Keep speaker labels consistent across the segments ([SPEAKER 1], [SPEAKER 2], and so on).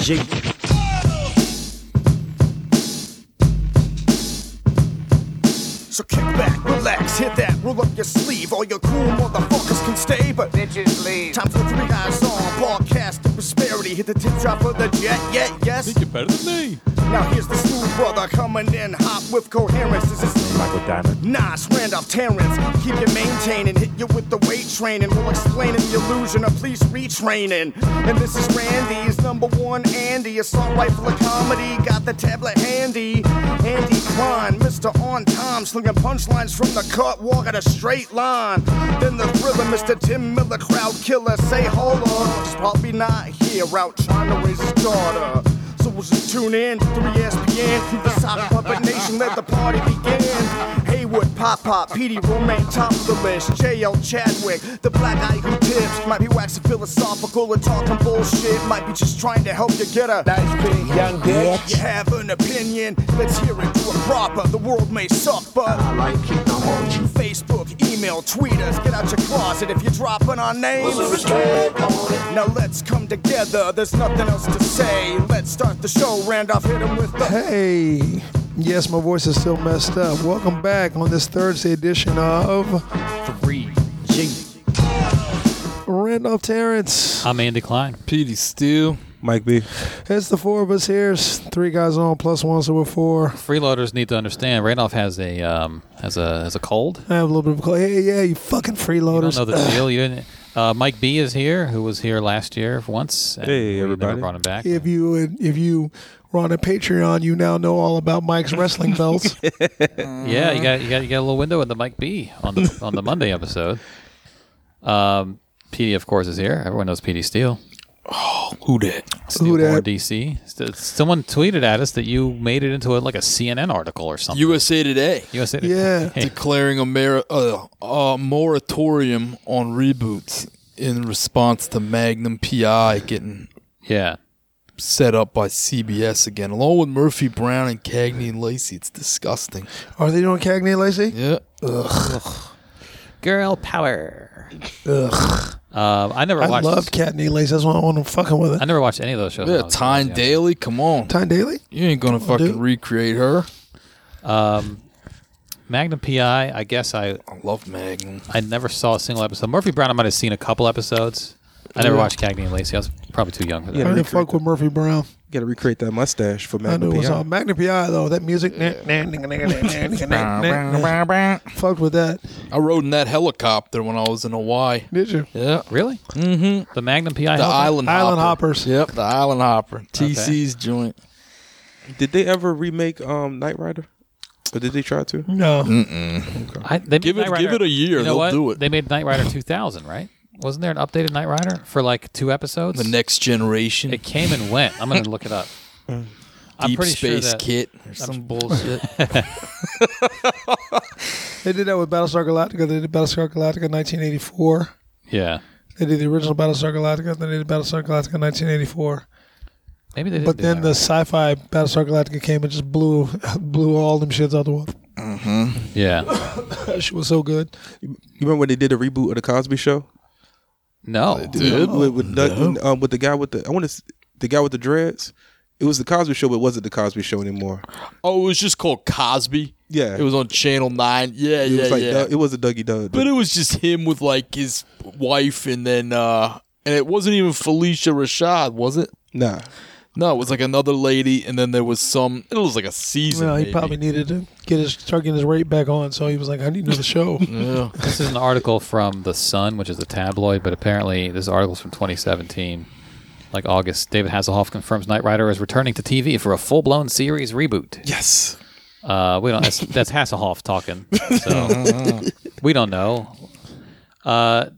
[SPEAKER 1] J'ai.
[SPEAKER 2] So kick back, relax, hit that, roll up your sleeve. All your cool motherfuckers can stay, but
[SPEAKER 3] Bitches leave.
[SPEAKER 2] time for three eyes on. Broadcast the prosperity, hit the tip drop of the jet, yeah, yes.
[SPEAKER 4] think you're better than me.
[SPEAKER 2] Now here's the smooth brother coming in hot with coherence. This is
[SPEAKER 1] Michael Diamond.
[SPEAKER 2] Nas, Randolph, Terrence. Keep you maintaining, hit you with the weight training. We'll explain the illusion of police retraining. And this is Randy's number one Andy. Assault rifle of comedy, got the tablet handy. Andy Klein, Mr. On Time, slinging punchlines from the cut, walk at a straight line. Then the thriller, Mr. Tim Miller, crowd killer. Say, hold on, he's probably not here, out trying to raise his daughter. So we'll just tune in to 3SPN through the sock puppet nation. Let the party begin. Haywood, Pop Pop, Petey, Romaine, top of the list. JL Chadwick, the black guy who tips. Might be waxing philosophical or talking bullshit. Might be just trying to help you get a
[SPEAKER 3] Nice big young dick.
[SPEAKER 2] You have an opinion, let's hear it. Do it proper. The world may suck, but
[SPEAKER 3] I like it, I want you.
[SPEAKER 2] Facebook, email, tweet us. Get out your closet if you're dropping our names. Now let's come together. There's nothing else to say. Let's start the show. Randolph hit him with the.
[SPEAKER 5] Hey, yes, my voice is still messed up. Welcome back on this Thursday edition of
[SPEAKER 1] Three. G.
[SPEAKER 5] Randolph Terrence.
[SPEAKER 6] I'm Andy Klein.
[SPEAKER 4] Petey Steele.
[SPEAKER 7] Mike B.
[SPEAKER 5] It's the four of us here. It's three guys on plus one, so we're four.
[SPEAKER 6] Freeloaders need to understand. Randolph has a um, has a has a cold.
[SPEAKER 5] I have a little bit of a cold. Hey, yeah, you fucking
[SPEAKER 6] You
[SPEAKER 5] freeloaders.
[SPEAKER 6] don't know the deal. You didn't. Uh, Mike B is here, who was here last year once. And
[SPEAKER 7] Hey,
[SPEAKER 6] we never
[SPEAKER 7] everybody.
[SPEAKER 6] brought him back.
[SPEAKER 5] if you if you were on a Patreon, you now know all about Mike's wrestling belts.
[SPEAKER 6] Yeah, you got you got you got a little window into Mike B on the on the Monday episode. Um, PD of course is here. Everyone knows PD Steele.
[SPEAKER 4] Who that?
[SPEAKER 6] Steele
[SPEAKER 5] dat?
[SPEAKER 6] born DC. S- Someone tweeted at us that you made it into a, like a CNN article or something.
[SPEAKER 4] USA Today.
[SPEAKER 6] USA.
[SPEAKER 5] Yeah.
[SPEAKER 6] Hey,
[SPEAKER 4] Declaring a, mar- uh, a moratorium on reboots in response to Magnum PI getting
[SPEAKER 6] yeah.
[SPEAKER 4] set up by CBS again, along with Murphy Brown and Cagney and Lacey. It's disgusting.
[SPEAKER 5] Are they doing Cagney Lacey?
[SPEAKER 4] Yeah.
[SPEAKER 6] Girl power. Ugh. Um, I never
[SPEAKER 5] I
[SPEAKER 6] watched.
[SPEAKER 5] love Cagney Lacey. That's why I want to fucking with
[SPEAKER 6] I
[SPEAKER 5] it.
[SPEAKER 6] never watched any of those shows. when
[SPEAKER 4] Yeah,
[SPEAKER 6] I was
[SPEAKER 4] Tyne
[SPEAKER 6] young.
[SPEAKER 4] Daly, come on.
[SPEAKER 5] Tyne Daly.
[SPEAKER 4] You ain't gonna fucking
[SPEAKER 5] dude.
[SPEAKER 4] recreate her.
[SPEAKER 6] Magnum PI. I guess I
[SPEAKER 4] I love Magnum.
[SPEAKER 6] I never saw a single episode. Murphy Brown. I might have seen a couple episodes. I never watched Cagney and Lacey. I was probably too young for that.
[SPEAKER 5] I
[SPEAKER 7] Yeah.
[SPEAKER 5] didn't fuck with Murphy Brown.
[SPEAKER 7] Got to recreate that mustache for
[SPEAKER 5] I
[SPEAKER 7] Magnum
[SPEAKER 5] knew it was
[SPEAKER 7] P.I.
[SPEAKER 5] on Magnum PI though. That music.
[SPEAKER 4] I
[SPEAKER 5] Fucked with that.
[SPEAKER 4] rode in that helicopter when I was in Hawaii.
[SPEAKER 5] Did you?
[SPEAKER 4] Yeah.
[SPEAKER 6] Really? Mm-hmm. The Magnum PI.
[SPEAKER 4] The
[SPEAKER 6] helmet?
[SPEAKER 4] Island
[SPEAKER 5] Island
[SPEAKER 4] Hopper.
[SPEAKER 5] Hoppers.
[SPEAKER 4] Yep, the Island Hopper. TC's joint.
[SPEAKER 7] Did they ever remake um Knight Rider? Or did they try to?
[SPEAKER 5] No.
[SPEAKER 6] I, they made
[SPEAKER 4] Give it-
[SPEAKER 6] Knight Rider-
[SPEAKER 4] give it a
[SPEAKER 6] You
[SPEAKER 4] year,
[SPEAKER 6] know
[SPEAKER 4] they'll
[SPEAKER 6] what?
[SPEAKER 4] do it.
[SPEAKER 6] They made Knight Rider 2000, right? Wasn't there an updated Knight Rider for like two episodes?
[SPEAKER 4] The next generation.
[SPEAKER 6] it came and went. I'm gonna look it up. I'm
[SPEAKER 4] Deep
[SPEAKER 6] pretty sure
[SPEAKER 4] Space
[SPEAKER 6] that-
[SPEAKER 4] Kit or some bullshit.
[SPEAKER 5] They did that with Battlestar Galactica. They did Battlestar Galactica 1984.
[SPEAKER 6] Yeah.
[SPEAKER 5] They did the original Battlestar Galactica. Then they did Battlestar Galactica 1984.
[SPEAKER 6] Maybe they did.
[SPEAKER 5] But
[SPEAKER 6] do
[SPEAKER 5] then
[SPEAKER 6] that
[SPEAKER 5] the sci-fi Battlestar Galactica came and just blew blew all them shits out the water.
[SPEAKER 6] right. Yeah.
[SPEAKER 5] That shit was so good.
[SPEAKER 7] You remember when they did a reboot of the Cosby Show?
[SPEAKER 6] No.
[SPEAKER 7] with, with, Doug- um, with the guy with the I want to the guy with the dreads. It was the Cosby Show, but it wasn't the Cosby Show anymore.
[SPEAKER 4] oh, it was just called Cosby.
[SPEAKER 7] Yeah.
[SPEAKER 4] It was on Channel 9. Yeah,
[SPEAKER 7] It
[SPEAKER 4] yeah,
[SPEAKER 7] was like
[SPEAKER 4] yeah.
[SPEAKER 7] Doug- it was a Dougie Doug.
[SPEAKER 4] but it was just him with like his wife and then uh and it wasn't even Felicia Rashad, was it?
[SPEAKER 7] nah,
[SPEAKER 4] No, it was like another lady, and then there was some. It was like a season.
[SPEAKER 5] Well, he
[SPEAKER 4] maybe.
[SPEAKER 5] probably needed to get his start getting his rate back on, so he was like, "I need another show."
[SPEAKER 4] Yeah.
[SPEAKER 6] This is an article from The Sun, which is a tabloid, but apparently this article's from 2017. Like August, David Hasselhoff confirms Knight Rider is returning to TV for a full blown series reboot.
[SPEAKER 7] yes,
[SPEAKER 6] Uh, we don't. That's, that's Hasselhoff talking. So we don't know. Uh,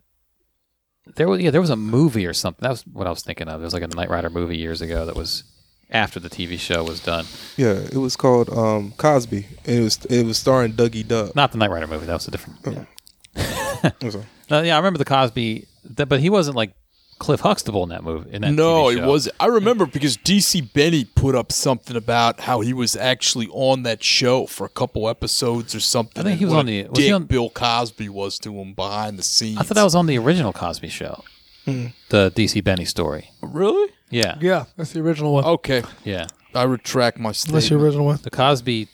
[SPEAKER 6] there was yeah, there was a movie or something. That was what I was thinking of. There was like a Knight Rider movie years ago that was after the TV show was done.
[SPEAKER 7] yeah. It was called um, Cosby. It was it was starring Dougie Doug.
[SPEAKER 6] Not the Knight Rider movie. That was a different. Yeah.
[SPEAKER 7] I'm sorry.
[SPEAKER 6] No, yeah, I remember the Cosby, th- but he wasn't like Cliff Huxtable in that movie. In that
[SPEAKER 4] No,
[SPEAKER 6] TV
[SPEAKER 4] it
[SPEAKER 6] show.
[SPEAKER 4] wasn't. I remember because DC Benny put up something about how he was actually on that show for a couple episodes or something.
[SPEAKER 6] I think he
[SPEAKER 4] and
[SPEAKER 6] was
[SPEAKER 4] what
[SPEAKER 6] on
[SPEAKER 4] a
[SPEAKER 6] the- was he
[SPEAKER 4] dick
[SPEAKER 6] on-
[SPEAKER 4] Bill Cosby was to him behind the scenes.
[SPEAKER 5] Hmm.
[SPEAKER 6] I thought that was Oh, on the original Cosby Show, the DC Benny story.
[SPEAKER 4] really.
[SPEAKER 6] Yeah.
[SPEAKER 5] Yeah, that's the original one.
[SPEAKER 4] Okay,
[SPEAKER 6] Yeah.
[SPEAKER 4] I retract my
[SPEAKER 5] That's the
[SPEAKER 4] statement.
[SPEAKER 5] original one.
[SPEAKER 6] The Cosby,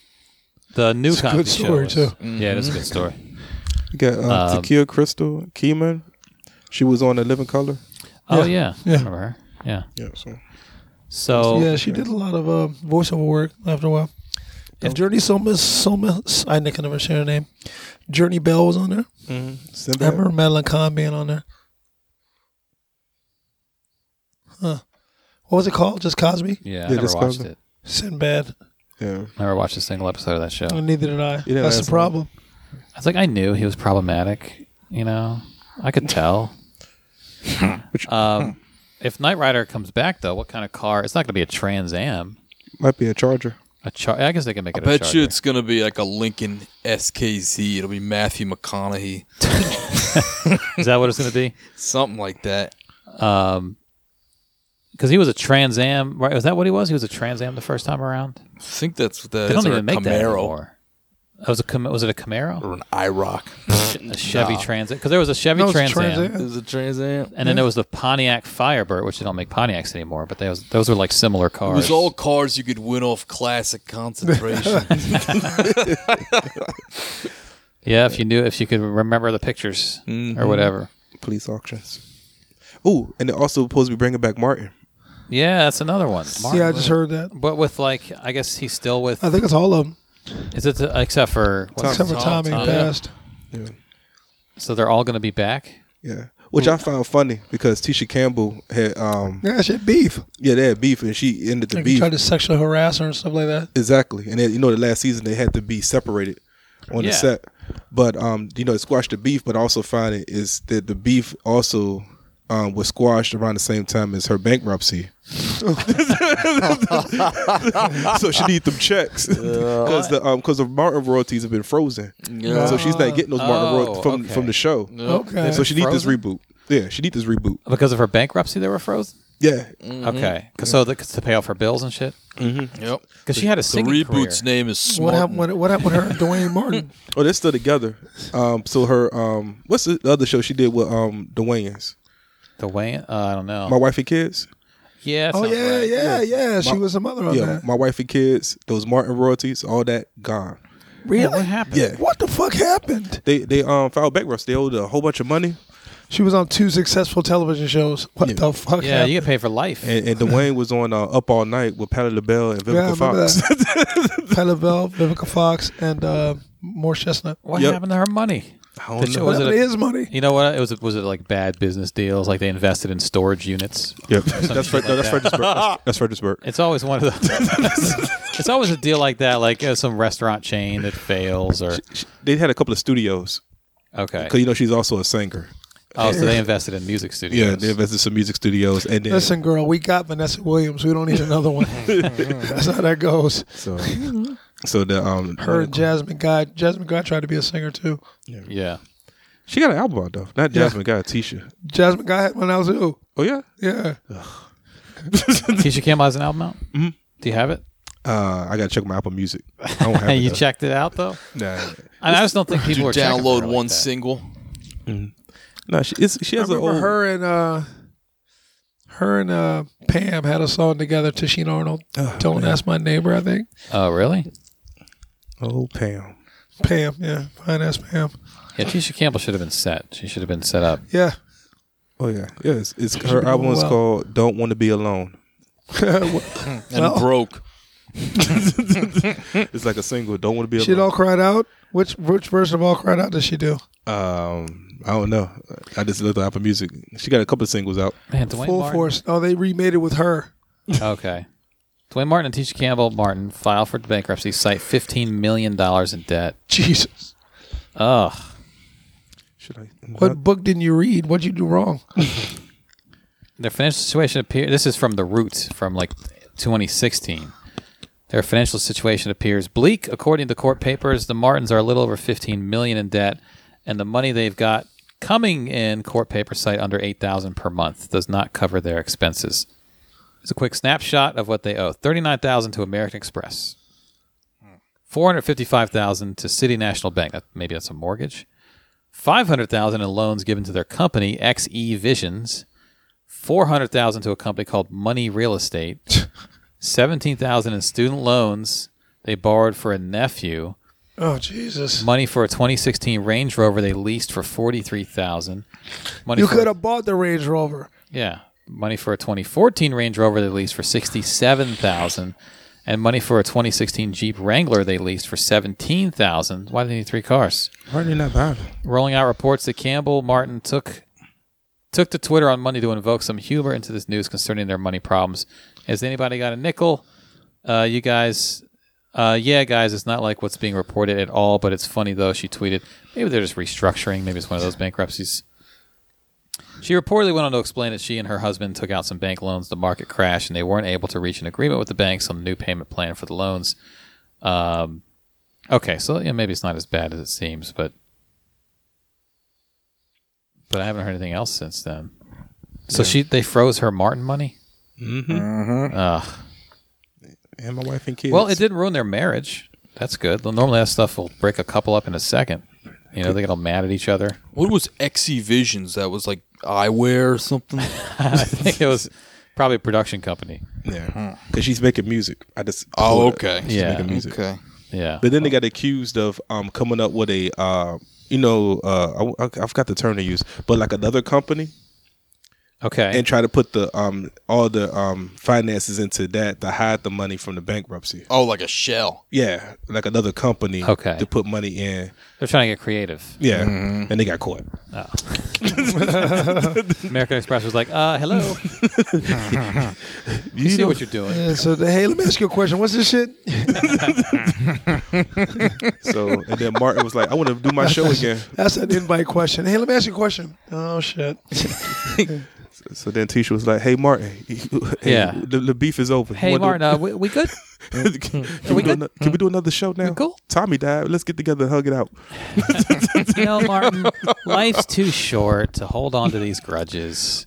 [SPEAKER 6] the new
[SPEAKER 5] a
[SPEAKER 6] Cosby
[SPEAKER 5] good story,
[SPEAKER 6] show.
[SPEAKER 5] too. Mm-hmm.
[SPEAKER 6] Yeah, that's a good story.
[SPEAKER 7] You got uh,
[SPEAKER 6] Um,
[SPEAKER 7] Takia Crystal Keeman. She was on The Living Color.
[SPEAKER 6] Oh yeah.
[SPEAKER 5] Yeah.
[SPEAKER 6] Remember her? Yeah.
[SPEAKER 7] Yeah. So
[SPEAKER 6] So
[SPEAKER 5] Yeah, she did a lot of uh, voiceover work after a while. If Journey Soma, Soma, I can never share her name. Journey Bell was on there. I
[SPEAKER 7] Sinbad.
[SPEAKER 5] remember Madeline Kahn being on there. Huh. What was it called? Just Cosby?
[SPEAKER 6] yeah, I
[SPEAKER 7] Yeah,
[SPEAKER 6] never
[SPEAKER 7] this
[SPEAKER 6] watched
[SPEAKER 7] Cosby.
[SPEAKER 6] it.
[SPEAKER 5] Sinbad.
[SPEAKER 7] Yeah.
[SPEAKER 6] Never watched a single episode of that show.
[SPEAKER 5] And Oh, neither did I.
[SPEAKER 7] You know,
[SPEAKER 5] that's
[SPEAKER 7] that's
[SPEAKER 5] the problem.
[SPEAKER 6] I was like, I knew he was problematic. You know, I could tell. um, if Knight Rider comes back, though, what kind of car? It's not going to be a Trans Am.
[SPEAKER 7] Might be a Charger.
[SPEAKER 6] A char- I guess they can make it. a
[SPEAKER 4] Bet
[SPEAKER 6] Charger.
[SPEAKER 4] you it's gonna be like a Lincoln SKZ. It'll be Matthew McConaughey,
[SPEAKER 6] Is that what it's going to be?
[SPEAKER 4] something like that.
[SPEAKER 6] Because he was a Trans Am, right? Was that what he was? He was a Trans Am the first time around.
[SPEAKER 4] I think that's what that
[SPEAKER 6] They
[SPEAKER 4] is,
[SPEAKER 6] don't
[SPEAKER 4] or a
[SPEAKER 6] even make that
[SPEAKER 4] Camaro
[SPEAKER 6] anymore. That was a Cam- was it a Camaro?
[SPEAKER 4] or an IROC.
[SPEAKER 6] A Chevy Transit? Because there was a Chevy
[SPEAKER 5] No, it's a
[SPEAKER 6] Trans,
[SPEAKER 5] Trans
[SPEAKER 6] Am,
[SPEAKER 5] Am.
[SPEAKER 4] is it Trans Am?
[SPEAKER 6] and then there was the Pontiac Firebird, which they don't make Pontiacs anymore. But those those were like similar
[SPEAKER 4] It
[SPEAKER 6] cars.
[SPEAKER 4] was all cars you could win off classic concentration.
[SPEAKER 6] Yeah, if you knew, if you could remember the pictures or whatever.
[SPEAKER 7] Police auctions. Ooh, and they're also supposed to be bringing back Martin.
[SPEAKER 6] Yeah, that's another one. Martin
[SPEAKER 5] yeah, I just heard that.
[SPEAKER 6] But with like, I guess he's still with.
[SPEAKER 5] I think it's all of them.
[SPEAKER 6] Is it the, except for what's-
[SPEAKER 5] Except for
[SPEAKER 4] Tom,
[SPEAKER 5] Tommy
[SPEAKER 4] Tom.
[SPEAKER 5] passed.
[SPEAKER 7] Yeah.
[SPEAKER 6] so they're all going to be back?
[SPEAKER 7] Yeah. Which I found funny because Tisha Campbell had um
[SPEAKER 5] Yeah, shit, beef.
[SPEAKER 7] yeah, they had beef and she ended the
[SPEAKER 5] Like you
[SPEAKER 7] beef.
[SPEAKER 5] tried to sexually harass her and stuff like that.
[SPEAKER 7] Exactly. And then, you know, the last season they had to be separated on the
[SPEAKER 6] Yeah.
[SPEAKER 7] set. But um, you know, it squashed the beef, but I also find it is that the beef also um, was squashed around the same time as her bankruptcy. so she need them checks because the um because the Martin royalties have been frozen. So she's not getting those Martin
[SPEAKER 6] Oh,
[SPEAKER 7] royalties from
[SPEAKER 6] okay.
[SPEAKER 7] from the show.
[SPEAKER 5] Okay.
[SPEAKER 7] So she need this
[SPEAKER 6] Frozen?
[SPEAKER 7] reboot. Yeah, she need this reboot.
[SPEAKER 6] Because of her bankruptcy, they were frozen.
[SPEAKER 7] Yeah,
[SPEAKER 6] Okay, 'Cause so the, 'cause to pay off her bills and shit.
[SPEAKER 4] yep.
[SPEAKER 6] Because she had a
[SPEAKER 4] The
[SPEAKER 6] singing
[SPEAKER 4] reboot's
[SPEAKER 6] career.
[SPEAKER 4] name is
[SPEAKER 5] what
[SPEAKER 4] Smart.
[SPEAKER 5] happened, what, what happened with her and Dwayne Martin?
[SPEAKER 7] Oh, they're still together. Um, so her um, what's the other show she did with um the Wayans?
[SPEAKER 6] The way uh, I don't know.
[SPEAKER 7] My wife and kids.
[SPEAKER 6] yeah. that
[SPEAKER 5] Oh,
[SPEAKER 6] sounds
[SPEAKER 5] yeah,
[SPEAKER 6] right.
[SPEAKER 5] yeah, yeah. She was a mother on
[SPEAKER 7] yeah,
[SPEAKER 5] that.
[SPEAKER 7] my wife and kids. Those Martin royalties, all that gone.
[SPEAKER 5] Really?
[SPEAKER 6] What happened?
[SPEAKER 7] Yeah.
[SPEAKER 5] What the fuck happened?
[SPEAKER 7] They they um filed bankruptcy. They owed a whole bunch of money,
[SPEAKER 5] She was on two successful television shows. What the fuck?
[SPEAKER 6] Yeah, you
[SPEAKER 5] happened?
[SPEAKER 6] get paid for life.
[SPEAKER 7] and, and Dwayne was on uh, Up All Night with Patty LaBelle and
[SPEAKER 5] Yeah, I
[SPEAKER 7] Vivica
[SPEAKER 5] remember
[SPEAKER 7] Fox.
[SPEAKER 5] Tyler Bell, Vivica Fox, and uh, Morris Chestnut.
[SPEAKER 6] What
[SPEAKER 7] Yep.
[SPEAKER 6] happened to her money?
[SPEAKER 7] I
[SPEAKER 6] Did
[SPEAKER 7] don't
[SPEAKER 6] she-
[SPEAKER 7] know.
[SPEAKER 5] What
[SPEAKER 6] was it
[SPEAKER 5] happened
[SPEAKER 6] a-
[SPEAKER 5] to his money?
[SPEAKER 6] You know what? It was was it like bad business deals? Like they invested in storage units.
[SPEAKER 7] Yep. that's Fred, no, that's
[SPEAKER 6] that.
[SPEAKER 7] Fredericksburg. That's, that's Fredericksburg.
[SPEAKER 6] It's always one of the. it's always a deal like that, like uh, some restaurant chain that fails, or
[SPEAKER 7] She- They had a couple of studios
[SPEAKER 6] okay.
[SPEAKER 7] because you know she's also a singer.
[SPEAKER 6] Oh, so they invested in music studios.
[SPEAKER 7] Yeah, they invested in some music studios, and then
[SPEAKER 5] Listen, girl, we got Vanessa Williams. We don't need another one. That's how that goes.
[SPEAKER 7] so so the um
[SPEAKER 5] Her and Jasmine Guy. Jasmine Guy tried to be a singer too.
[SPEAKER 6] yeah.
[SPEAKER 7] she got an album out though. Not Jasmine, got Tisha.
[SPEAKER 5] Jasmine Guy had one I was ooh.
[SPEAKER 7] Oh yeah,
[SPEAKER 5] Yeah.
[SPEAKER 6] Tisha Campbell has an album out. Mm-hmm. Do you have it?
[SPEAKER 7] Uh, I gotta check my Apple Music. I don't have
[SPEAKER 6] Hey, you
[SPEAKER 7] it.
[SPEAKER 6] checked it out though.
[SPEAKER 7] though. Nah,
[SPEAKER 6] I, I just don't think
[SPEAKER 4] Did
[SPEAKER 6] people
[SPEAKER 4] you
[SPEAKER 6] are checking for her
[SPEAKER 4] download
[SPEAKER 6] like
[SPEAKER 4] one
[SPEAKER 6] that.
[SPEAKER 4] single?
[SPEAKER 7] no, she, it's, she
[SPEAKER 5] I
[SPEAKER 7] has an
[SPEAKER 5] remember
[SPEAKER 7] old.
[SPEAKER 5] her and uh, her and uh, Pam had a song together, Tishine Arnold. don't ask my neighbor, I think.
[SPEAKER 6] Oh, really?
[SPEAKER 7] Oh, Pam.
[SPEAKER 5] Pam, yeah. Fine ass Pam.
[SPEAKER 6] Yeah, Tisha Campbell should have been set. She should have been set up.
[SPEAKER 5] Yeah.
[SPEAKER 7] Oh yeah, yeah. It's, it's her album is
[SPEAKER 5] well.
[SPEAKER 7] called "Don't Want to Be Alone."
[SPEAKER 4] And broke.
[SPEAKER 7] It's like a single. Don't want to be
[SPEAKER 5] She'd all
[SPEAKER 7] alone.
[SPEAKER 5] cried out. Which which version of all cried out does she do?
[SPEAKER 7] um, I don't know. I just looked at Apple Music. She got a couple of singles out.
[SPEAKER 6] Man, Dwayne
[SPEAKER 5] Full
[SPEAKER 6] Martin.
[SPEAKER 5] force. Oh, they remade it with her.
[SPEAKER 6] Okay. Dwayne Martin and Tisha Campbell Martin file for bankruptcy, cite fifteen million dollars in debt.
[SPEAKER 5] Jesus.
[SPEAKER 6] Ugh.
[SPEAKER 7] Should I?
[SPEAKER 5] What book didn't you read? What'd you do wrong?
[SPEAKER 6] Their financial situation appears. This is from the Roots from like 2016. Their financial situation appears bleak, according to court papers. The Martins are a little over 15 million in debt, and the money they've got coming in court paper site under 8,000 per month does not cover their expenses. It's a quick snapshot of what they owe: 39,000 to American Express, 455,000 to City National Bank. That, maybe that's a mortgage. 500,000 in loans given to their company XE E Visions. four hundred thousand to a company called Money Real Estate, seventeen thousand in student loans they borrowed for a nephew,
[SPEAKER 5] Oh Jesus!
[SPEAKER 6] money for a 2016 Range Rover they leased for forty three thousand. Money
[SPEAKER 5] You
[SPEAKER 6] for-
[SPEAKER 5] could have bought the Range Rover.
[SPEAKER 6] yeah, money for a 2014 Range Rover they leased for 67,000 and money for a 2016 Jeep Wrangler they leased for 17,000. Why do they need three cars?
[SPEAKER 7] Why are they not buying?
[SPEAKER 6] Rolling out reports that Campbell Martin took took to Twitter on Monday to invoke some humor into this news concerning their money problems. Has anybody got a nickel? Uh, you guys uh, yeah, guys, it's not like what's being reported at all, but it's funny though. She tweeted, maybe they're just restructuring. Maybe it's one of those bankruptcies. She reportedly went on to explain that she and her husband took out some bank loans. The market crashed, and they weren't able to reach an agreement with the banks on a new payment plan for the loans. Um, okay, so yeah, maybe it's not as bad as it seems, but but I haven't heard anything else since then. So she they froze her Martin money. Mm-hmm.
[SPEAKER 7] And my wife and kids.
[SPEAKER 6] Well, it didn't ruin their marriage. That's good. Well, Normally, that stuff will break a couple up in a second. You know, they get all mad at each other.
[SPEAKER 4] What was XE Visions? That was like eyewear or something.
[SPEAKER 6] I think it was probably a production company.
[SPEAKER 7] Yeah, because she's making music. I just
[SPEAKER 4] oh,
[SPEAKER 7] pulled it.
[SPEAKER 4] okay.
[SPEAKER 7] She's
[SPEAKER 6] Yeah.
[SPEAKER 7] making music.
[SPEAKER 4] Okay.
[SPEAKER 6] Yeah.
[SPEAKER 7] But then they got accused of um, coming up with a, uh, you know, uh, I, I forgot the term they use, but like another company
[SPEAKER 6] Okay.
[SPEAKER 7] and try to put the um, all the um, finances into that to hide the money from the bankruptcy.
[SPEAKER 4] Oh, like a shell.
[SPEAKER 7] Yeah, like another company.
[SPEAKER 6] Okay. Mm-hmm.
[SPEAKER 7] to put money in.
[SPEAKER 6] They're trying to get creative.
[SPEAKER 7] Yeah, and they got caught.
[SPEAKER 6] American Express was like, uh, hello. you see what you're doing.
[SPEAKER 5] Yeah, so hey, let me ask you a question. What's this shit?
[SPEAKER 7] So and then Martin was like, "I want to do my show again."
[SPEAKER 5] That's an invite question. Hey, let me ask you a question. Oh shit!
[SPEAKER 7] So then Tisha was like, "Hey Martin, hey,
[SPEAKER 6] Yeah.
[SPEAKER 7] the, the beef is over.
[SPEAKER 6] Hey, Martin, uh, we, we good?
[SPEAKER 7] can, can we do ano- can we do another show now?
[SPEAKER 6] cool?
[SPEAKER 7] Tommy died. Let's get together and hug it out.
[SPEAKER 6] You know, Martin, life's too short to hold on to these grudges,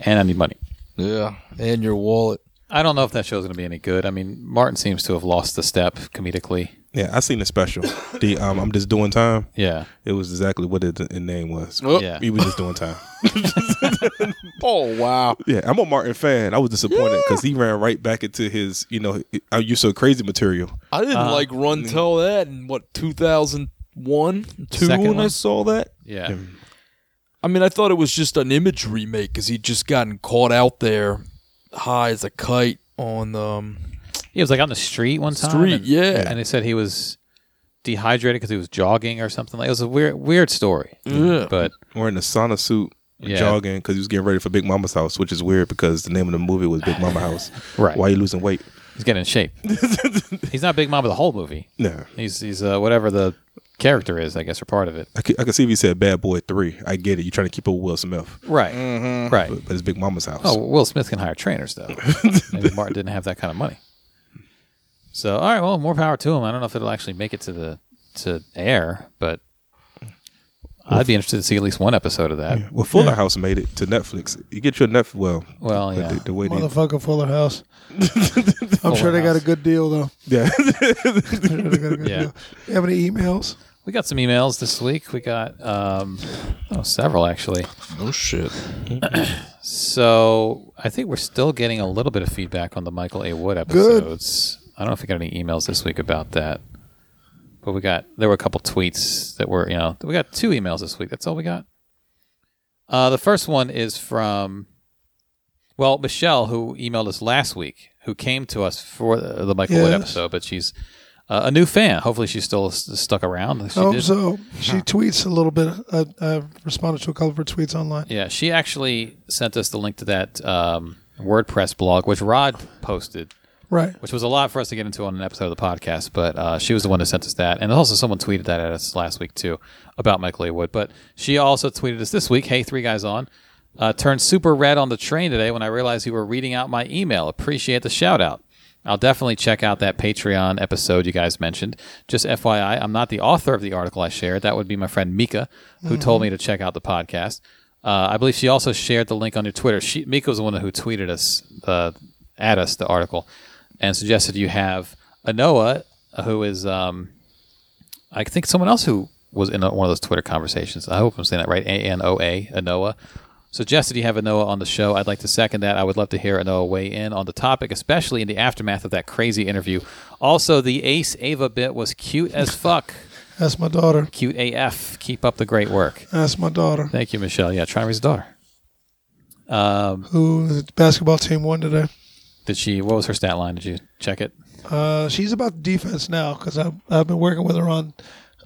[SPEAKER 6] and I need money.
[SPEAKER 4] Yeah. And your wallet.
[SPEAKER 6] I don't know if that show's going to be any good. I mean, Martin seems to have lost the step comedically.
[SPEAKER 7] Yeah, I seen the special. The um, I'm just doing time.
[SPEAKER 6] Yeah.
[SPEAKER 7] It was exactly what it, the name was.
[SPEAKER 4] Oh.
[SPEAKER 6] Yeah.
[SPEAKER 7] He was just doing time.
[SPEAKER 4] Oh wow.
[SPEAKER 7] Yeah, I'm a Martin fan. I was disappointed because he ran right back into his, you know, are you so crazy material.
[SPEAKER 4] I didn't like run till that in what 2001, two
[SPEAKER 6] Second
[SPEAKER 4] when I
[SPEAKER 6] one?
[SPEAKER 4] saw that.
[SPEAKER 6] Yeah.
[SPEAKER 4] I mean, I thought it was just an image remake because he'd just gotten caught out there high as a kite on um
[SPEAKER 6] He was like on the street one time.
[SPEAKER 4] Street,
[SPEAKER 6] and,
[SPEAKER 4] yeah.
[SPEAKER 6] And they said he was dehydrated because he was jogging or something. Like it was a weird, weird story.
[SPEAKER 4] Yeah.
[SPEAKER 6] But
[SPEAKER 7] Wearing a sauna suit,
[SPEAKER 6] Yeah.
[SPEAKER 7] jogging because he was getting ready for Big Mama's house, which is weird because the name of the movie was Big Mama House.
[SPEAKER 6] Right.
[SPEAKER 7] Why you losing weight?
[SPEAKER 6] he's getting in shape. he's not Big Mama the whole movie.
[SPEAKER 7] No.
[SPEAKER 6] He's he's uh, whatever the character is, I guess, or part of it.
[SPEAKER 7] I can, I can see if he said Bad Boy 3. I get it. You're trying to keep up with Will Smith,
[SPEAKER 6] Right. Right.
[SPEAKER 7] but it's Big Mama's house.
[SPEAKER 6] Oh, Will Smith can hire trainers though. Maybe Martin didn't have that kind of money. So all right, well, more power to him. I don't know if it'll actually make it to the to air, but I'd be interested to see at least one episode of that.
[SPEAKER 7] Well, Fuller House made it to Netflix. You get your Netflix. Well,
[SPEAKER 6] Well,
[SPEAKER 7] the,
[SPEAKER 6] yeah.
[SPEAKER 7] the way they,
[SPEAKER 5] Motherfucker, Fuller House. I'm sure they got a good deal though.
[SPEAKER 7] yeah,
[SPEAKER 5] I'm sure they got a good
[SPEAKER 6] Yeah.
[SPEAKER 5] deal. You have any emails?
[SPEAKER 6] We got some emails this week. We got um, oh, several actually.
[SPEAKER 4] No shit.
[SPEAKER 6] So I think we're still getting a little bit of feedback on the Michael A. Wood episodes. I don't know if we got any emails this week about that, but we got there were a couple tweets that were you know we got two emails this week. That's all we got. Uh, the first one is from well Michelle who emailed us last week, who came to us for the, the Michael Wood
[SPEAKER 5] Yes.
[SPEAKER 6] episode, but she's uh, a new fan. Hopefully she's still s- stuck around. She
[SPEAKER 5] I hope
[SPEAKER 6] did-
[SPEAKER 5] Oh, so. She tweets a little bit. I, I've responded to a couple of her tweets online.
[SPEAKER 6] Yeah, she actually sent us the link to that um, WordPress blog, which Rod posted,
[SPEAKER 5] Right.
[SPEAKER 6] which was a lot for us to get into on an episode of the podcast. But uh, she was the one who sent us that, and also someone tweeted that at us last week too about Michael A. Wood. But she also tweeted us this week, "Hey, three guys on." Uh, turned super red on the train today when I realized you were reading out my email. Appreciate the shout out. I'll definitely check out that Patreon episode you guys mentioned. Just FYI, I'm not the author of the article I shared. That would be my friend Mika, who told me to check out the podcast. Uh, I believe she also shared the link on your Twitter. She, Mika was the one who tweeted us uh, at us the article and suggested you have Anoa, who is um, I think someone else who was in a, one of those Twitter conversations. I hope I'm saying that right. A N O A Anoa, suggested you have a Noah on the show. I'd like to second that. I would love to hear a Noah weigh in on the topic, especially in the aftermath of that crazy interview. Also, the Ace Ava bit was cute as fuck.
[SPEAKER 5] That's my daughter.
[SPEAKER 6] Cute AF. Keep up the great work.
[SPEAKER 5] That's my daughter.
[SPEAKER 6] Thank you, Michelle. Yeah, try and raise a daughter.
[SPEAKER 5] Who the basketball team won today?
[SPEAKER 6] Did she? What was her stat line? Did you check it?
[SPEAKER 5] Uh, she's about defense now because I've, I've been working with her on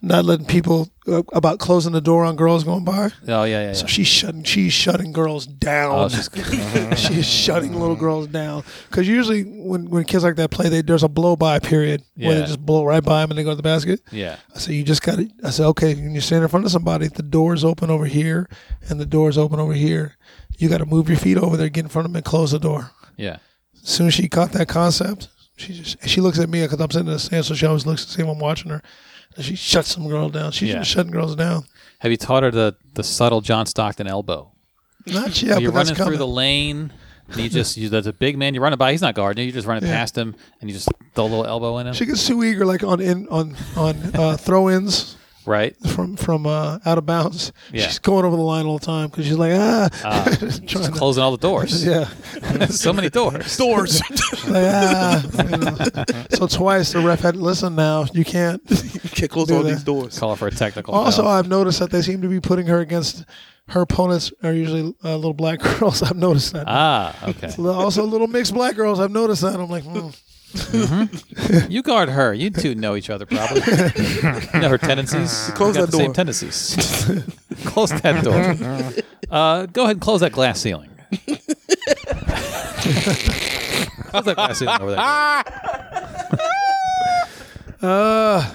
[SPEAKER 5] not letting people uh, about closing the door on girls going by.
[SPEAKER 6] Oh yeah, yeah. yeah.
[SPEAKER 5] So she's shutting she's shutting girls down.
[SPEAKER 6] Oh, she's
[SPEAKER 5] she is shutting little girls down because usually when, when kids like that play, they, there's a blow by period where
[SPEAKER 6] Yeah.
[SPEAKER 5] they just blow right by them and they go to the basket.
[SPEAKER 6] yeah.
[SPEAKER 5] I said, you just got to. I said, okay, when you stand in front of somebody, the door's open over here and the door's open over here. You got to move your feet over there, get in front of them, and close the door.
[SPEAKER 6] Yeah.
[SPEAKER 5] As soon as she caught that concept, she just she looks at me because I'm sitting in the stand, so she always looks to see if I'm watching her. And she shuts some girl down. She's
[SPEAKER 6] Yeah.
[SPEAKER 5] just shutting girls down.
[SPEAKER 6] Have you taught her the the subtle John Stockton elbow?
[SPEAKER 5] Not yet,
[SPEAKER 6] you're
[SPEAKER 5] but that's
[SPEAKER 6] running
[SPEAKER 5] coming.
[SPEAKER 6] through the lane. And you just you, that's a big man. You're running by. He's not guarding you. You're just running
[SPEAKER 5] Yeah.
[SPEAKER 6] past him, and you just throw a little elbow in him.
[SPEAKER 5] she gets too eager, like on in on on uh, throw ins.
[SPEAKER 6] right?
[SPEAKER 5] from from uh, out of bounds.
[SPEAKER 6] Yeah. Uh,
[SPEAKER 5] She's going over the line all the time because she's like ah,
[SPEAKER 6] Just
[SPEAKER 5] trying to,
[SPEAKER 6] closing all the doors.
[SPEAKER 5] yeah,
[SPEAKER 6] so many doors.
[SPEAKER 4] Doors.
[SPEAKER 5] like, ah. you know. So twice the ref had listen now you can't.
[SPEAKER 7] You can't close
[SPEAKER 5] Do
[SPEAKER 7] all
[SPEAKER 5] that.
[SPEAKER 7] these doors.
[SPEAKER 6] Call for a technical.
[SPEAKER 5] Also,
[SPEAKER 6] foul.
[SPEAKER 5] I've noticed that they seem to be putting her against her opponents are usually uh, little black girls. I've noticed that.
[SPEAKER 6] ah, okay.
[SPEAKER 5] also, little mixed black girls. I've noticed that. I'm like, hmm.
[SPEAKER 6] You guard her. You two know each other probably. you know her tendencies.
[SPEAKER 7] Close
[SPEAKER 6] You
[SPEAKER 7] that
[SPEAKER 6] got the Same
[SPEAKER 7] door.
[SPEAKER 6] tendencies. close that door. Uh, go ahead and close that glass ceiling. close that glass ceiling over there.
[SPEAKER 5] Ah,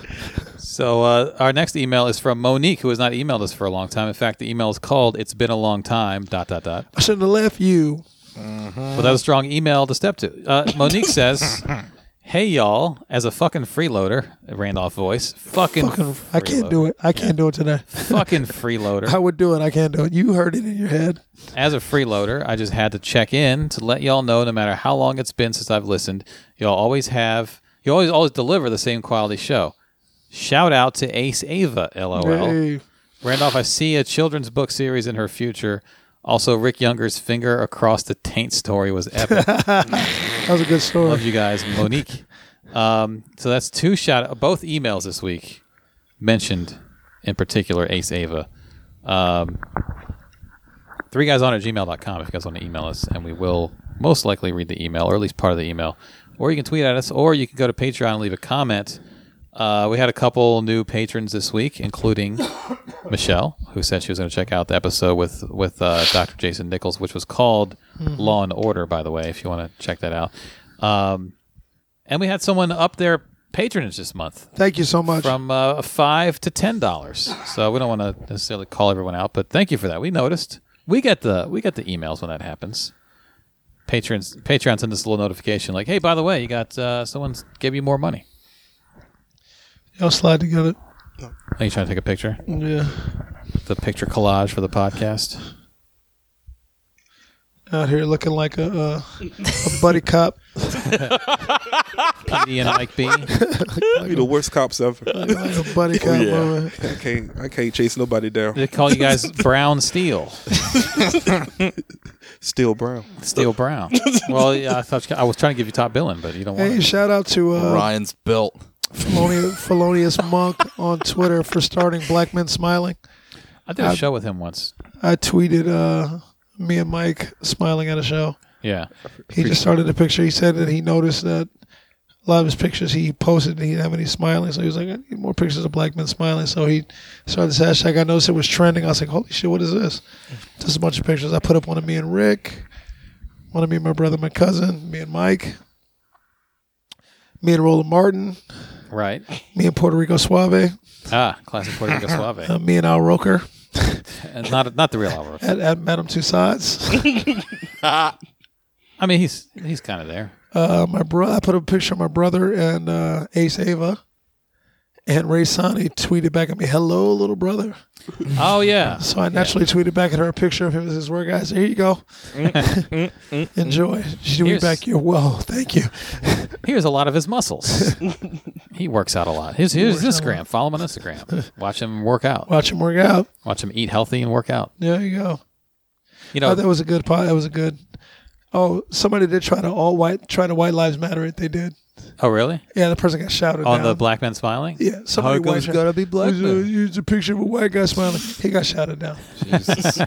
[SPEAKER 6] So uh, our next email is from Monique, who has not emailed us for a long time. In fact, the email is called "It's been a long time." Dot dot dot.
[SPEAKER 5] I shouldn't have left you. Uh.
[SPEAKER 6] Well, that was a strong email to step to. Uh, Monique says, "Hey y'all, as a fucking freeloader, Randolph voice, fucking,
[SPEAKER 5] Fucking, I can't do it. I can't do it today.
[SPEAKER 6] fucking freeloader."
[SPEAKER 5] I would do it. I can't do it. You heard it in your head.
[SPEAKER 6] As a freeloader, I just had to check in to let y'all know no matter how long it's been since I've listened, y'all always have you always always deliver the same quality show. Shout out to Ace Ava, LOL.
[SPEAKER 5] Hey.
[SPEAKER 6] Randolph, I see a children's book series in her future. Also, Rick Younger's finger across the taint story was epic.
[SPEAKER 5] That was a good story.
[SPEAKER 6] Love you guys, Monique. Um, so that's two shout both emails this week mentioned in particular Ace Ava. Um, three guys on at gmail.com if you guys want to email us, and we will most likely read the email or at least part of the email. Or you can tweet at us, or you can go to Patreon and leave a comment. Uh, we had a couple new patrons this week, including Michelle, who said she was going to check out the episode with with uh, Dr. Jason Nichols, which was called Law and Order, by the way, if you want to check that out. Um, and we had someone up their patronage this month
[SPEAKER 5] Thank you so much.
[SPEAKER 6] from uh, five to ten dollars. So we don't want to necessarily call everyone out, but thank you for that. We noticed. We get the we get the emails when that happens. Patrons Patreon send us a little notification like, hey, by the way, you got uh, someone's gave you more money.
[SPEAKER 5] Y'all slide together.
[SPEAKER 6] Are you trying to take a picture?
[SPEAKER 5] Yeah.
[SPEAKER 6] The picture collage for the podcast.
[SPEAKER 5] Out here looking like a uh, a buddy cop.
[SPEAKER 6] PD and Mike B.
[SPEAKER 7] Be the worst cops ever.
[SPEAKER 5] Like a buddy
[SPEAKER 6] Oh,
[SPEAKER 5] cop moment.
[SPEAKER 7] I can't. I can't chase nobody down.
[SPEAKER 6] They call you guys Brown Steel.
[SPEAKER 7] Still brown.
[SPEAKER 6] Steel Brown. Well, yeah, I thought I was trying to give you top billing, but you don't want
[SPEAKER 5] Hey,
[SPEAKER 6] it.
[SPEAKER 5] shout out to uh,
[SPEAKER 4] Oh. Ryan's belt.
[SPEAKER 5] Felonious, Felonious Monk on Twitter for starting Black Men Smiling.
[SPEAKER 6] I did a show with him once.
[SPEAKER 5] I tweeted uh, me and Mike smiling at a show.
[SPEAKER 6] Yeah.
[SPEAKER 5] He just started a picture. He said that he noticed that a lot of his pictures he posted, he didn't have any smiling. So he was like, I need more pictures of black men smiling. So he started this hashtag. I noticed it was trending. I was like, holy shit, what is this? Just a bunch of pictures. I put up one of me and Rick, one of me and my brother, my cousin, me and Mike, me and Roland Martin,
[SPEAKER 6] Right.
[SPEAKER 5] me and Puerto Rico Suave,
[SPEAKER 6] Ah, classic Puerto Rico Suave.
[SPEAKER 5] uh, me and Al Roker
[SPEAKER 6] And not not the real Alvaro.
[SPEAKER 5] at, at Madame Tussauds.
[SPEAKER 6] I mean, he's he's kind of there.
[SPEAKER 5] Uh, my brother, I put up a picture of my brother and uh, Ace Ava. And Ray Sani tweeted back at me, "Hello, little brother."
[SPEAKER 6] Oh yeah,
[SPEAKER 5] So I naturally tweeted back at her a picture of him as his work. I said, "Here you go,
[SPEAKER 6] Mm,
[SPEAKER 5] enjoy." She tweeted
[SPEAKER 6] Here's-
[SPEAKER 5] back, "You're well, thank you."
[SPEAKER 6] here's a lot of his muscles. he works out a lot. Here's here's his Instagram. Follow him on Instagram. Watch him work out.
[SPEAKER 5] Watch him work out.
[SPEAKER 6] Watch him eat healthy and work out.
[SPEAKER 5] There you go.
[SPEAKER 6] You
[SPEAKER 5] Oh,
[SPEAKER 6] know,
[SPEAKER 5] that was a good pod. That was a good. Oh, somebody did try to all white try to white lives matter it. They did.
[SPEAKER 6] oh really?
[SPEAKER 5] Yeah, the person got shouted
[SPEAKER 6] On
[SPEAKER 5] down.
[SPEAKER 6] the black man smiling?
[SPEAKER 5] Yeah, somebody
[SPEAKER 4] come's gotta be black
[SPEAKER 5] Use
[SPEAKER 4] man?
[SPEAKER 5] a, use a picture of a white guy smiling. He got shouted down.
[SPEAKER 4] Jesus.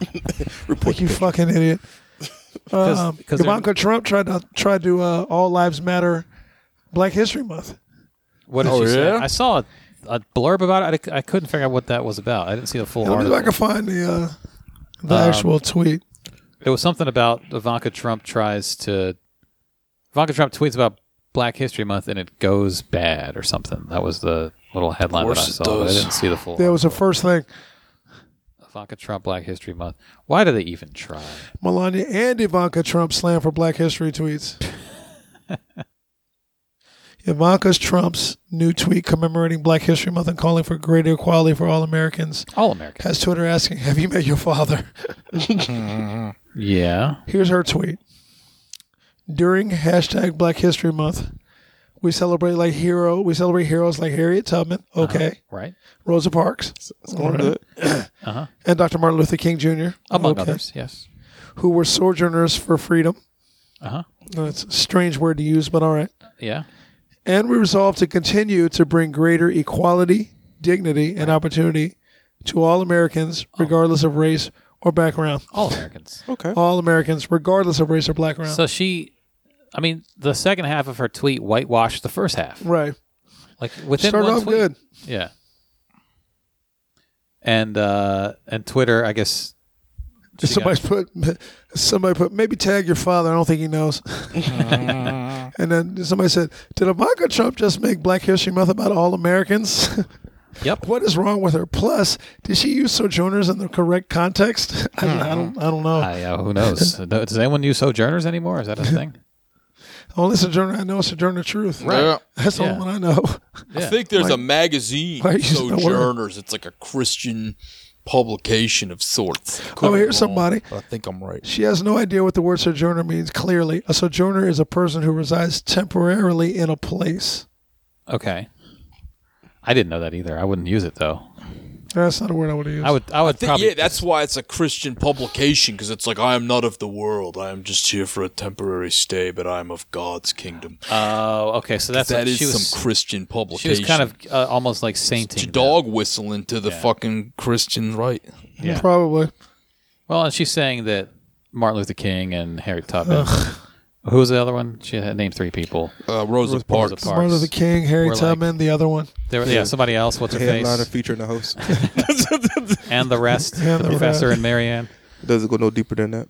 [SPEAKER 5] Like you fucking idiot.
[SPEAKER 6] 'Cause-
[SPEAKER 5] Um,
[SPEAKER 6] 'cause they're-
[SPEAKER 5] Ivanka Trump tried to tried to uh, all lives matter Black History Month.
[SPEAKER 6] What did
[SPEAKER 4] Oh,
[SPEAKER 6] you say?
[SPEAKER 4] yeah?
[SPEAKER 6] I saw a, a blurb about it. I, I couldn't figure out what that was about. I didn't see the full
[SPEAKER 5] Let me see if I
[SPEAKER 6] article.
[SPEAKER 5] can find the uh, the
[SPEAKER 6] Um,
[SPEAKER 5] actual tweet.
[SPEAKER 6] It was something about Ivanka Trump tries to. Ivanka Trump tweets about Black History Month and it goes bad or something. That was the little headline that I
[SPEAKER 4] course it
[SPEAKER 6] saw. But I
[SPEAKER 4] does.
[SPEAKER 6] didn't see the full.
[SPEAKER 5] That was the first thing.
[SPEAKER 6] Ivanka Trump Black History Month. Why do they even try?
[SPEAKER 5] Melania and Ivanka Trump slammed for Black History tweets. Ivanka Trump's new tweet commemorating Black History Month and calling for greater equality for all Americans
[SPEAKER 6] All Americans.
[SPEAKER 5] has Twitter asking, "Have you met your father?"
[SPEAKER 6] Yeah.
[SPEAKER 5] Here's her tweet. During hashtag Black History Month, we celebrate like hero. We celebrate heroes like Harriet Tubman,
[SPEAKER 6] Uh-huh.
[SPEAKER 5] okay,
[SPEAKER 6] Right.
[SPEAKER 5] Rosa Parks, and Dr. Martin Luther King Jr.
[SPEAKER 6] Among
[SPEAKER 5] okay,
[SPEAKER 6] others. Yes.
[SPEAKER 5] who were sojourners for freedom.
[SPEAKER 6] Uh huh.
[SPEAKER 5] That's a strange word to use, but all right.
[SPEAKER 6] Yeah.
[SPEAKER 5] And we resolve to continue to bring greater equality, dignity, and opportunity to all Americans, regardless of race or background.
[SPEAKER 6] All Americans.
[SPEAKER 7] Okay.
[SPEAKER 5] All Americans, regardless of race or background.
[SPEAKER 6] So she, I mean, the second half of her tweet whitewashed the first half.
[SPEAKER 5] right.
[SPEAKER 6] Like within
[SPEAKER 5] Started
[SPEAKER 6] one
[SPEAKER 5] off
[SPEAKER 6] tweet.
[SPEAKER 5] good.
[SPEAKER 6] Yeah. And uh and Twitter, I guess. she got-
[SPEAKER 5] somebody put somebody put maybe tag your father. I don't think he knows. and then somebody said, "Did Ivanka Trump just make Black History Month about all Americans?
[SPEAKER 6] yep.
[SPEAKER 5] what is wrong with her? Plus, did she use sojourners in the correct context? I, I don't. I don't know.
[SPEAKER 6] Hmm. I, uh, who knows? Does anyone use sojourners anymore? Is that a thing?
[SPEAKER 5] Only sojourner I know is sojourner truth.
[SPEAKER 4] Yeah.
[SPEAKER 5] That's the
[SPEAKER 6] Yeah.
[SPEAKER 5] only one I know.
[SPEAKER 4] I think there's a magazine,
[SPEAKER 5] why use the word?
[SPEAKER 4] Sojourners. It's like a Christian publication of sorts.
[SPEAKER 5] Oh,
[SPEAKER 4] Could be
[SPEAKER 5] here's
[SPEAKER 4] wrong,
[SPEAKER 5] somebody.
[SPEAKER 4] but I think I'm right.
[SPEAKER 5] She has no idea what the word sojourner means. Clearly, a sojourner is a person who resides temporarily in a place.
[SPEAKER 6] Okay. I didn't know that either. I wouldn't use it though.
[SPEAKER 5] That's not a word I would use.
[SPEAKER 6] I would. I would
[SPEAKER 4] Th-
[SPEAKER 6] probably.
[SPEAKER 4] yeah, that's why it's a Christian publication because it's like I am not of the world. I am just here for a temporary stay, but I am of God's kingdom.
[SPEAKER 6] Oh, okay. So that's
[SPEAKER 4] that
[SPEAKER 6] what
[SPEAKER 4] is
[SPEAKER 6] she was,
[SPEAKER 4] some Christian
[SPEAKER 6] She
[SPEAKER 4] publication.
[SPEAKER 6] was kind of uh, almost like sainting.
[SPEAKER 4] She
[SPEAKER 6] them.
[SPEAKER 4] dog whistling to the fucking Christian right.
[SPEAKER 6] Yeah.
[SPEAKER 5] Probably.
[SPEAKER 6] Well, and she's saying that Martin Luther King and Harriet Tubman. Who was the other one? She had named three people.
[SPEAKER 4] Uh, Rosa,
[SPEAKER 6] Rosa
[SPEAKER 4] Parks.
[SPEAKER 6] Parks.
[SPEAKER 5] Martin Luther King, Harry
[SPEAKER 6] We're like-
[SPEAKER 5] Tubman, the other one.
[SPEAKER 6] There, was- yeah, somebody else. What's her
[SPEAKER 7] Headliner
[SPEAKER 6] face?
[SPEAKER 7] featuring the host.
[SPEAKER 6] And the rest.
[SPEAKER 5] And
[SPEAKER 6] the,
[SPEAKER 5] the
[SPEAKER 6] professor
[SPEAKER 5] rest.
[SPEAKER 6] and Marianne.
[SPEAKER 7] Doesn't go no deeper than that.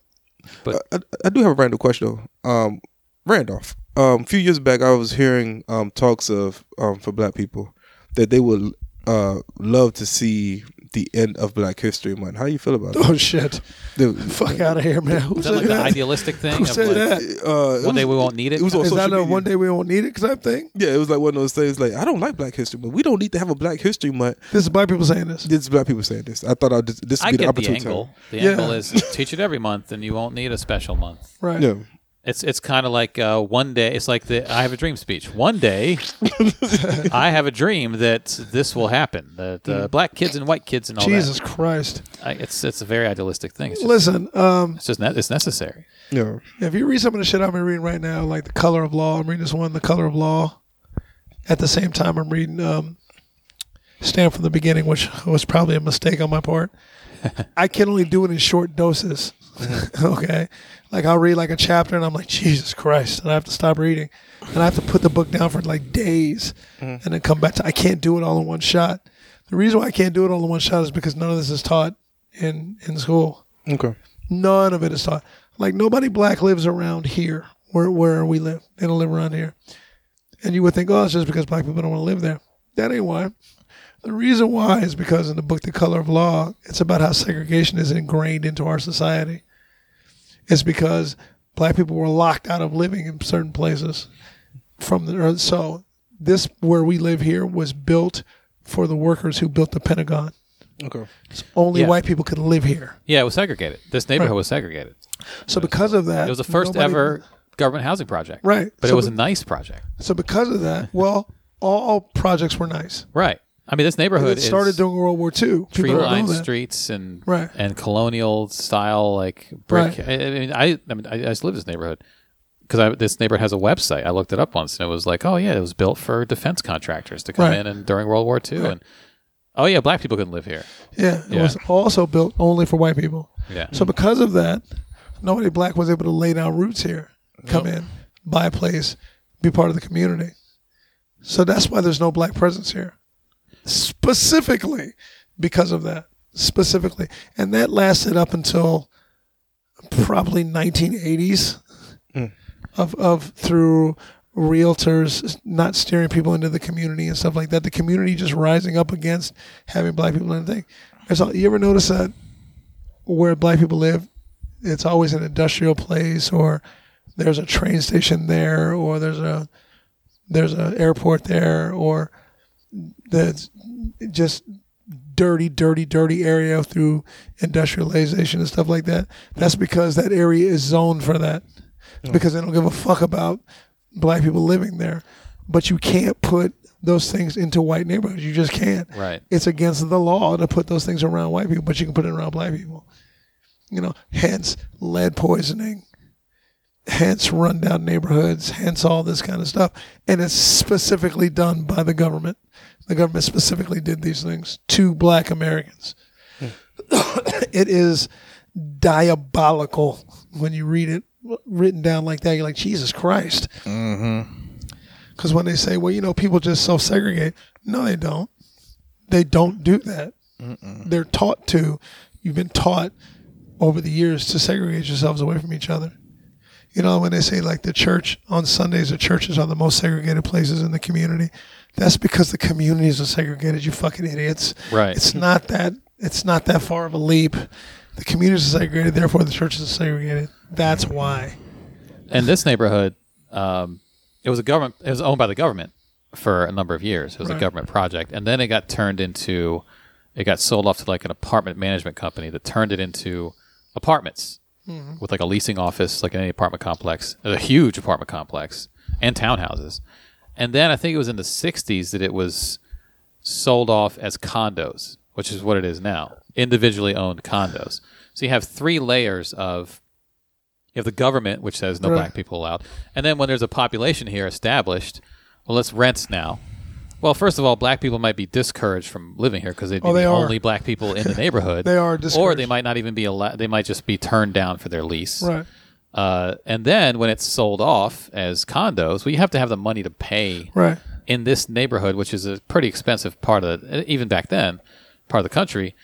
[SPEAKER 6] But-
[SPEAKER 7] I, I, I do have a random question though. Um, Randolph. Um, a few years back, I was hearing um talks of um for Black people that they would uh love to see the end of Black History Month. How you feel about it?
[SPEAKER 5] Oh shit!
[SPEAKER 7] The-
[SPEAKER 5] Fuck out of here, man. Who
[SPEAKER 6] Is that
[SPEAKER 5] said
[SPEAKER 6] like the
[SPEAKER 5] that?
[SPEAKER 6] idealistic thing?
[SPEAKER 5] Who
[SPEAKER 6] of
[SPEAKER 5] said
[SPEAKER 6] like,
[SPEAKER 5] that?
[SPEAKER 7] uh, it
[SPEAKER 6] One day
[SPEAKER 7] was-
[SPEAKER 6] we won't need it.
[SPEAKER 7] it was on
[SPEAKER 5] Is that
[SPEAKER 7] social
[SPEAKER 5] a
[SPEAKER 7] media.
[SPEAKER 5] one day we won't need it type thing?
[SPEAKER 7] Yeah, it was like one of those things. Like I don't like Black History Month. We don't need to have a Black History Month.
[SPEAKER 5] This is black people saying this.
[SPEAKER 7] This is Black people saying this. I thought I would, this would
[SPEAKER 6] I
[SPEAKER 7] be the
[SPEAKER 6] get the,
[SPEAKER 7] opportunity.
[SPEAKER 6] angle. The
[SPEAKER 5] Yeah.
[SPEAKER 6] angle is teach it every month, and you won't need a special month.
[SPEAKER 5] Right.
[SPEAKER 7] Yeah.
[SPEAKER 6] It's it's kind of like uh, one day. It's like the I have a dream speech. One day, I have a dream that this will happen. That uh, black kids and white kids and all
[SPEAKER 5] Mm. Jesus Christ!
[SPEAKER 6] that. I, it's it's a very idealistic thing. It's just,
[SPEAKER 5] Listen, um,
[SPEAKER 6] it's just ne- it's necessary.
[SPEAKER 7] Yeah.
[SPEAKER 5] if you read some of the shit I'm reading right now, like The Color of Law, I'm reading this one, The Color of Law. At the same time, I'm reading um, Stand from the Beginning, which was probably a mistake on my part. I can only do it in short doses. okay, like I'll read like a chapter, and I'm like, Jesus Christ, and I have to stop reading, and I have to put the book down for like days, and then come back to. I can't do it all in one shot. The reason why I can't do it all in one shot is because none of this is taught in in school.
[SPEAKER 7] Okay.
[SPEAKER 5] None of it is taught. Like nobody black lives around here where where we live. They don't live around here. And you would think, oh, it's just because black people don't want to live there. That ain't why. The reason why is because in the book The Color of Law, it's about how segregation is ingrained into our society. It's because black people were locked out of living in certain places from the earth. So this where we live here was built for the workers who built the Pentagon.
[SPEAKER 7] Okay.
[SPEAKER 5] Only
[SPEAKER 6] Yeah.
[SPEAKER 5] white people could live here.
[SPEAKER 6] Yeah, it was segregated. This neighborhood
[SPEAKER 5] Right.
[SPEAKER 6] was segregated.
[SPEAKER 5] So because of that,
[SPEAKER 6] It was the first
[SPEAKER 5] nobody-
[SPEAKER 6] ever government housing project.
[SPEAKER 5] Right.
[SPEAKER 6] But
[SPEAKER 5] So
[SPEAKER 6] it was a
[SPEAKER 5] the-
[SPEAKER 6] nice project.
[SPEAKER 5] So because of that, well, all projects were nice.
[SPEAKER 6] Right. I mean, this
[SPEAKER 5] And
[SPEAKER 6] neighborhood
[SPEAKER 5] it started
[SPEAKER 6] is
[SPEAKER 5] during World War II. People
[SPEAKER 6] tree
[SPEAKER 5] don't know
[SPEAKER 6] lined
[SPEAKER 5] that.
[SPEAKER 6] streets and
[SPEAKER 5] Right.
[SPEAKER 6] and colonial style like brick.
[SPEAKER 5] Right.
[SPEAKER 6] I, I mean, I I, mean, I I just live in this neighborhood because this neighborhood has a website. I looked it up once and it was like, oh yeah, it was built for defense contractors to come
[SPEAKER 5] Right.
[SPEAKER 6] in and during World War II and oh yeah, black people couldn't live here.
[SPEAKER 5] Yeah, it
[SPEAKER 6] Yeah.
[SPEAKER 5] was also built only for white people.
[SPEAKER 6] Yeah,
[SPEAKER 5] So because of that, nobody black was able to lay down roots here, come in, buy a place, be part of the community. So that's why there's no black presence here, specifically because of that, specifically, and that lasted up until probably 1980s, of of through realtors not steering people into the community and stuff like that. The community just rising up against having black people in the thing. There's all, you ever notice that where black people live, it's always an industrial place or there's a train station there or there's a there's an airport there or that's just dirty, dirty, dirty area through industrialization and stuff like that. That's because that area is zoned for that. Because they don't give a fuck about black people living there. But you can't put those things into white neighborhoods. You just can't
[SPEAKER 6] right.
[SPEAKER 5] it's against the law to put those things around white people, but you can put it around black people. You know, hence lead poisoning, hence rundown neighborhoods, hence all this kind of stuff. And it's specifically done by the government. The government specifically did these things to black Americans. it is diabolical when you read it written down like that. You're like, Jesus Christ. Because when they say, well, you know, people just self segregate, no, they don't they don't do that. They're taught to. You've been taught over the years to segregate yourselves away from each other. You know, when they say like the church on Sundays, the churches are the most segregated places in the community. That's because the communities are segregated. You fucking idiots.
[SPEAKER 6] Right.
[SPEAKER 5] It's not that. It's not that far of a leap. The communities are segregated, therefore the churches are segregated. That's why.
[SPEAKER 6] And this neighborhood, um, it was a government. It was owned by the government for a number of years. It was a
[SPEAKER 5] Right.
[SPEAKER 6] government project, and then it got turned into. It got sold off to like an apartment management company that turned it into apartments with like a leasing office, like in any apartment complex, a huge apartment complex, and townhouses. And then I think it was in the '60s that it was sold off as condos, which is what it is now, individually owned condos. So you have three layers of you have the government, which says no
[SPEAKER 5] Right.
[SPEAKER 6] black people allowed. And then when there's a population here established, well, let's rent now. Well, first of all, black people might be discouraged from living here because they'd be
[SPEAKER 5] Oh, they
[SPEAKER 6] the
[SPEAKER 5] are.
[SPEAKER 6] only black people in the neighborhood.
[SPEAKER 5] They are
[SPEAKER 6] Or they
[SPEAKER 5] discouraged.
[SPEAKER 6] might not even be allowed. They might just be turned down for their lease.
[SPEAKER 5] Right.
[SPEAKER 6] Uh, and then when it's sold off as condos, well, you have to have the money to pay
[SPEAKER 5] Right.
[SPEAKER 6] in this neighborhood, which is a pretty expensive part of the, uh, even back then, part of the country.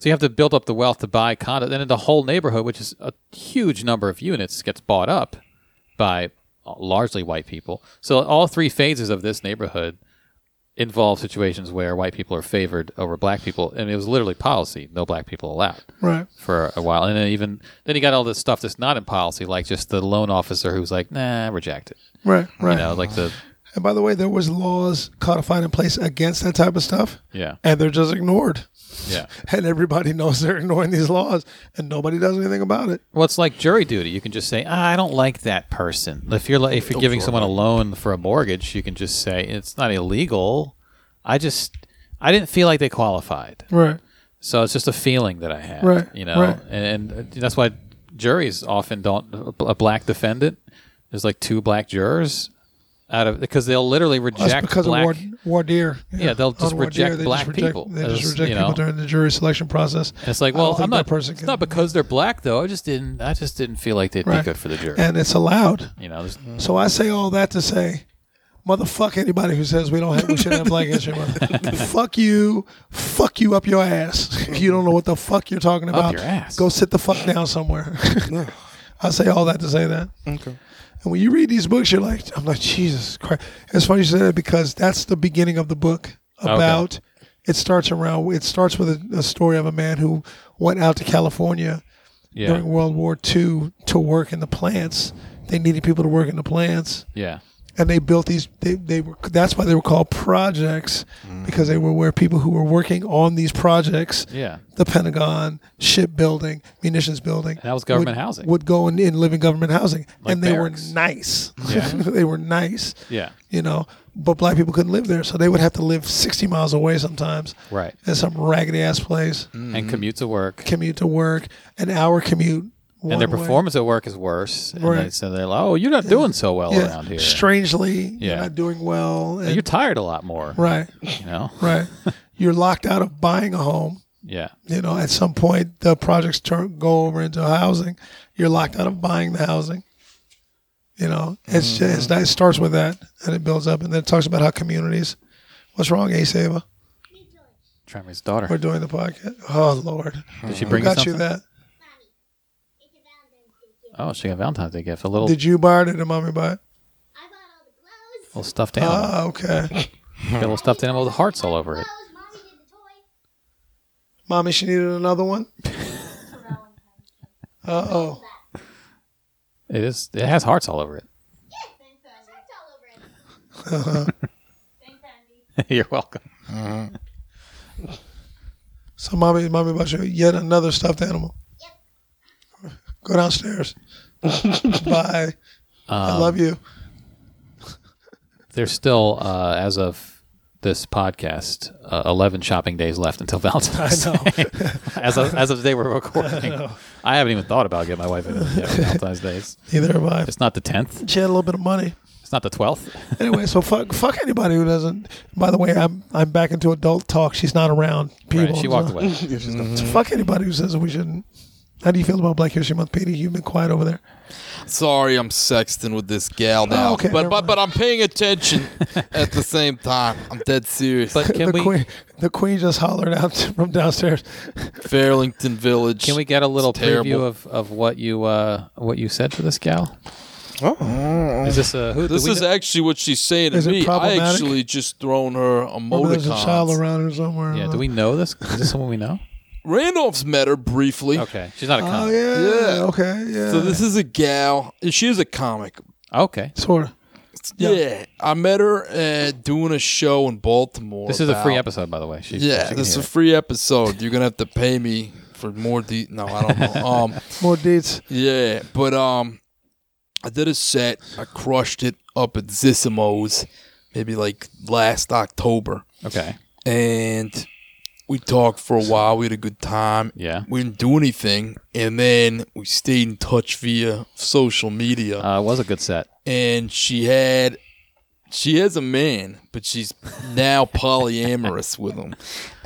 [SPEAKER 6] So you have to build up the wealth to buy condo. Then the whole neighborhood, which is a huge number of units, gets bought up by uh, largely white people. So all three phases of this neighborhood involve situations where white people are favored over black people, and it was literally policy: no black people allowed
[SPEAKER 5] Right.
[SPEAKER 6] for a while. And then even then, you got all this stuff that's not in policy, like just the loan officer who's like, "Nah, reject it."
[SPEAKER 5] Right. Right.
[SPEAKER 6] You know, like the
[SPEAKER 5] And by the way, there was laws codified in place against that type of stuff.
[SPEAKER 6] Yeah.
[SPEAKER 5] And they're just ignored.
[SPEAKER 6] yeah.
[SPEAKER 5] And everybody knows they're ignoring these laws and nobody does anything about it.
[SPEAKER 6] Well, it's like jury duty. You can just say, ah, "I don't like that person." If you're li- if you're giving someone a loan for a mortgage, you can just say it's not illegal. I just I didn't feel like they qualified,
[SPEAKER 5] Right.
[SPEAKER 6] so it's just a feeling that I had,
[SPEAKER 5] Right,
[SPEAKER 6] You know,
[SPEAKER 5] right.
[SPEAKER 6] and, and that's why juries often don't a black defendant. There's like two black jurors out of because they'll literally reject
[SPEAKER 5] That's because
[SPEAKER 6] black.
[SPEAKER 5] of war, war deer.
[SPEAKER 6] Yeah, they'll just
[SPEAKER 5] On voir dire,
[SPEAKER 6] reject
[SPEAKER 5] they
[SPEAKER 6] black
[SPEAKER 5] just reject,
[SPEAKER 6] people
[SPEAKER 5] They
[SPEAKER 6] as,
[SPEAKER 5] just reject
[SPEAKER 6] you know.
[SPEAKER 5] people during the jury selection process.
[SPEAKER 6] And it's like,
[SPEAKER 5] I don't
[SPEAKER 6] well,
[SPEAKER 5] think
[SPEAKER 6] I'm not.
[SPEAKER 5] that person
[SPEAKER 6] it's
[SPEAKER 5] can-
[SPEAKER 6] not because they're black though. I just didn't. I just didn't feel like they'd
[SPEAKER 5] Right.
[SPEAKER 6] be good for the jury.
[SPEAKER 5] And Mm. it's allowed.
[SPEAKER 6] you know, there's-
[SPEAKER 5] So I say all that to say, motherfuck anybody who says we don't have we should have Black History Month. fuck you, fuck you up your ass. If you don't know what the fuck you're talking about,
[SPEAKER 6] your ass.
[SPEAKER 5] go sit the fuck down somewhere. I say all that to say that.
[SPEAKER 7] Okay.
[SPEAKER 5] And when you read these books, you're like, I'm like Jesus Christ. It's funny you say that because that's the beginning of the book about. It starts around. It starts with a, a story of a man who went out to California
[SPEAKER 6] yeah,
[SPEAKER 5] during World War II to work in the plants. They needed people to work in the plants
[SPEAKER 6] yeah.
[SPEAKER 5] and they built these. They, they were that's why they were called projects because they were where people who were working on these projects,
[SPEAKER 6] Mm-hmm. Yeah.
[SPEAKER 5] the Pentagon, shipbuilding, munitions building,
[SPEAKER 6] that was government
[SPEAKER 5] would-
[SPEAKER 6] housing.
[SPEAKER 5] would go and, and live in government housing,
[SPEAKER 6] Like
[SPEAKER 5] and they
[SPEAKER 6] barracks.
[SPEAKER 5] were nice.
[SPEAKER 6] Yeah.
[SPEAKER 5] they were nice,
[SPEAKER 6] Yeah.
[SPEAKER 5] you know. But black people couldn't live there, so they would have to live sixty miles away sometimes
[SPEAKER 6] Right. Mm.
[SPEAKER 5] in some raggedy ass place,
[SPEAKER 6] And commute to work.
[SPEAKER 5] commute to work, an hour commute.
[SPEAKER 6] and their
[SPEAKER 5] one way.
[SPEAKER 6] performance at work is worse. And they,
[SPEAKER 5] Right.
[SPEAKER 6] so they're like, oh, you're not doing so well
[SPEAKER 5] Yeah.
[SPEAKER 6] around here.
[SPEAKER 5] Strangely,
[SPEAKER 6] Yeah.
[SPEAKER 5] you're not doing well.
[SPEAKER 6] You're
[SPEAKER 5] And,
[SPEAKER 6] tired a lot more.
[SPEAKER 5] right,
[SPEAKER 6] You know?
[SPEAKER 5] right. you're locked out of buying a home.
[SPEAKER 6] Yeah.
[SPEAKER 5] You know, at some point the projects turn go over into housing. You're locked out of buying the housing. You know, it's
[SPEAKER 6] Mm-hmm.
[SPEAKER 5] just it starts with that, and it builds up, and then it talks about how communities. What's wrong, Ace Ava?
[SPEAKER 6] Trying to raise a
[SPEAKER 5] We're
[SPEAKER 6] daughter.
[SPEAKER 5] doing the podcast. Oh Lord,
[SPEAKER 6] Did she
[SPEAKER 5] who
[SPEAKER 6] bring you
[SPEAKER 5] got
[SPEAKER 6] something?
[SPEAKER 5] you that?
[SPEAKER 1] It's a Valentine's Day gift.
[SPEAKER 6] Oh, she got a Valentine's Day gift. A little,
[SPEAKER 5] Did you buy it or did mommy buy it?
[SPEAKER 1] I bought all the clothes.
[SPEAKER 6] little stuffed animal.
[SPEAKER 5] Ah, okay.
[SPEAKER 6] Got a little stuffed animal with hearts all over it.
[SPEAKER 1] Clothes, mommy did the toy.
[SPEAKER 5] mommy, she needed another one. Uh oh.
[SPEAKER 6] It is. It has hearts all over it.
[SPEAKER 1] Thanks, Andy. Hearts all over it. Thanks, Andy.
[SPEAKER 6] You're welcome.
[SPEAKER 5] So mommy, mommy bought you yet another stuffed animal. Go downstairs. Bye. I
[SPEAKER 6] Um,
[SPEAKER 5] love you.
[SPEAKER 6] There's still, uh, as of this podcast, uh, 11 shopping days left until Valentine's Day. as, of, as of the day we're recording. I, haven't even thought about getting my wife anything yet for Valentine's Days.
[SPEAKER 5] Neither have I.
[SPEAKER 6] It's not the 10th.
[SPEAKER 5] She had a little bit of money.
[SPEAKER 6] It's not the 12th.
[SPEAKER 5] Anyway, so fuck, fuck anybody who doesn't. By the way, I'm I'm back into adult talk. She's not around.
[SPEAKER 6] Right,
[SPEAKER 5] People.
[SPEAKER 6] she walked
[SPEAKER 5] so-
[SPEAKER 6] away.
[SPEAKER 7] Mm-hmm.
[SPEAKER 5] So fuck anybody who says we shouldn't. How do you feel about Black History Month, Petey? You've been quiet over there.
[SPEAKER 4] Sorry, I'm sexting with this gal now,
[SPEAKER 5] Oh, okay,
[SPEAKER 4] but
[SPEAKER 5] never
[SPEAKER 4] but
[SPEAKER 5] mind.
[SPEAKER 4] but I'm paying attention at the same time. I'm dead serious.
[SPEAKER 6] But can
[SPEAKER 5] the
[SPEAKER 6] we
[SPEAKER 5] queen, the queen just hollered out from downstairs.
[SPEAKER 4] Fairlington Village.
[SPEAKER 6] can we get a little
[SPEAKER 4] It's terrible.
[SPEAKER 6] preview of, of what you uh, what you said to this gal?
[SPEAKER 7] Oh.
[SPEAKER 6] Is this a who? do
[SPEAKER 4] This
[SPEAKER 6] we
[SPEAKER 4] is
[SPEAKER 6] know-
[SPEAKER 4] actually what she's saying to
[SPEAKER 5] Is it
[SPEAKER 4] me. I
[SPEAKER 5] problematic?
[SPEAKER 4] actually just thrown her
[SPEAKER 5] Maybe There's a child
[SPEAKER 4] emoticons.
[SPEAKER 5] around here somewhere.
[SPEAKER 6] yeah. Do we know this? Is this someone we know?
[SPEAKER 4] Randolph's met her briefly.
[SPEAKER 6] Okay, she's not a
[SPEAKER 5] Oh
[SPEAKER 6] comic.
[SPEAKER 5] yeah.
[SPEAKER 4] Yeah.
[SPEAKER 5] Okay. Yeah.
[SPEAKER 4] So this is a gal. and She is a comic.
[SPEAKER 6] Okay,
[SPEAKER 5] sort of.
[SPEAKER 4] Yeah. I met her uh, doing a show in Baltimore.
[SPEAKER 6] this is a free
[SPEAKER 4] about-
[SPEAKER 6] episode, by the way. She,
[SPEAKER 4] Yeah,
[SPEAKER 6] she can
[SPEAKER 4] this is
[SPEAKER 6] hear
[SPEAKER 4] a free episode. You're gonna have to pay me for more. De- no, I don't know. Um,
[SPEAKER 5] More dates.
[SPEAKER 4] yeah, but um, I did a set. I crushed it up at Zissimo's, maybe like last October,
[SPEAKER 6] it. okay.
[SPEAKER 4] and we talked for a while. We had a good time.
[SPEAKER 6] Yeah.
[SPEAKER 4] we didn't do anything, and then we stayed in touch via social media.
[SPEAKER 6] Uh, it was a good set.
[SPEAKER 4] and she had she has a man, but she's now polyamorous with him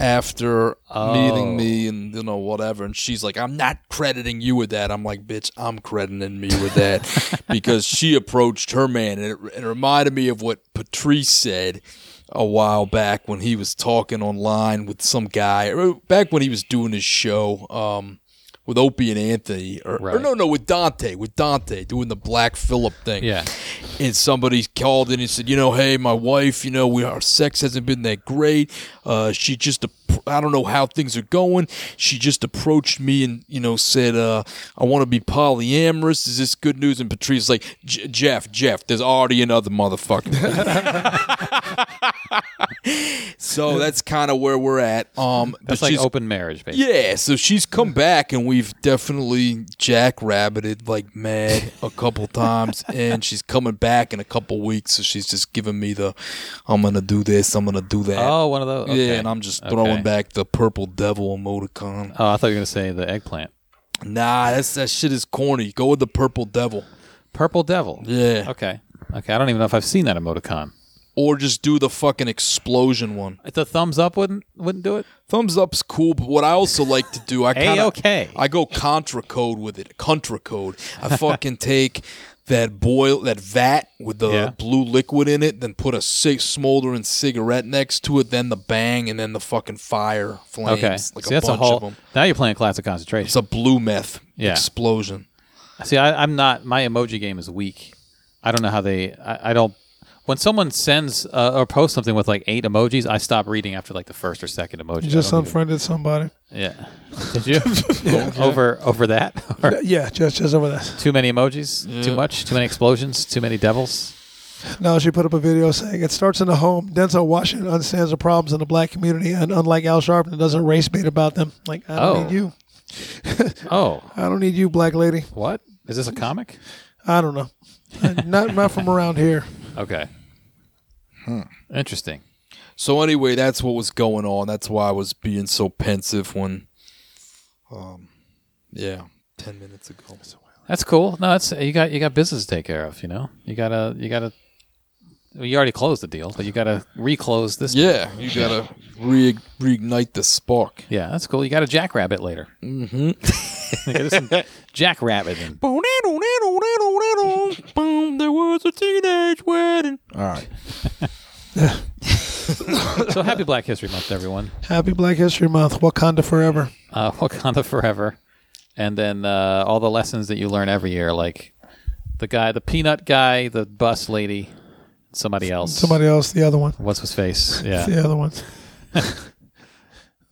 [SPEAKER 4] after meeting me and you know whatever. And she's like, "I'm not crediting you with that." I'm like, "Bitch, I'm crediting me with that," because she approached her man, and it, it reminded me of what Patrice said a while back when he was talking online with some guy, or back when he was doing his show. Um, with Opie and Anthony, or, or
[SPEAKER 6] Right.
[SPEAKER 4] no, no, with Dante, with Dante doing the Black Phillip thing
[SPEAKER 6] Yeah.
[SPEAKER 4] and somebody called in and said, you know, hey, my wife, you know, we our sex hasn't been that great. Uh, she just, ap- I don't know how things are going. She just approached me and you know said, uh, I want to be polyamorous. Is this good news? And Patrice's like, J- Jeff, Jeff, there's already another motherfucker. so that's kind of where we're at. Um, but
[SPEAKER 6] That's like
[SPEAKER 4] she's-
[SPEAKER 6] open marriage, basically.
[SPEAKER 4] yeah, so she's come back, and we've definitely jackrabbited like mad a couple times, and she's coming back in a couple weeks. So she's just giving me the, I'm gonna do this, I'm gonna do that.
[SPEAKER 6] Oh, one of those. Okay.
[SPEAKER 4] Yeah, and I'm just throwing
[SPEAKER 6] Okay.
[SPEAKER 4] back the purple devil emoticon.
[SPEAKER 6] Oh, I thought you were gonna say the eggplant.
[SPEAKER 4] Nah, that's that shit is corny. Go with the purple devil.
[SPEAKER 6] Purple devil.
[SPEAKER 4] Yeah,
[SPEAKER 6] Okay. Okay. I don't even know if I've seen that emoticon.
[SPEAKER 4] or just do the fucking explosion one.
[SPEAKER 6] The thumbs up wouldn't wouldn't do it.
[SPEAKER 4] Thumbs up's cool, but what I also like to do, I kind of
[SPEAKER 6] A-okay.
[SPEAKER 4] I go contra code with it. Contra code. I fucking take that boil that vat with the
[SPEAKER 6] Yeah.
[SPEAKER 4] blue liquid in it, then put a cig- smoldering cigarette next to it, then the bang, and then the fucking fire flames.
[SPEAKER 6] Okay.
[SPEAKER 4] like
[SPEAKER 6] See,
[SPEAKER 4] a
[SPEAKER 6] that's
[SPEAKER 4] bunch
[SPEAKER 6] a whole.
[SPEAKER 4] of them.
[SPEAKER 6] Now you're playing classic concentration.
[SPEAKER 4] It's a blue meth
[SPEAKER 6] Yeah.
[SPEAKER 4] explosion.
[SPEAKER 6] See, I, I'm not. My emoji game is weak. I don't know how they. I, I don't. When someone sends uh, or posts something with like eight emojis, I stop reading after like the first or second emoji.
[SPEAKER 5] You just
[SPEAKER 6] I don't
[SPEAKER 5] unfriended somebody.
[SPEAKER 6] even- yeah. Did you over over that? Or
[SPEAKER 5] Yeah, just just over that.
[SPEAKER 6] too many emojis? Too much? Too many explosions? Too many devils?
[SPEAKER 5] Now she put up a video saying it starts in the home. Denzel Washington understands the problems in the black community, and unlike Al Sharpton, doesn't race bait about them. Like I don't
[SPEAKER 6] Oh.
[SPEAKER 5] need you.
[SPEAKER 6] Oh,
[SPEAKER 5] I don't need you, black lady.
[SPEAKER 6] what is this a comic?
[SPEAKER 5] I don't know. Uh, not not from around here.
[SPEAKER 6] Okay.
[SPEAKER 4] Hmm.
[SPEAKER 6] Interesting.
[SPEAKER 4] So anyway, that's what was going on. That's why I was being so pensive when, um, yeah, ten minutes ago.
[SPEAKER 6] That's cool. No, that's you got you got business to take care of. You know, you gotta you gotta. Well, you already closed the deal, but you gotta reclose this.
[SPEAKER 4] Yeah, you gotta re- reignite the spark.
[SPEAKER 6] Yeah, that's cool. You got a jackrabbit later. Mm-hmm. Get us some jackrabbit. in.
[SPEAKER 4] Boom! There was a teenage wedding.
[SPEAKER 7] All right.
[SPEAKER 6] So happy Black History Month, everyone.
[SPEAKER 5] Happy Black History Month. Wakanda forever.
[SPEAKER 6] Uh, Wakanda forever, and then uh, all the lessons that you learn every year, like the guy, the peanut guy, the bus lady, somebody else,
[SPEAKER 5] Somebody else, the other one.
[SPEAKER 6] What's his face? Yeah.
[SPEAKER 5] The other ones.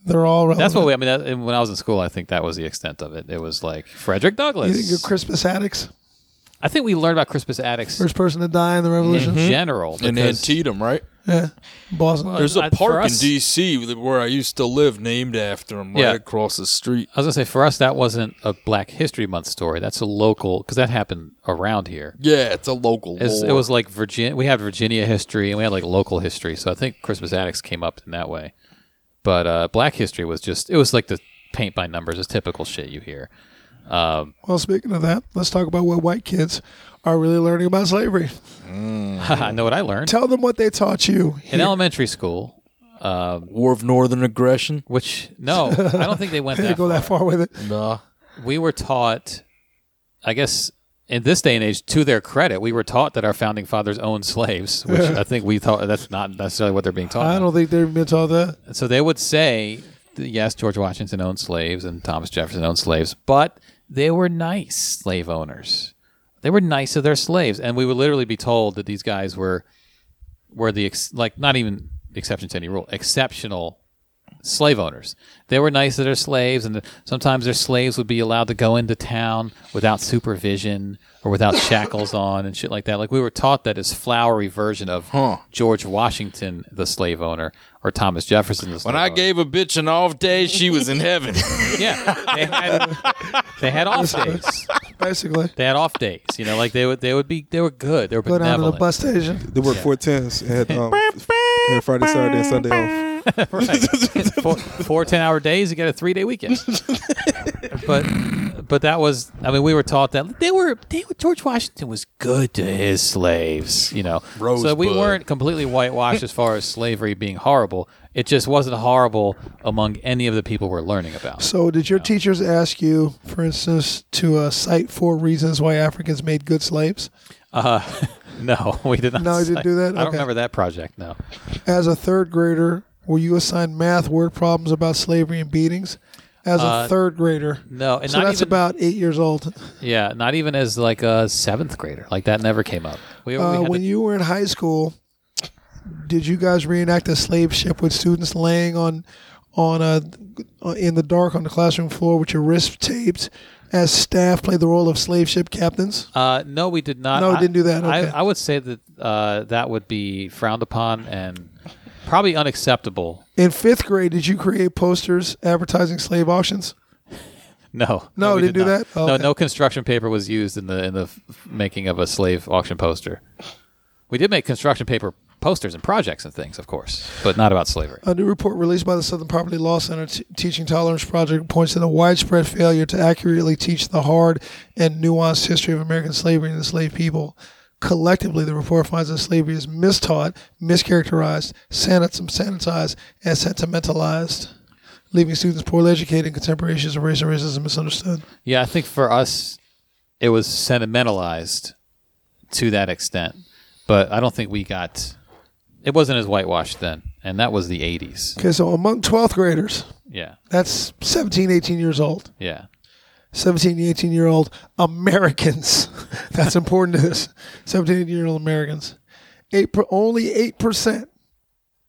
[SPEAKER 5] They're all relevant.
[SPEAKER 6] That's what we. I mean, that, when I was in school, I think that was the extent of it. It was like Frederick
[SPEAKER 5] You think you're
[SPEAKER 6] Douglass.
[SPEAKER 5] Christmas addicts?
[SPEAKER 6] I think we learned about Christmas addicts
[SPEAKER 5] First person to die in the
[SPEAKER 6] in
[SPEAKER 5] revolution?
[SPEAKER 6] general.
[SPEAKER 4] In
[SPEAKER 6] because-
[SPEAKER 4] Antietam, right?
[SPEAKER 6] Mm-hmm.
[SPEAKER 5] Yeah. Boston.
[SPEAKER 4] There's a
[SPEAKER 6] I- Uh, for
[SPEAKER 4] park in
[SPEAKER 6] us-
[SPEAKER 4] D.C. that- where I used to live, named after him, right
[SPEAKER 6] Yeah.
[SPEAKER 4] across the street.
[SPEAKER 6] I was gonna say for us that wasn't a Black History Month story. That's a local because that happened around here.
[SPEAKER 4] Yeah, it's a local.
[SPEAKER 6] It's, it
[SPEAKER 4] lore.
[SPEAKER 6] was like Virginia. We had Virginia history and we had like local history. So I think Christmas Addicts came up in that way. But uh, Black History was just it was like the paint by numbers, it's typical shit you hear.
[SPEAKER 5] Well, speaking of that, let's talk about what white kids are really learning about slavery.
[SPEAKER 6] I know what I learned
[SPEAKER 5] Tell them what they taught you.
[SPEAKER 6] in elementary school.
[SPEAKER 4] War of Northern Aggression.
[SPEAKER 6] Which no, I don't think they went
[SPEAKER 5] They
[SPEAKER 6] that
[SPEAKER 5] go that far with it.
[SPEAKER 4] Nah.
[SPEAKER 6] we were taught, I guess, in this day and age, to their credit, we were taught that our founding fathers owned slaves, which I think we thought that's not necessarily what they're being taught.
[SPEAKER 5] I
[SPEAKER 6] now.
[SPEAKER 5] don't think they've been taught that.
[SPEAKER 6] So they would say, that, yes, George Washington owned slaves and Thomas Jefferson owned slaves, but they were nice slave owners. They were nice to their slaves, and we would literally be told that these guys were were the ex- like not even exception to any rule, exceptional slave owners. They were nice to their slaves, and sometimes their slaves would be allowed to go into town without supervision or without shackles on and shit like that. Like we were taught that as flowery version of George Washington, the slave owner, or Thomas Jefferson, the slave
[SPEAKER 4] When I
[SPEAKER 6] owner.
[SPEAKER 4] gave a bitch an off day, she was in heaven.
[SPEAKER 6] yeah, they had they had off days.
[SPEAKER 5] Basically,
[SPEAKER 6] They had off days. You know, like they would they would be they were good. They were
[SPEAKER 5] go down to the
[SPEAKER 6] benevolent.
[SPEAKER 5] bus station.
[SPEAKER 7] They worked four tens and had um, and Friday, Saturday, and Sunday off.
[SPEAKER 6] Right. four, four 10 hour days you get a three day weekend but but that was i mean we were taught that they were they were george washington was good to his slaves you know so we
[SPEAKER 4] Rosebud.
[SPEAKER 6] weren't completely whitewashed as far as slavery being horrible it just wasn't horrible among any of the people we're learning about
[SPEAKER 5] So, did your teachers ask you, for instance, to uh, cite four reasons why Africans made good slaves?
[SPEAKER 6] no we did not
[SPEAKER 5] No, you didn't
[SPEAKER 6] say-
[SPEAKER 5] do that?
[SPEAKER 6] i don't
[SPEAKER 5] Okay.
[SPEAKER 6] remember that project no
[SPEAKER 5] As a third grader, were you assigned math word problems about slavery and beatings? As a third grader,
[SPEAKER 6] no and
[SPEAKER 5] so
[SPEAKER 6] Uh, not
[SPEAKER 5] that's
[SPEAKER 6] even,
[SPEAKER 5] about eight years old.
[SPEAKER 6] yeah not even as like a seventh grader like that never came up we, we
[SPEAKER 5] Uh,
[SPEAKER 6] had
[SPEAKER 5] when
[SPEAKER 6] to-
[SPEAKER 5] you were in high school, did you guys reenact a slave ship with students laying on on a in the dark on the classroom floor with your wrists taped as staff played the role of slave ship captains?
[SPEAKER 6] Uh, no, we did not.
[SPEAKER 5] No,
[SPEAKER 6] I,
[SPEAKER 5] didn't do that.
[SPEAKER 6] I,
[SPEAKER 5] Okay.
[SPEAKER 6] I would say that uh, that would be frowned upon and probably unacceptable.
[SPEAKER 5] In fifth grade, did you create posters advertising slave auctions?
[SPEAKER 6] No,
[SPEAKER 5] No,
[SPEAKER 6] we
[SPEAKER 5] didn't
[SPEAKER 6] did
[SPEAKER 5] do
[SPEAKER 6] not.
[SPEAKER 5] that? Oh,
[SPEAKER 6] no,
[SPEAKER 5] okay.
[SPEAKER 6] no construction paper was used in the in the f- making of a slave auction poster. We did make construction paper posters and projects and things, of course, but not about slavery.
[SPEAKER 5] A new report released by the Southern Poverty Law Center T- Teaching Tolerance Project points to the widespread failure to accurately teach the hard and nuanced history of American slavery and enslaved people. Collectively, the report finds that slavery is mistaught, mischaracterized, sanit- sanitized, and sentimentalized, leaving students poorly educated and contemporary issues of race and racism misunderstood.
[SPEAKER 6] Yeah, I think for us, it was sentimentalized to that extent, but I don't think we got. It wasn't as whitewashed then, and that was the '80s.
[SPEAKER 5] Okay, so among 12th graders,
[SPEAKER 6] Yeah,
[SPEAKER 5] that's 17, 18 years old.
[SPEAKER 6] yeah.
[SPEAKER 5] 17 to 18 year old Americans. That's important to this. 17 to 18 year old Americans. Eight per, only 8%.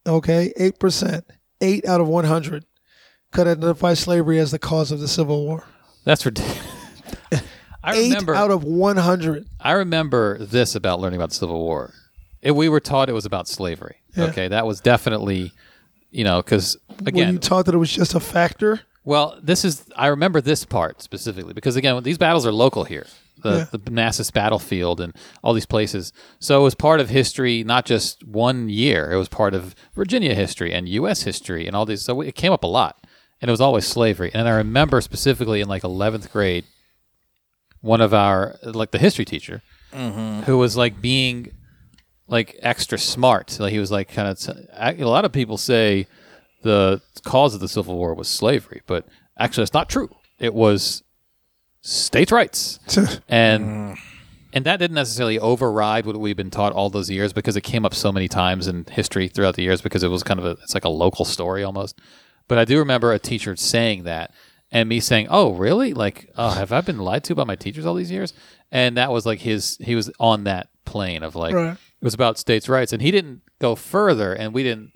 [SPEAKER 5] Okay, 8%. 8 out of 100 could identify slavery as the cause of the Civil War.
[SPEAKER 6] That's ridiculous. I
[SPEAKER 5] 8
[SPEAKER 6] remember.
[SPEAKER 5] out of 100.
[SPEAKER 6] I remember this about learning about the Civil War. it, we were taught it was about slavery.
[SPEAKER 5] Yeah.
[SPEAKER 6] Okay, that was definitely, you know, because
[SPEAKER 5] Were
[SPEAKER 6] again,
[SPEAKER 5] you taught that it was just a factor?
[SPEAKER 6] well, this is I remember this part specifically because again, these battles are local here, the the Manassas battlefield and all these places. So it was part of history, not just one year. It was part of Virginia history and U.S. history and all these. So it came up a lot, and it was always slavery. And I remember specifically in like eleventh grade, one of our like the history teacher who was like being like extra smart. Like he was like kind of a lot of people say the cause of the Civil War was slavery, but actually it's not true. It was states' rights, and and that didn't necessarily override what we've been taught all those years because it came up so many times in history throughout the years because it was kind of a it's like a local story almost. But I do remember a teacher saying that and me saying, "Oh, really? Like, oh, have I been lied to by my teachers all these years?" And that was like his he was on that plane of like
[SPEAKER 5] Right.
[SPEAKER 6] it was about states' rights, and he didn't go further, and we didn't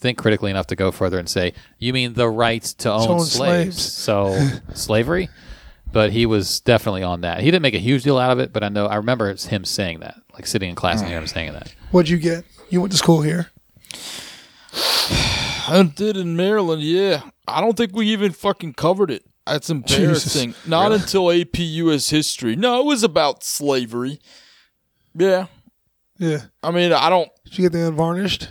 [SPEAKER 6] think critically enough to go further and say, "You mean the right to own,
[SPEAKER 5] own
[SPEAKER 6] slaves. So slavery, but he was definitely on that. He didn't make a huge deal out of it, but I know I remember it's him saying that, like sitting in class and hearing him
[SPEAKER 7] Mm.
[SPEAKER 6] saying that.
[SPEAKER 5] What'd you get? You went to school here.
[SPEAKER 4] I did in Maryland, yeah. I don't think we even fucking covered it. That's embarrassing. Not until APUS history. No, it was about slavery. Yeah.
[SPEAKER 5] Yeah.
[SPEAKER 4] I mean, I don't.
[SPEAKER 5] Did you get the unvarnished?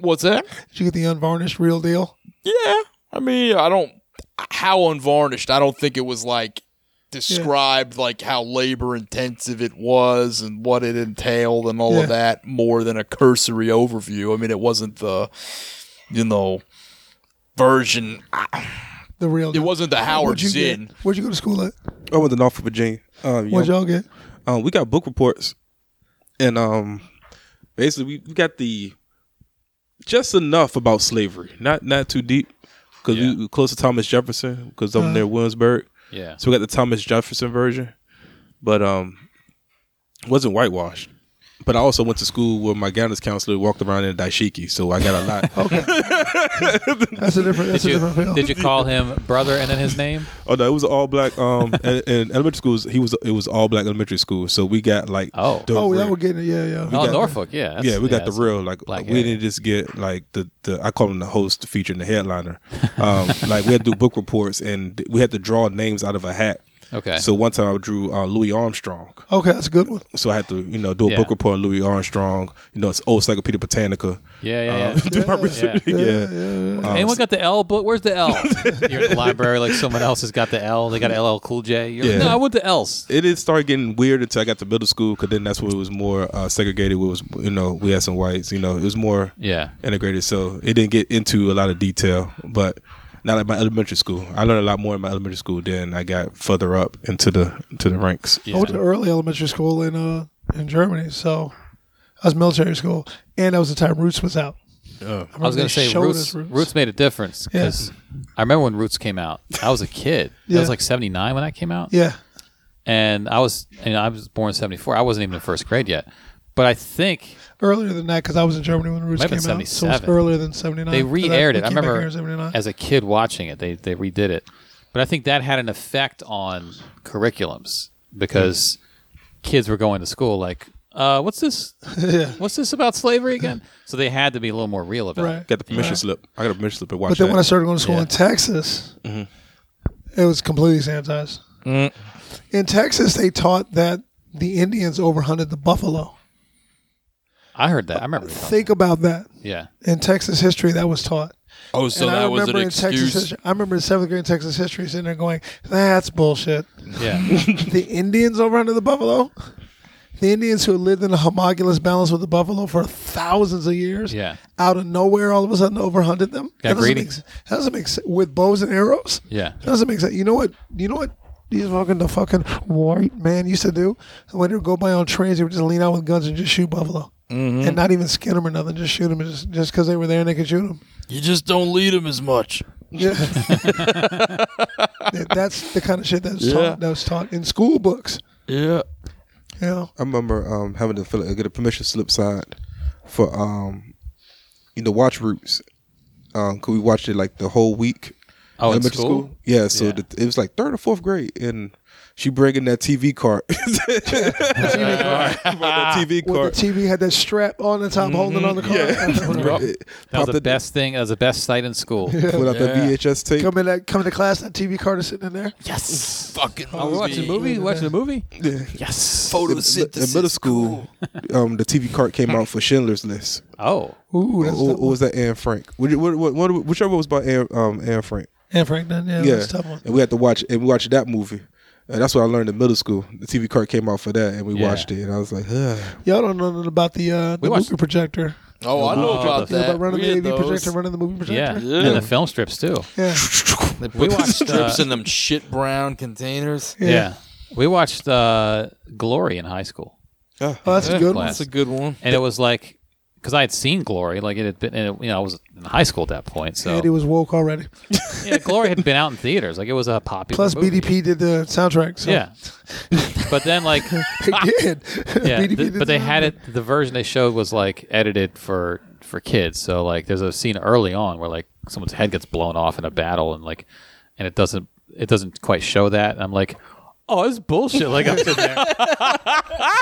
[SPEAKER 4] What's that?
[SPEAKER 5] Did you get the unvarnished real deal?
[SPEAKER 4] Yeah. I mean, I don't. How unvarnished? I don't think it was like described like how labor intensive it was and what it entailed and all
[SPEAKER 5] Yeah.
[SPEAKER 4] of that more than a cursory overview. I mean, it wasn't the, you know, version.
[SPEAKER 5] The real
[SPEAKER 4] It
[SPEAKER 5] deal.
[SPEAKER 4] wasn't the Howard
[SPEAKER 5] Where'd you
[SPEAKER 4] Zinn.
[SPEAKER 5] get? Where'd you go to school at?
[SPEAKER 7] I went to Norfolk, Virginia. Um,
[SPEAKER 5] What'd
[SPEAKER 7] yeah.
[SPEAKER 5] y'all get?
[SPEAKER 7] um, we got book reports, and um, basically we, we got the just enough about slavery, not not too deep, because we, we close to Thomas Jefferson, because
[SPEAKER 5] Uh-huh.
[SPEAKER 7] I'm near Williamsburg,
[SPEAKER 6] Yeah,
[SPEAKER 7] so we got the Thomas Jefferson version, but um, wasn't whitewashed. But I also went to school where my guidance counselor walked around in a dashiki, so I got a lot.
[SPEAKER 5] That's a different. That's a
[SPEAKER 6] did
[SPEAKER 5] different
[SPEAKER 6] you,
[SPEAKER 5] field.
[SPEAKER 6] did you call him brother and then his name?
[SPEAKER 7] Oh no, it was all black. Um, and, and elementary schools, he was it was all black elementary school. So we got like
[SPEAKER 6] Oh.
[SPEAKER 7] the
[SPEAKER 5] oh, that
[SPEAKER 7] real-
[SPEAKER 5] we're getting it. Yeah, yeah.
[SPEAKER 6] Oh,
[SPEAKER 7] got-
[SPEAKER 6] Norfolk. Yeah, that's-
[SPEAKER 7] yeah, we got the
[SPEAKER 6] that's-
[SPEAKER 7] real like
[SPEAKER 6] black
[SPEAKER 7] we
[SPEAKER 6] area.
[SPEAKER 7] didn't just get like the the I call them the host, the feature, and the headliner. Um, like we had to do book reports and we had to draw names out of a hat.
[SPEAKER 6] Okay,
[SPEAKER 7] So one time I drew uh, Louis Armstrong.
[SPEAKER 5] Okay, that's a good one.
[SPEAKER 7] So I had to you know do a
[SPEAKER 6] Yeah.
[SPEAKER 7] book report on Louis Armstrong. You know it's old Encyclopedia Britannica.
[SPEAKER 6] yeah, yeah, yeah.
[SPEAKER 7] Um, do my research. Yeah. Um,
[SPEAKER 6] Anyone got the L book? Where's the L? You're in the library, like someone else has got the L. They got LL Cool J. You're like,
[SPEAKER 7] Yeah.
[SPEAKER 6] no, I want the L's.
[SPEAKER 7] it did start getting weird until I got to middle school because then that's where it was more uh, segregated. Where it was you know we had some whites. You know it was more
[SPEAKER 6] Yeah.
[SPEAKER 7] integrated, so it didn't get into a lot of detail. But not at my elementary school, I learned a lot more in my elementary school than I got further up into the into the ranks.
[SPEAKER 5] I went to early elementary school in uh in Germany, so I was military school, and that was the time Roots was out.
[SPEAKER 6] Oh.
[SPEAKER 5] I,
[SPEAKER 6] I was going to say Roots, Roots. made a difference
[SPEAKER 5] Yeah.
[SPEAKER 6] because I remember when Roots came out. I was a kid. I
[SPEAKER 5] Yeah.
[SPEAKER 6] was like 79 when that came out.
[SPEAKER 5] Yeah,
[SPEAKER 6] And I was and I was born in 74. I wasn't even in first grade yet. But I think
[SPEAKER 5] earlier than that because I was in Germany when Roots
[SPEAKER 6] Might have
[SPEAKER 5] came
[SPEAKER 6] been
[SPEAKER 5] out. So it was
[SPEAKER 6] 77.
[SPEAKER 5] earlier than seventy nine.
[SPEAKER 6] they re-aired it. I
[SPEAKER 5] '79.
[SPEAKER 6] remember as a kid watching it. They they redid it. But I think that had an effect on curriculums because kids were going to school like uh, what's this?
[SPEAKER 5] yeah.
[SPEAKER 6] What's this about slavery again? So they had to be a little more real about
[SPEAKER 5] Right.
[SPEAKER 6] it.
[SPEAKER 7] Got the permission slip. I got a permission slip. And
[SPEAKER 5] But
[SPEAKER 7] watched
[SPEAKER 5] then when I
[SPEAKER 7] that.
[SPEAKER 5] started going to school
[SPEAKER 6] Yeah. Mm-hmm.
[SPEAKER 5] in Texas, it was completely sanitized.
[SPEAKER 6] Mm.
[SPEAKER 5] In Texas, they taught that the Indians overhunted the buffalo.
[SPEAKER 6] I heard that. I remember.
[SPEAKER 5] Think about that.
[SPEAKER 6] Yeah.
[SPEAKER 5] In Texas history, that was taught.
[SPEAKER 4] Oh, so
[SPEAKER 5] and I
[SPEAKER 4] that was an
[SPEAKER 5] remember in Texas,
[SPEAKER 4] excuse.
[SPEAKER 5] history- I remember in seventh grade Texas history sitting there going, "That's bullshit."
[SPEAKER 6] Yeah.
[SPEAKER 5] the Indians overhunted the buffalo. The Indians who lived in a homogeneous balance with the buffalo for thousands of years,
[SPEAKER 6] Yeah.
[SPEAKER 5] out of nowhere, all of a sudden overhunted them. that doesn't
[SPEAKER 6] greedy.
[SPEAKER 5] make, s- that doesn't make sense. With bows and arrows,
[SPEAKER 6] Yeah.
[SPEAKER 5] That doesn't make sense. You know what? You know what? These fucking the fucking white man used to do when they would go by on trains, they would just lean out with guns and just shoot buffalo,
[SPEAKER 4] Mm-hmm.
[SPEAKER 5] and not even skin them or nothing, just shoot them just just because they were there and they could shoot them.
[SPEAKER 4] You just don't lead them as much.
[SPEAKER 5] Yeah. Yeah, that's the kind of shit that's
[SPEAKER 4] Yeah.
[SPEAKER 5] taught that was taught in school books.
[SPEAKER 4] Yeah.
[SPEAKER 5] You know,
[SPEAKER 7] I remember um, having to fill, get a permission slip signed for um, you know watch roots. Um, could we watched it like the whole week
[SPEAKER 6] Oh, in
[SPEAKER 7] elementary
[SPEAKER 6] school?
[SPEAKER 7] Yeah, so
[SPEAKER 6] Yeah.
[SPEAKER 7] The, it was like third or fourth grade, and She breaking that TV cart.
[SPEAKER 6] Uh,
[SPEAKER 7] Brought that TV
[SPEAKER 5] Where
[SPEAKER 7] cart.
[SPEAKER 5] the TV had that strap on the top, holding on the car.
[SPEAKER 6] Yup. That was
[SPEAKER 7] Pop
[SPEAKER 6] the
[SPEAKER 7] the-
[SPEAKER 6] best thing. That was the best sight in school.
[SPEAKER 7] Pull out that
[SPEAKER 4] Yeah.
[SPEAKER 7] VHS tape.
[SPEAKER 5] Come in that, come to class. That TV card is sitting in there.
[SPEAKER 4] Yes. Fucking
[SPEAKER 8] Oh, we're watching a movie. We're watching a movie.
[SPEAKER 6] yes.
[SPEAKER 7] In
[SPEAKER 4] photosynthesis.
[SPEAKER 7] middle school, um, the TV cart came out for Schindler's List.
[SPEAKER 6] Oh,
[SPEAKER 5] Ooh,
[SPEAKER 7] What
[SPEAKER 5] that's tough.
[SPEAKER 7] was that? Anne Frank. Which- What, what, what, whichever was by Anne, um, Anne Frank.
[SPEAKER 5] And Frank Dunn, yeah,
[SPEAKER 7] yeah,
[SPEAKER 5] that's a tough one.
[SPEAKER 7] and we had to watch and we watched that movie. And that's what I learned in middle school. The TV cart came out for that, and we
[SPEAKER 6] Yeah.
[SPEAKER 7] watched it. And I was like, Ugh.
[SPEAKER 5] Y'all don't know nothing about the uh, the
[SPEAKER 6] watched-
[SPEAKER 5] movie projector.
[SPEAKER 4] Oh, I know
[SPEAKER 6] Oh,
[SPEAKER 4] about
[SPEAKER 5] Uh, You know,
[SPEAKER 4] that.
[SPEAKER 5] about running
[SPEAKER 4] We
[SPEAKER 5] the
[SPEAKER 4] had
[SPEAKER 5] AV
[SPEAKER 4] those.
[SPEAKER 5] projector, running the movie
[SPEAKER 6] yeah.
[SPEAKER 5] projector.
[SPEAKER 6] and the film strips too.
[SPEAKER 5] Yeah,
[SPEAKER 4] They put
[SPEAKER 6] We
[SPEAKER 4] the
[SPEAKER 6] watched,
[SPEAKER 4] strips
[SPEAKER 6] uh,
[SPEAKER 4] in them shit brown containers.
[SPEAKER 6] Yeah, we watched uh, Glory in high school,
[SPEAKER 5] Oh, that's a good one.
[SPEAKER 6] Class.
[SPEAKER 4] That's a good one.
[SPEAKER 6] and it was like because I had seen Glory, like it had been, and it, you know, I was in high school at that point, so
[SPEAKER 5] Andy was woke already.
[SPEAKER 6] yeah, Glory had been out in theaters, like it was a popular.
[SPEAKER 5] Plus,
[SPEAKER 6] movie.
[SPEAKER 5] BDP did the soundtrack. So.
[SPEAKER 6] Yeah, but then like
[SPEAKER 5] they did.
[SPEAKER 6] yeah,
[SPEAKER 5] BDP
[SPEAKER 6] th-
[SPEAKER 5] did
[SPEAKER 6] but they
[SPEAKER 5] the
[SPEAKER 6] had
[SPEAKER 5] soundtrack.
[SPEAKER 6] it. The version they showed was like edited for for kids. So like, there's a scene early on where like someone's head gets blown off in a battle, and like, and it doesn't it doesn't quite show that. And I'm like, oh, it's bullshit. Like I'm sitting there,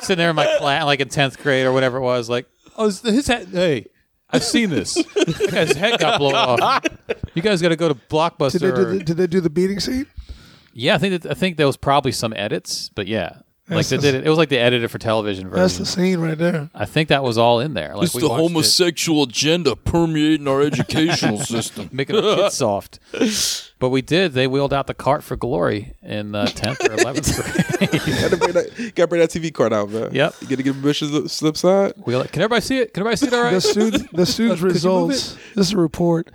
[SPEAKER 6] sitting there in my class, like in tenth grade or whatever it was. Like, oh, his, his head. Hey. I've seen this. That guy's head got blown off. You guys got to go to Blockbuster.
[SPEAKER 5] Did they, do
[SPEAKER 6] or-
[SPEAKER 5] the, did they do the beating scene?
[SPEAKER 6] yeah, I think that, I think there was probably some edits, but yeah, like
[SPEAKER 5] That's
[SPEAKER 6] they
[SPEAKER 5] the-
[SPEAKER 6] did it. It was like the edited for television version.
[SPEAKER 5] That's the scene right there.
[SPEAKER 6] I think that was all in there. Like
[SPEAKER 4] It's
[SPEAKER 6] we
[SPEAKER 4] the
[SPEAKER 6] watched it,
[SPEAKER 4] homosexual agenda permeating our educational system.
[SPEAKER 6] making the kids soft. But we did. They wheeled out the cart for glory in uh, tenth or eleventh grade.
[SPEAKER 7] Gotta bring that, gotta bring that TV cart out, man.
[SPEAKER 6] Yep.
[SPEAKER 7] You gotta get permission slip side.
[SPEAKER 6] we like, can everybody see it? Can everybody see it? All
[SPEAKER 5] The
[SPEAKER 6] right.
[SPEAKER 5] student, the students' results. This is a report.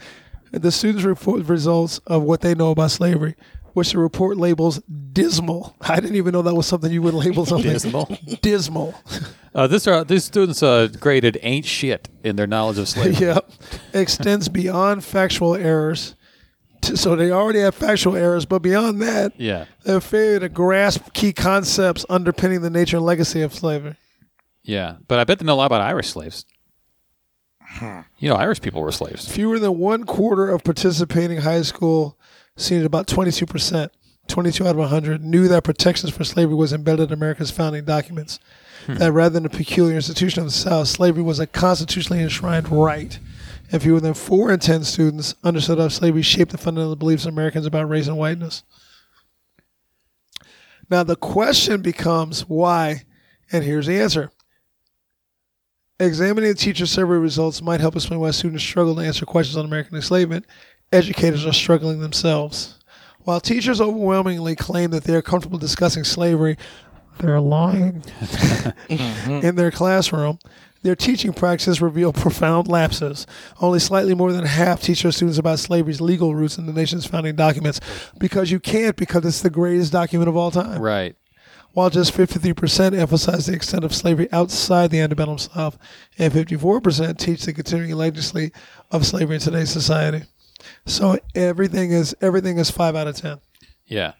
[SPEAKER 5] The students' report results of what they know about slavery, which the report labels dismal. I didn't even know that was something you would label something
[SPEAKER 6] Dismal.
[SPEAKER 5] Dismal.
[SPEAKER 6] Uh, this are these students uh, graded ain't shit in their knowledge of slavery.
[SPEAKER 5] yep. Extends beyond factual errors. T- So they already have factual errors, but beyond that,
[SPEAKER 6] Yeah.
[SPEAKER 5] their failure to grasp key concepts underpinning the nature and legacy of slavery.
[SPEAKER 6] Yeah. But I bet they know a lot about Irish slaves. You know, Irish people were slaves.
[SPEAKER 5] Fewer than one quarter of participating high school seniors, about 22%, 22 out of 100, knew that protections for slavery was embedded in America's founding documents. That rather than a peculiar institution of the South, slavery was a constitutionally enshrined right. And fewer than four in 10 students understood how slavery shaped the fundamental beliefs of Americans about race and whiteness. Now, the question becomes why? And here's the answer. Examining the teacher survey results might help explain why students struggle to answer questions on American enslavement. Educators are struggling themselves. While teachers overwhelmingly claim that they are comfortable discussing slavery, they're lying. In their classroom, their teaching practices reveal profound lapses. Only slightly more than half teach their students about slavery's legal roots in the nation's founding documents because you can't, because it's the greatest document of all time
[SPEAKER 6] Right.
[SPEAKER 5] while just 53% emphasize the extent of slavery outside the antebellum South, and 54% teach the continuing legacy of slavery in today's society. So everything is everything is five out of ten.
[SPEAKER 6] Yeah.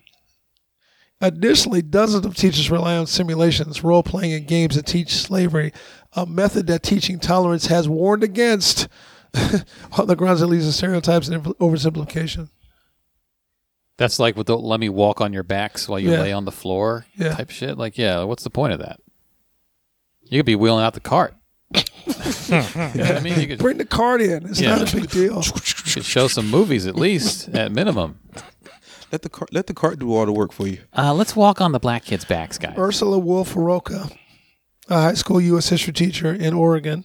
[SPEAKER 5] Additionally, dozens of teachers rely on simulations, role playing, and games to teach slavery, a method that teaching tolerance has warned against on the grounds it leads to stereotypes and oversimplification.
[SPEAKER 6] That's like with the let me walk on your backs while you
[SPEAKER 5] Yeah.
[SPEAKER 6] lay on the floor
[SPEAKER 5] Yeah.
[SPEAKER 6] type shit. Like, yeah, what's the point of that? You could be wheeling out the cart. You know what I mean, you could, you
[SPEAKER 5] Bring the card in. It's
[SPEAKER 6] Yeah.
[SPEAKER 5] not a big deal.
[SPEAKER 6] could show some movies at least, at minimum.
[SPEAKER 7] Let the cart, let the cart do all the work for you.
[SPEAKER 6] Uh, let's walk on the black kids' backs, guys.
[SPEAKER 5] Ursula Wolf Roca, a high school U.S. history teacher in Oregon,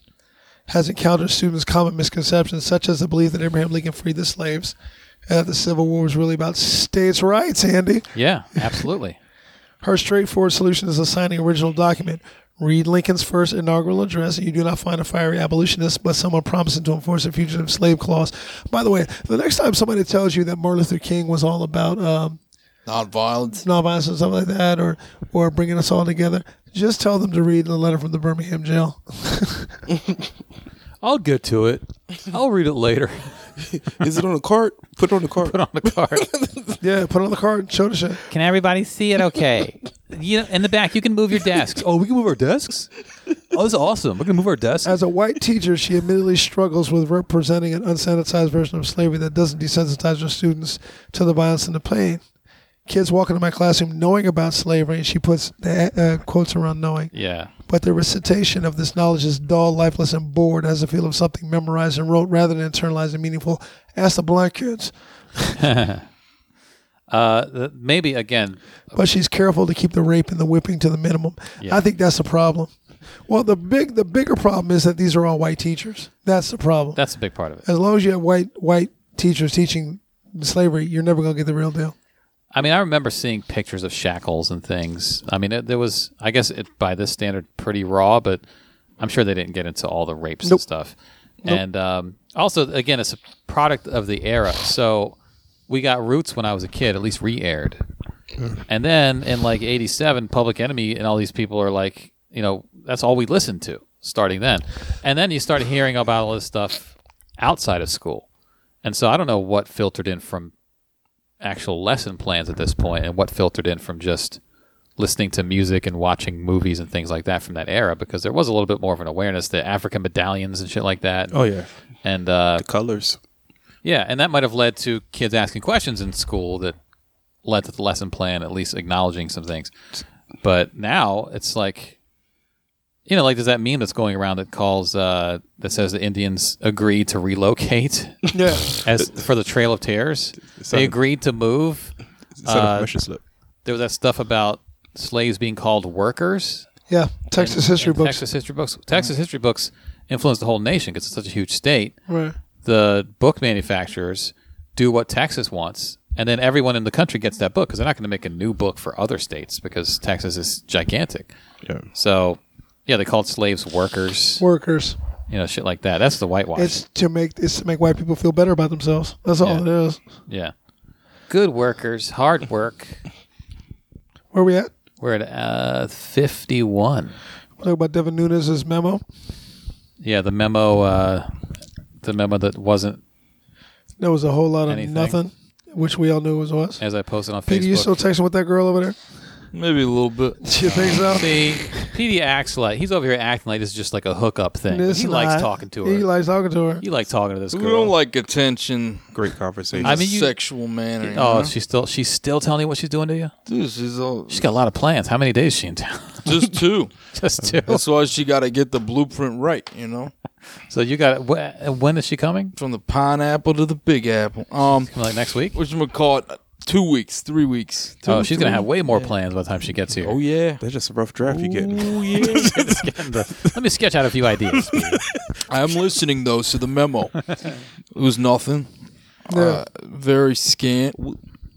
[SPEAKER 5] has encountered students' common misconceptions, such as the belief that Abraham Lincoln freed the slaves and that the Civil War was really about states' rights, Andy.
[SPEAKER 6] Yeah, absolutely.
[SPEAKER 5] Her straightforward solution is assigning original document. Read Lincoln's first inaugural address, and you do not find a fiery abolitionist, but someone promising to enforce a fugitive slave clause. By the way, the next time somebody tells you that Martin Luther King was all about um,
[SPEAKER 4] Nonviolence.
[SPEAKER 5] nonviolence and stuff like that, or or bringing us all together, just tell them to read the letter from the Birmingham jail.
[SPEAKER 6] I'll get to it. I'll read it later
[SPEAKER 7] Is it on the cart? Put it on the cart.
[SPEAKER 6] on the cart.
[SPEAKER 5] yeah, put it on the card, show the shit.
[SPEAKER 6] Can everybody see it? Okay. You know, in the back, you can move your desks. Oh, we can move our desks. Oh, this is awesome. We're gonna move our desks.
[SPEAKER 5] As a white teacher, she admittedly struggles with representing an unsanitized version of slavery that doesn't desensitize her students to the violence and the pain. kids walking in my classroom knowing about slavery, and she puts the, uh, quotes around knowing.
[SPEAKER 6] Yeah.
[SPEAKER 5] But the recitation of this knowledge is dull, lifeless, and bored, has a feel of something memorized and wrote rather than internalized and meaningful. Ask the black kids.
[SPEAKER 6] Uh, th- maybe again.
[SPEAKER 5] But she's careful to keep the rape and the whipping to the minimum.
[SPEAKER 6] Yeah.
[SPEAKER 5] I think that's the problem. Well, the big, the bigger problem is that these are all white teachers. That's the problem.
[SPEAKER 6] That's a big part of it.
[SPEAKER 5] as long as you have white white teachers teaching slavery, you're never gonna get the real deal.
[SPEAKER 6] I mean, I remember seeing pictures of shackles and things. I mean, it, there was, I guess, it, by this standard, pretty raw, but I'm sure they didn't get into all the rapes and stuff. And um, also, again, it's a product of the era. So we got Roots when I was a kid, at least re aired. And then in like 87, Public Enemy and all these people are like, you know, that's all we listened to starting then. And then you start hearing about all this stuff outside of school. And so I don't know what filtered in from actual lesson plans at this point and what filtered in from just listening to music and watching movies and things like that from that era because there was a little bit more of an awareness the African medallions and shit like that.
[SPEAKER 7] Oh yeah,
[SPEAKER 6] And uh,
[SPEAKER 7] colors.
[SPEAKER 6] yeah, and that might have led to kids asking questions in school that led to the lesson plan at least acknowledging some things. But now it's like, you know, like there's that meme that's going around that calls uh, that says the Indians agreed to relocate
[SPEAKER 5] Yeah.
[SPEAKER 6] as for the Trail of Tears. They agreed to move.
[SPEAKER 7] Instead of
[SPEAKER 6] Uh,
[SPEAKER 7] permission slip.
[SPEAKER 6] There was that stuff about slaves being called workers.
[SPEAKER 5] Yeah. Texas history
[SPEAKER 6] in
[SPEAKER 5] books.
[SPEAKER 6] Texas history books. Texas history books influenced the whole nation because it's such a huge state
[SPEAKER 5] Right.
[SPEAKER 6] the book manufacturers do what Texas wants, and then everyone in the country gets that book because they're not going to make a new book for other states because Texas is gigantic.
[SPEAKER 7] Yeah.
[SPEAKER 6] So, yeah, they called slaves workers,
[SPEAKER 5] Workers.
[SPEAKER 6] you know, shit like that. That's the whitewash.
[SPEAKER 5] It's to make it's to make white people feel better about themselves. That's all
[SPEAKER 6] Yeah.
[SPEAKER 5] it is.
[SPEAKER 6] yeah, good workers, hard work.
[SPEAKER 5] Where we at?
[SPEAKER 6] We're at uh, fifty-one.
[SPEAKER 5] We'll talk about Devin Nunes' memo.
[SPEAKER 6] Yeah, the memo, uh, the memo that wasn't,
[SPEAKER 5] There was a whole lot of
[SPEAKER 6] Anything?
[SPEAKER 5] nothing, which we all knew was was.
[SPEAKER 6] as I posted on
[SPEAKER 5] Pete, you still
[SPEAKER 6] Facebook.
[SPEAKER 5] texting with that girl over there?
[SPEAKER 4] Maybe a little bit.
[SPEAKER 5] You think so?
[SPEAKER 6] See, PD acts like he's over here acting like this is just like a hookup thing.
[SPEAKER 5] It's
[SPEAKER 6] he likes
[SPEAKER 5] not.
[SPEAKER 6] talking to her.
[SPEAKER 5] He likes talking to her.
[SPEAKER 6] You like talking to this
[SPEAKER 4] We
[SPEAKER 6] girl.
[SPEAKER 4] don't like attention.
[SPEAKER 7] Great conversation.
[SPEAKER 6] I
[SPEAKER 4] I
[SPEAKER 6] mean,
[SPEAKER 4] mean,
[SPEAKER 6] you-
[SPEAKER 4] sexual manner. you
[SPEAKER 6] oh,
[SPEAKER 4] know?
[SPEAKER 6] she's still she's still telling you what she's doing to you.
[SPEAKER 4] Dude, she's all,
[SPEAKER 6] She's got a lot of plans. How many days is she in town?
[SPEAKER 4] just two.
[SPEAKER 6] Just two.
[SPEAKER 4] That's why she got to get the blueprint right, you know,
[SPEAKER 6] So you got wh- when is she coming?
[SPEAKER 4] from the pineapple to the big apple. Um,
[SPEAKER 6] Coming, Like next week?
[SPEAKER 4] which I'm gonna call it two weeks, three weeks. Two,
[SPEAKER 6] Oh, she's gonna
[SPEAKER 4] three.
[SPEAKER 6] have way more plans by the time she gets here.
[SPEAKER 4] Oh yeah,
[SPEAKER 7] That's just a rough draft you get.
[SPEAKER 4] oh yeah.
[SPEAKER 6] Let me sketch out a few ideas.
[SPEAKER 4] I'm listening though, so the memo it was nothing. Uh, very scant.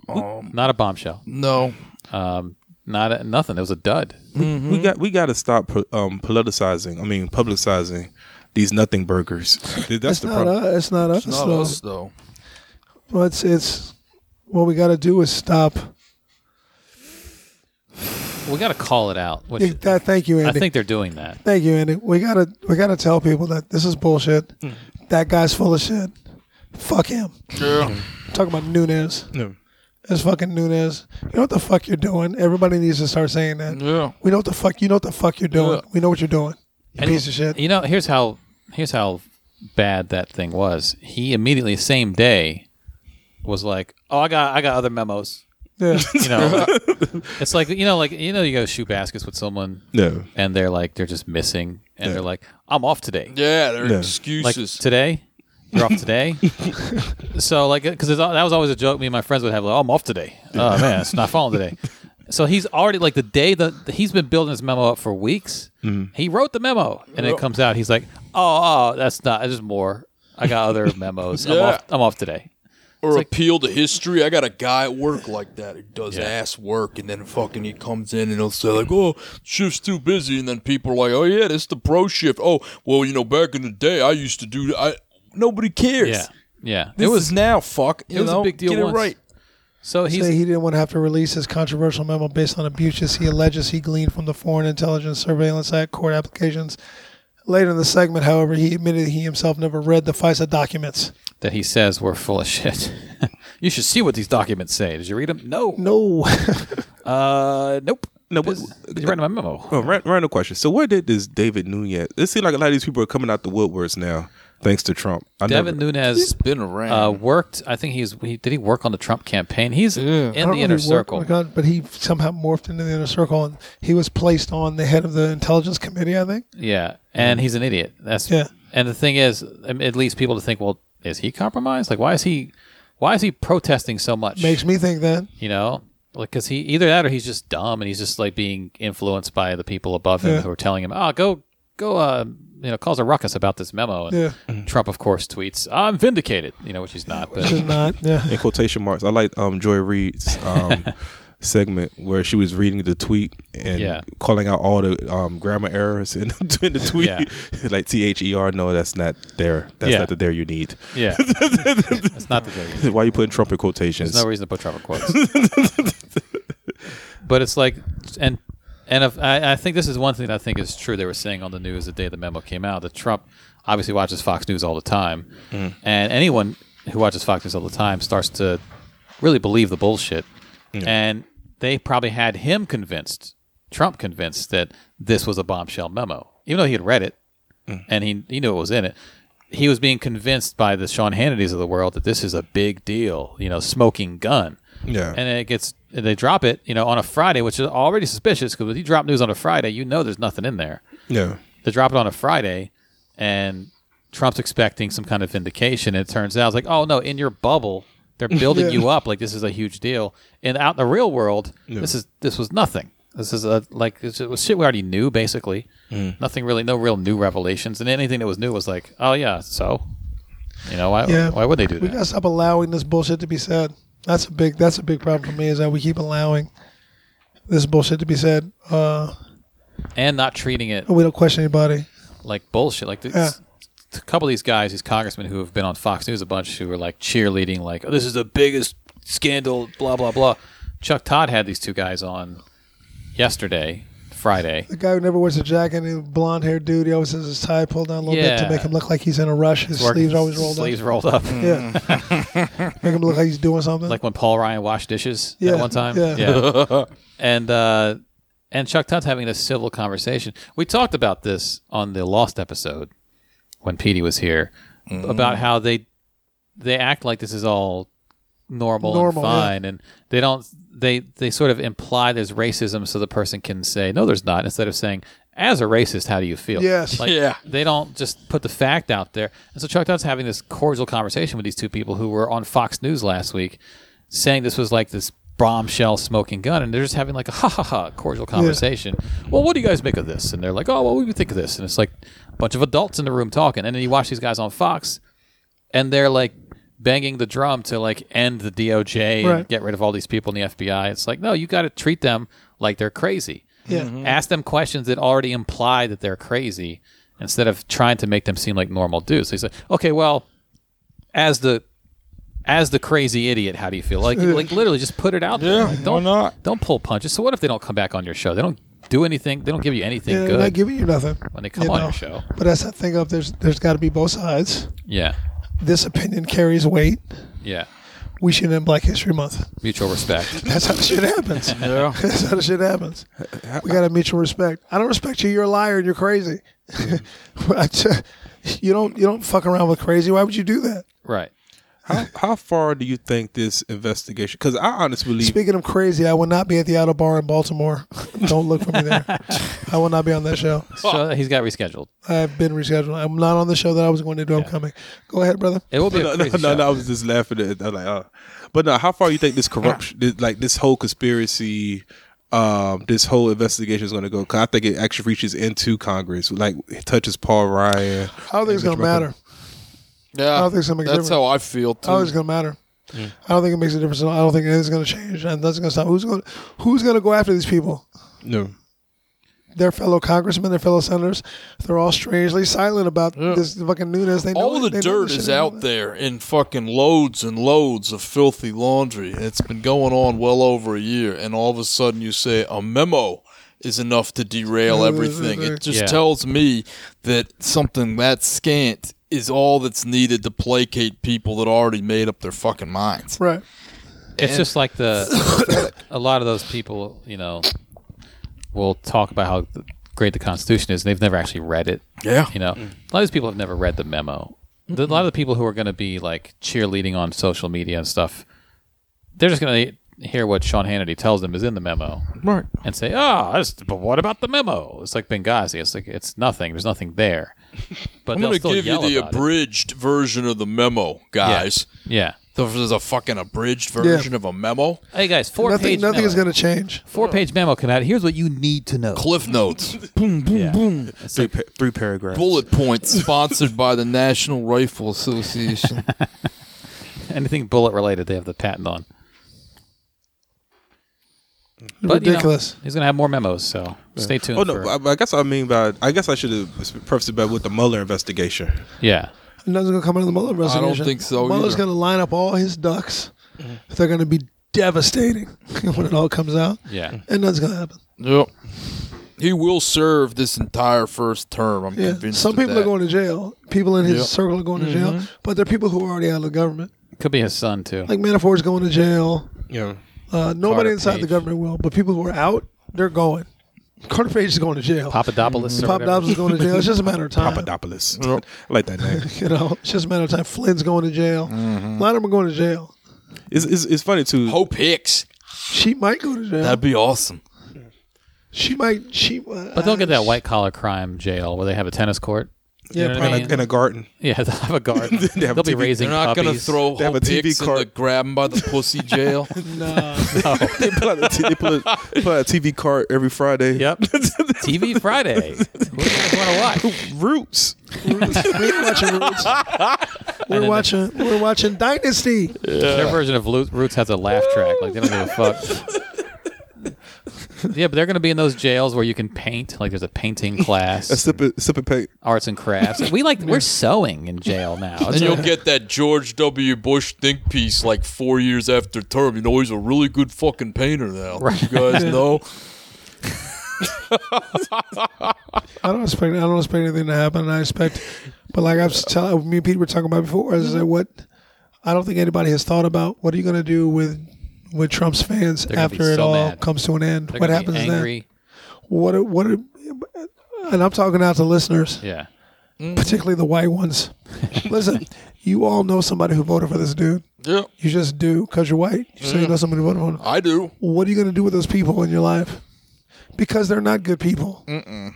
[SPEAKER 6] Not a bombshell.
[SPEAKER 4] No,
[SPEAKER 6] Um, not a, nothing. It was a dud.
[SPEAKER 7] We
[SPEAKER 6] Mm-hmm.
[SPEAKER 7] got we got to stop um, politicizing. I mean, publicizing these nothing burgers. That's
[SPEAKER 5] It's
[SPEAKER 7] the
[SPEAKER 5] not,
[SPEAKER 7] problem.
[SPEAKER 5] us, it's not us.
[SPEAKER 4] not
[SPEAKER 5] though.
[SPEAKER 4] us though.
[SPEAKER 5] Well, it's it's what we got to do is stop.
[SPEAKER 6] We got to call it out. Which,
[SPEAKER 5] Yeah, that- thank you,
[SPEAKER 6] I
[SPEAKER 5] Andy.
[SPEAKER 6] think they're doing that.
[SPEAKER 5] Thank you, Andy. We gotta we gotta tell people that this is bullshit.
[SPEAKER 6] Hmm.
[SPEAKER 5] That guy's full of shit. Fuck him.
[SPEAKER 4] Yeah.
[SPEAKER 5] Talking about Nunes.
[SPEAKER 7] Yeah.
[SPEAKER 5] It's fucking Nunes. You know what the fuck you're doing? Everybody needs to start saying that.
[SPEAKER 4] Yeah.
[SPEAKER 5] We know what the fuck you know what the fuck you're doing.
[SPEAKER 4] Yeah.
[SPEAKER 5] We know what you're doing. You
[SPEAKER 6] And-
[SPEAKER 5] piece of shit.
[SPEAKER 6] You know, here's how here's how bad that thing was. He immediately same day was like, "Oh, I got I got other memos."
[SPEAKER 5] Yeah.
[SPEAKER 6] You know, it's like you know, like you know, you go shoot baskets with someone,
[SPEAKER 7] No.
[SPEAKER 6] and they're like they're just missing, and they're like, "I'm off today."
[SPEAKER 4] Yeah, they're
[SPEAKER 7] Yeah.
[SPEAKER 6] Like
[SPEAKER 4] excuses.
[SPEAKER 6] today, you're off today. so like, because that was always a joke. Me and my friends would have like, "Oh, I'm off today." Oh man, it's not falling today. So he's already like the day that he's been building his memo up for weeks. He wrote the memo, and it comes out. He's like, "Oh, oh, that's not. There's more. I got other memos. I'm
[SPEAKER 4] Yeah.
[SPEAKER 6] off. I'm off today."
[SPEAKER 4] or appeal to history. I got a guy at work like that who does
[SPEAKER 6] Yeah.
[SPEAKER 4] ass work, and then fucking he comes in and he'll say like, "Oh, shift's too busy," and then people are like, "Oh yeah, this the pro shift." Oh, well, you know, back in the day, I used to do. I nobody cares.
[SPEAKER 6] Yeah, yeah.
[SPEAKER 4] This
[SPEAKER 6] it was
[SPEAKER 4] is now. Fuck, you
[SPEAKER 6] it was a
[SPEAKER 4] know?
[SPEAKER 6] big deal
[SPEAKER 4] Get
[SPEAKER 6] once.
[SPEAKER 4] it right.
[SPEAKER 6] so
[SPEAKER 5] Say
[SPEAKER 6] he's
[SPEAKER 5] he didn't want to have to release his controversial memo based on abuses he alleges he gleaned from the Foreign Intelligence Surveillance Act court applications. Later in the segment, however, he admitted he himself never read the FISA documents.
[SPEAKER 6] that he says we're full of shit. you should see what these documents say. Did you read them? No.
[SPEAKER 5] No.
[SPEAKER 6] Uh, nope.
[SPEAKER 7] No, but,
[SPEAKER 6] This- He's writing my memo.
[SPEAKER 7] oh, ran- random question. So where did this David Nunez? It seems like a lot of these people are coming out the woodworks now, thanks to Trump. I
[SPEAKER 6] Devin
[SPEAKER 7] never,
[SPEAKER 4] He's
[SPEAKER 6] Nunes
[SPEAKER 4] been around.
[SPEAKER 6] uh, worked. I think he's. He, did he work on the Trump campaign? He's
[SPEAKER 5] I
[SPEAKER 6] in
[SPEAKER 5] don't
[SPEAKER 6] the
[SPEAKER 5] know
[SPEAKER 6] inner
[SPEAKER 5] if he worked
[SPEAKER 6] circle.
[SPEAKER 5] with God, but he somehow morphed into the inner circle, and he was placed on the head of the intelligence committee. I think.
[SPEAKER 6] Yeah, and he's an idiot. That's
[SPEAKER 5] Yeah.
[SPEAKER 6] And the thing is, um, it leads people to think, well, is he compromised? Like, why is he, why is he protesting so much?
[SPEAKER 5] Makes me think that.
[SPEAKER 6] you know, like, cause he either that or he's just dumb and he's just like being influenced by the people above him
[SPEAKER 5] Yeah.
[SPEAKER 6] who are telling him, oh, go, go, uh, you know, cause a ruckus about this memo. And
[SPEAKER 5] Yeah.
[SPEAKER 6] Trump, of course, tweets, "I'm vindicated," you know, which he's not. But
[SPEAKER 5] Should not. Yeah.
[SPEAKER 7] in quotation marks. I like um Joy Reid's um segment where she was reading the tweet and
[SPEAKER 6] Yeah.
[SPEAKER 7] calling out all the um grammar errors in the, in the tweet.
[SPEAKER 6] Yeah.
[SPEAKER 7] like T H E R. No, that's not there. That's
[SPEAKER 6] Yeah.
[SPEAKER 7] not the there you need.
[SPEAKER 6] yeah, it's not the joke.
[SPEAKER 7] Why you putting Trump in quotations?
[SPEAKER 6] There's no reason to put Trump in quotes. but it's like, and and if, I, I think this is one thing that I think is true. They were saying on the news the day the memo came out that Trump obviously watches Fox News all the time, and anyone who watches Fox News all the time starts to really believe the bullshit. And they probably had him convinced, Trump convinced that this was a bombshell memo, even though he had read it and he he knew what was in it. He was being convinced by the Sean Hannity's of the world that this is a big deal, you know, smoking gun.
[SPEAKER 7] Yeah.
[SPEAKER 6] And it gets they drop it, you know, on a Friday, which is already suspicious because when you drop news on a Friday, you know there's nothing in there.
[SPEAKER 7] yeah.
[SPEAKER 6] They drop it on a Friday, and Trump's expecting some kind of vindication. And it turns out it's like, oh no, in your bubble, they're building you up like this is a huge deal. And out in the real world, this is this was nothing. This is a like this was shit we already knew basically.
[SPEAKER 5] Mm.
[SPEAKER 6] Nothing really, no real new revelations. And anything that was new was like, oh yeah, so you know why
[SPEAKER 5] Yeah.
[SPEAKER 6] why would they do
[SPEAKER 5] We
[SPEAKER 6] that?
[SPEAKER 5] gotta stop allowing this bullshit to be said. That's a big. That's a big problem for me is that we keep allowing this bullshit to be said. Uh,
[SPEAKER 6] and not treating it
[SPEAKER 5] we don't question anybody.
[SPEAKER 6] like bullshit. Like this,
[SPEAKER 5] Yeah.
[SPEAKER 6] a couple of these guys, these congressmen who have been on Fox News a bunch, who were like cheerleading, like oh, this is the biggest scandal, blah blah blah. Chuck Todd had these two guys on yesterday, Friday.
[SPEAKER 5] The guy who never wears a jacket, the blonde haired dude, he always has his tie pulled down a little bit
[SPEAKER 6] Yeah.
[SPEAKER 5] to make him look like he's in a rush. His sleeves are always rolled
[SPEAKER 6] Sleeves rolled up.
[SPEAKER 5] up. Yeah. make him look like he's doing something.
[SPEAKER 6] like when Paul Ryan washed dishes
[SPEAKER 5] Yeah,
[SPEAKER 6] at one time.
[SPEAKER 5] yeah.
[SPEAKER 6] Yeah. and uh, and Chuck Todd's having this civil conversation. We talked about this on the Lost episode when Petey was here about how they they act like this is all normal,
[SPEAKER 5] Normal,
[SPEAKER 6] and
[SPEAKER 5] yeah.
[SPEAKER 6] fine, and they don't. They they sort of imply there's racism, so the person can say no, there's not, instead of saying. As a racist, how do you feel?
[SPEAKER 5] Yes.
[SPEAKER 6] Like,
[SPEAKER 4] Yeah.
[SPEAKER 6] They don't just put the fact out there. And so Chuck Todd's having this cordial conversation with these two people who were on Fox News last week saying this was like this bombshell smoking gun. And they're just having like a ha ha ha cordial conversation. Well, what do you guys make of this? And they're like, oh, well, what do you think of this? And it's like a bunch of adults in the room talking. And then you watch these guys on Fox and they're like banging the drum to like end the DOJ and
[SPEAKER 5] Right.
[SPEAKER 6] get rid of all these people in the FBI. It's like, no, you got to treat them like they're crazy.
[SPEAKER 5] Yeah.
[SPEAKER 6] Ask them questions that already imply that they're crazy instead of trying to make them seem like normal dudes. They say, okay, well, as the as the crazy idiot, how do you feel? Like, like literally, just put it out there. Like, don't
[SPEAKER 4] not?
[SPEAKER 6] don't pull punches. So what if they don't come back on your show? They don't do anything. They don't give you anything
[SPEAKER 5] yeah, they're not
[SPEAKER 6] good.
[SPEAKER 5] giving you nothing
[SPEAKER 6] When they come
[SPEAKER 5] you
[SPEAKER 6] on your show.
[SPEAKER 5] But that's that thing of there's there's got to be both sides.
[SPEAKER 6] yeah,
[SPEAKER 5] This opinion carries weight.
[SPEAKER 6] yeah.
[SPEAKER 5] We should end Black History Month.
[SPEAKER 6] Mutual respect.
[SPEAKER 5] That's how the shit happens. That's how the shit happens. We got to mutual respect. I don't respect you. You're a liar and you're crazy. I t- you don't you don't fuck around with crazy. Why would you do that?
[SPEAKER 6] right.
[SPEAKER 7] How how far do you think this investigation? Because I honestly believe
[SPEAKER 5] Speaking of crazy, I will not be at the Auto Bar in Baltimore. don't look for me there. I will not be on that show.
[SPEAKER 6] So he's got rescheduled.
[SPEAKER 5] I've been rescheduled. I'm not on the show that I was going to do. I'm coming. Go ahead, brother.
[SPEAKER 6] It will be
[SPEAKER 7] no, no,
[SPEAKER 6] a crazy
[SPEAKER 7] no,
[SPEAKER 6] show.
[SPEAKER 7] no, I was just laughing at it. I'm like, oh. But no, how far you think this corruption, this, like this whole conspiracy, um, this whole investigation is going to go? Because I think it actually reaches into Congress, like it touches Paul Ryan.
[SPEAKER 5] I don't think it's going to matter.
[SPEAKER 4] Yeah,
[SPEAKER 5] I don't think so, makes a difference.
[SPEAKER 4] that's how I feel
[SPEAKER 5] I don't think it's
[SPEAKER 4] too.
[SPEAKER 5] going to matter. I don't think it makes a difference. at all. I don't think anything's going to change, and that's going to stop. Who's going? to Who's going to go after these people?
[SPEAKER 7] No,
[SPEAKER 5] Their fellow congressmen, their fellow senators, they're all strangely silent about this fucking newness. They know
[SPEAKER 4] All
[SPEAKER 5] it.
[SPEAKER 4] the
[SPEAKER 5] They know
[SPEAKER 4] dirt
[SPEAKER 5] this shit
[SPEAKER 4] is
[SPEAKER 5] is
[SPEAKER 4] out there in fucking loads and loads of filthy laundry. It's been going on well over a year, and all of a sudden you say a memo is enough to derail everything. It just
[SPEAKER 6] Yeah.
[SPEAKER 4] tells me that something that scant is all that's needed to placate people that already made up their fucking minds.
[SPEAKER 5] Right.
[SPEAKER 6] It's just like the a lot of those people, you know, will talk about how th- great the Constitution is, and they've never actually read it.
[SPEAKER 4] Yeah.
[SPEAKER 6] You know, a lot of these people have never read the memo. The- A lot of the people who are going to be like cheerleading on social media and stuff, they're just going to hear what Sean Hannity tells them is in the memo
[SPEAKER 4] Right.
[SPEAKER 6] and say, "Ah, that's but what about the memo?" It's like Benghazi. It's like it's nothing. There's nothing there. But
[SPEAKER 4] I'm
[SPEAKER 6] they'll
[SPEAKER 4] going to
[SPEAKER 6] still
[SPEAKER 4] give you
[SPEAKER 6] yell
[SPEAKER 4] the
[SPEAKER 6] about it.
[SPEAKER 4] abridged version of the memo, guys.
[SPEAKER 6] Yeah.
[SPEAKER 4] There's a fucking abridged version of a memo.
[SPEAKER 6] Hey guys, four
[SPEAKER 5] Nothing,
[SPEAKER 6] page.
[SPEAKER 5] nothing
[SPEAKER 6] memo.
[SPEAKER 5] is going to change.
[SPEAKER 6] Four page memo come out. Here's what you need to know.
[SPEAKER 4] Cliff notes,
[SPEAKER 6] Yeah.
[SPEAKER 7] Three, pa- three paragraphs.
[SPEAKER 4] bullet points, sponsored by the National Rifle Association.
[SPEAKER 6] Anything bullet related, they have the patent on. you know,
[SPEAKER 5] Mm-hmm. Ridiculous.
[SPEAKER 6] he's gonna have more memos, so stay tuned.
[SPEAKER 7] Oh no!
[SPEAKER 6] for-
[SPEAKER 7] but I, but I guess I mean by I guess I should have prefaced it by with the Mueller investigation.
[SPEAKER 6] yeah.
[SPEAKER 5] Nothing's going to come out of the Mueller
[SPEAKER 4] don't
[SPEAKER 5] investigation.
[SPEAKER 4] think so
[SPEAKER 5] Mueller's
[SPEAKER 4] either.
[SPEAKER 5] going to line up all his ducks.
[SPEAKER 6] Mm-hmm.
[SPEAKER 5] They're going to be devastating when it all comes out.
[SPEAKER 6] Yeah.
[SPEAKER 5] And nothing's going to happen.
[SPEAKER 4] yep. He will serve this entire first term. I'm
[SPEAKER 5] Yeah.
[SPEAKER 4] convinced.
[SPEAKER 5] Some
[SPEAKER 4] of
[SPEAKER 5] people
[SPEAKER 4] that. Mm-hmm.
[SPEAKER 5] are going to jail. People in his
[SPEAKER 4] Yeah.
[SPEAKER 5] circle are going to jail. But they're people who are already out of the government.
[SPEAKER 6] Could be his son too.
[SPEAKER 5] Like Manafort's going to jail.
[SPEAKER 7] Yeah.
[SPEAKER 5] Uh, nobody
[SPEAKER 6] Carter
[SPEAKER 5] inside the
[SPEAKER 6] Page.
[SPEAKER 5] government will, but people who are out, they're going. Carter Page is going to jail.
[SPEAKER 6] Papadopoulos. or
[SPEAKER 5] Pop
[SPEAKER 6] whatever.
[SPEAKER 5] Dobbs is going to jail. It's just a matter of time.
[SPEAKER 7] Papadopoulos. I like that name.
[SPEAKER 5] You know, it's just a matter of time. Flynn's going to jail.
[SPEAKER 4] Mm-hmm.
[SPEAKER 5] A lot of them are going to jail.
[SPEAKER 7] It's, it's, it's funny too.
[SPEAKER 4] Hope Hicks.
[SPEAKER 5] She might go to jail.
[SPEAKER 4] That'd be awesome.
[SPEAKER 5] she might. She. Uh,
[SPEAKER 6] But they'll get that white collar crime jail where they have a tennis court.
[SPEAKER 5] Yeah,
[SPEAKER 6] know what I
[SPEAKER 7] in
[SPEAKER 5] probably.
[SPEAKER 6] mean?
[SPEAKER 7] a, in a garden.
[SPEAKER 6] Yeah, they'll have a garden.
[SPEAKER 7] They have
[SPEAKER 6] they'll be
[SPEAKER 7] TV.
[SPEAKER 6] raising.
[SPEAKER 4] They're not going to
[SPEAKER 6] puppies.
[SPEAKER 4] throw
[SPEAKER 7] They have a
[SPEAKER 4] Hope
[SPEAKER 7] TV
[SPEAKER 4] Hicks in
[SPEAKER 7] cart.
[SPEAKER 4] the grab him by the pussy jail.
[SPEAKER 7] they pull out, a t- they pull a, pull out a TV cart every Friday.
[SPEAKER 6] Yep. TV Friday. what do you want to watch?
[SPEAKER 7] Roots.
[SPEAKER 5] we ain't watching Roots. We're watching. We're watching Dynasty.
[SPEAKER 6] Their version of Lo- Roots has a laugh track. Like they don't give a fuck. yeah, but they're going to be in those jails where you can paint. Like there's a painting
[SPEAKER 7] A
[SPEAKER 6] class,
[SPEAKER 7] sip of, sip of paint.
[SPEAKER 6] arts and crafts. We like we're sewing in jail now. It's
[SPEAKER 4] And
[SPEAKER 6] like-
[SPEAKER 4] you'll get that George W. Bush think piece like four years after term. You know, he's a really good fucking painter now. You guys know?
[SPEAKER 5] I don't expect. I don't expect anything to happen. And I expect, but like I was telling me and Pete were talking about before, is that what I don't think anybody has thought about. What are you going to do with with Trump's fans
[SPEAKER 6] gonna be
[SPEAKER 5] after it
[SPEAKER 6] so
[SPEAKER 5] all
[SPEAKER 6] mad.
[SPEAKER 5] comes to an end?
[SPEAKER 6] they're
[SPEAKER 5] What
[SPEAKER 6] gonna
[SPEAKER 5] happens
[SPEAKER 6] be
[SPEAKER 5] then?
[SPEAKER 6] angry.
[SPEAKER 5] What? are- What? are- And I'm talking out to listeners,
[SPEAKER 6] Yeah.
[SPEAKER 5] particularly the white ones. Listen, you all know somebody who voted for this dude.
[SPEAKER 4] Yeah,
[SPEAKER 5] You just do because you're white. You
[SPEAKER 6] Mm.
[SPEAKER 5] say you know somebody who voted for him.
[SPEAKER 4] I do.
[SPEAKER 5] what are you going to do with those people in your life? Because they're not good people.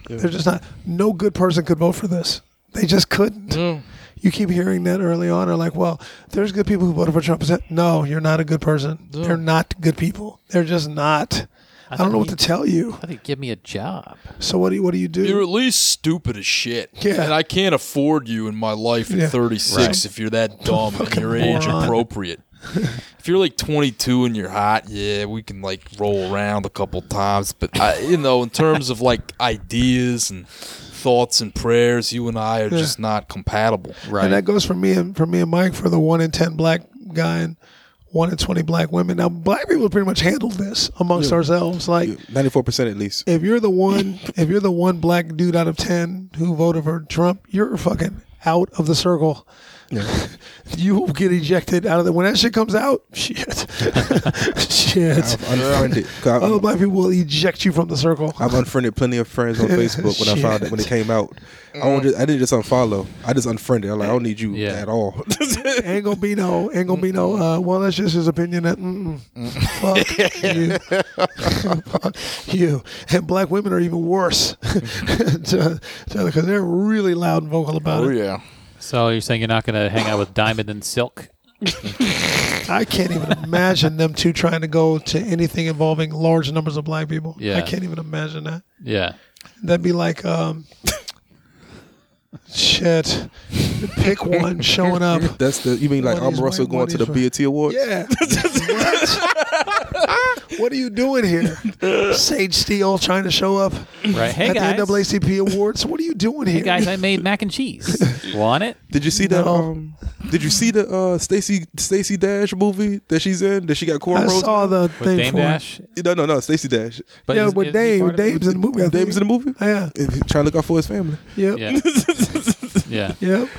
[SPEAKER 5] They're just not. No good person could vote for this. They just couldn't. You keep hearing that early on, are like, well, there's good people who voted for Trump. Is that- No, you're not a good person. They're not good people. They're just not. I, don't know what to tell you.
[SPEAKER 6] I think give me a job.
[SPEAKER 5] So what do you, what do you do?
[SPEAKER 4] You're at least stupid as shit.
[SPEAKER 5] Yeah.
[SPEAKER 4] And I can't afford you in my life at
[SPEAKER 5] Yeah.
[SPEAKER 4] 36
[SPEAKER 6] Right.
[SPEAKER 4] if you're that dumb and you're age
[SPEAKER 5] moron.
[SPEAKER 4] appropriate. if you're like 22 and you're hot, yeah, we can like roll around a couple times. But, I, you know, in terms of like ideas and thoughts and prayers, you and I are just not compatible.
[SPEAKER 5] And that goes for me and for me and Mike for the one in ten black guy and one in twenty black women. Now black people pretty much handled this amongst ourselves. Like
[SPEAKER 7] 94% at least.
[SPEAKER 5] if you're the one if you're the one black dude out of 10 who voted for Trump, you're fucking out of the circle. you will get ejected out of the when that shit comes out. Shit. shit.
[SPEAKER 7] Unfriended. 'Cause
[SPEAKER 4] Uh,
[SPEAKER 5] Other
[SPEAKER 7] I'm,
[SPEAKER 5] black people will eject you from the circle.
[SPEAKER 7] I've unfriended plenty of friends on Facebook when I found it when it came out. I, don't just, I didn't just unfollow. I just unfriended. I'm like, I don't need you
[SPEAKER 6] Mm. Yeah.
[SPEAKER 7] at all.
[SPEAKER 5] ain't gonna be no, ain't gonna be no. Uh, well, that's just his opinion. That mm-mm. fuck you, fuck you. And black women are even worse because they're really loud and vocal about
[SPEAKER 4] Oh,
[SPEAKER 5] it.
[SPEAKER 4] yeah.
[SPEAKER 6] So you're saying you're not going to hang out with Diamond and Silk?
[SPEAKER 5] I can't even imagine them two trying to go to anything involving large numbers of black people.
[SPEAKER 6] Yeah.
[SPEAKER 5] I can't even imagine that.
[SPEAKER 6] Yeah.
[SPEAKER 5] That'd be like, um, shit, pick one showing up.
[SPEAKER 7] That's the you mean like
[SPEAKER 5] What
[SPEAKER 7] I'm
[SPEAKER 5] is
[SPEAKER 7] Russell
[SPEAKER 5] right,
[SPEAKER 7] going
[SPEAKER 5] what
[SPEAKER 7] to the
[SPEAKER 5] is right.
[SPEAKER 7] BET Awards?
[SPEAKER 5] Yeah. what? what are you doing here? Sage Steele trying to show up
[SPEAKER 6] Right. Hey
[SPEAKER 5] at
[SPEAKER 6] guys.
[SPEAKER 5] the NAACP Awards. What are you doing here?
[SPEAKER 6] Hey guys, I made mac and cheese. Want it?
[SPEAKER 7] Did you see that?
[SPEAKER 5] No.
[SPEAKER 7] Um, did you see the uh, Stacy Stacy Dash movie that she's in? That she got
[SPEAKER 5] I
[SPEAKER 7] cornrows.
[SPEAKER 5] saw the
[SPEAKER 6] With
[SPEAKER 5] thing
[SPEAKER 6] Dame
[SPEAKER 5] for
[SPEAKER 6] Dash?
[SPEAKER 7] No, no, no. Stacy Dash.
[SPEAKER 6] But
[SPEAKER 5] yeah,
[SPEAKER 6] is-
[SPEAKER 5] but
[SPEAKER 6] is he part
[SPEAKER 5] Dame,
[SPEAKER 6] of it?
[SPEAKER 5] Dame's in the movie. I
[SPEAKER 7] Dame's in
[SPEAKER 5] think.
[SPEAKER 7] the movie.
[SPEAKER 5] Yeah,
[SPEAKER 7] If he's Trying to look out for his family.
[SPEAKER 5] yep,
[SPEAKER 6] Yeah. yeah.
[SPEAKER 5] yep.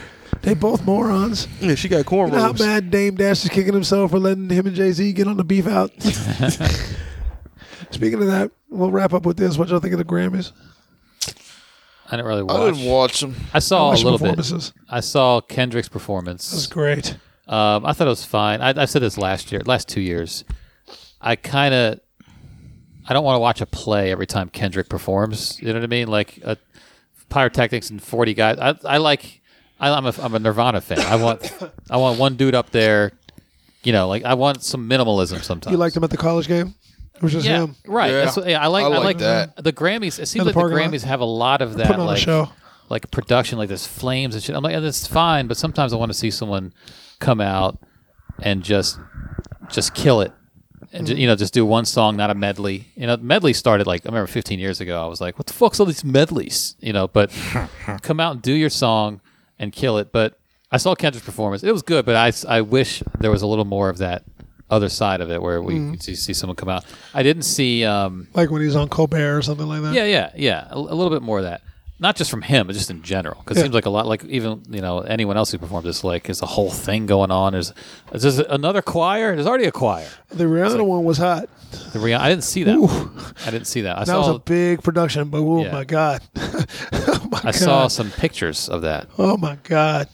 [SPEAKER 5] They both morons.
[SPEAKER 7] Yeah, she got cornrows.
[SPEAKER 5] You know how bad Dame Dash is kicking himself for letting him and Jay Z get on the beef out? Speaking of that, we'll wrap up with this. What y'all think of the Grammys?
[SPEAKER 6] I didn't really
[SPEAKER 4] I
[SPEAKER 6] watch.
[SPEAKER 4] didn't watch him.
[SPEAKER 6] I saw Oh, a
[SPEAKER 5] Watch
[SPEAKER 6] little bit.
[SPEAKER 5] performances.
[SPEAKER 6] I saw Kendrick's
[SPEAKER 5] That was
[SPEAKER 6] performance.
[SPEAKER 5] great.
[SPEAKER 6] Um, I thought it was fine. I, I said this last year, last two years. I kind of, I don't want to watch a play every time Kendrick performs. You know what I mean? Like uh pyrotechnics and forty guys. I, I like. I, I'm a I'm a Nirvana fan. I want I want one dude up there. You know, like I want some minimalism sometimes.
[SPEAKER 5] You liked him at the college game? It was just
[SPEAKER 6] yeah,
[SPEAKER 5] him.
[SPEAKER 6] right.
[SPEAKER 4] Yeah.
[SPEAKER 6] That's what- yeah, I like I,
[SPEAKER 4] I like
[SPEAKER 6] like
[SPEAKER 4] that.
[SPEAKER 6] the Grammys. It
[SPEAKER 5] In
[SPEAKER 6] seems
[SPEAKER 5] the
[SPEAKER 6] like the
[SPEAKER 5] parking lot.
[SPEAKER 6] Grammys have a lot of that.
[SPEAKER 5] Putting on
[SPEAKER 6] like,
[SPEAKER 5] a show.
[SPEAKER 6] like production, like there's flames and shit. I'm like, oh, that's fine, but sometimes I want to see someone come out and just just kill it,
[SPEAKER 5] Mm-hmm.
[SPEAKER 6] and ju- you know, just do one song, not a medley. You know, medley started like I remember 15 years ago. I was like, what the fuck's all these medleys? You know, but come out and do your song and kill it. But I saw Kendrick's performance; it was good, but I s- I wish there was a little more of that other side of it where we
[SPEAKER 5] Mm-hmm.
[SPEAKER 6] could see, see someone come out. I didn't see. um
[SPEAKER 5] Like when he's on Colbert or something like that.
[SPEAKER 6] yeah, yeah, yeah. A, a little bit more of that. Not just from him, but just in general. Because it
[SPEAKER 5] Yeah.
[SPEAKER 6] seems like a lot, like even you know anyone else who performed this, like is a whole thing going on. There's, is this another choir? There's already a choir.
[SPEAKER 5] The Rihanna one was hot.
[SPEAKER 6] The Rihanna, I didn't see that. I didn't see that. I
[SPEAKER 5] That was
[SPEAKER 6] saw.
[SPEAKER 5] a big production, but oh
[SPEAKER 6] Yeah.
[SPEAKER 5] my god, oh my
[SPEAKER 6] I
[SPEAKER 5] god,
[SPEAKER 6] saw some pictures of that.
[SPEAKER 5] oh my god.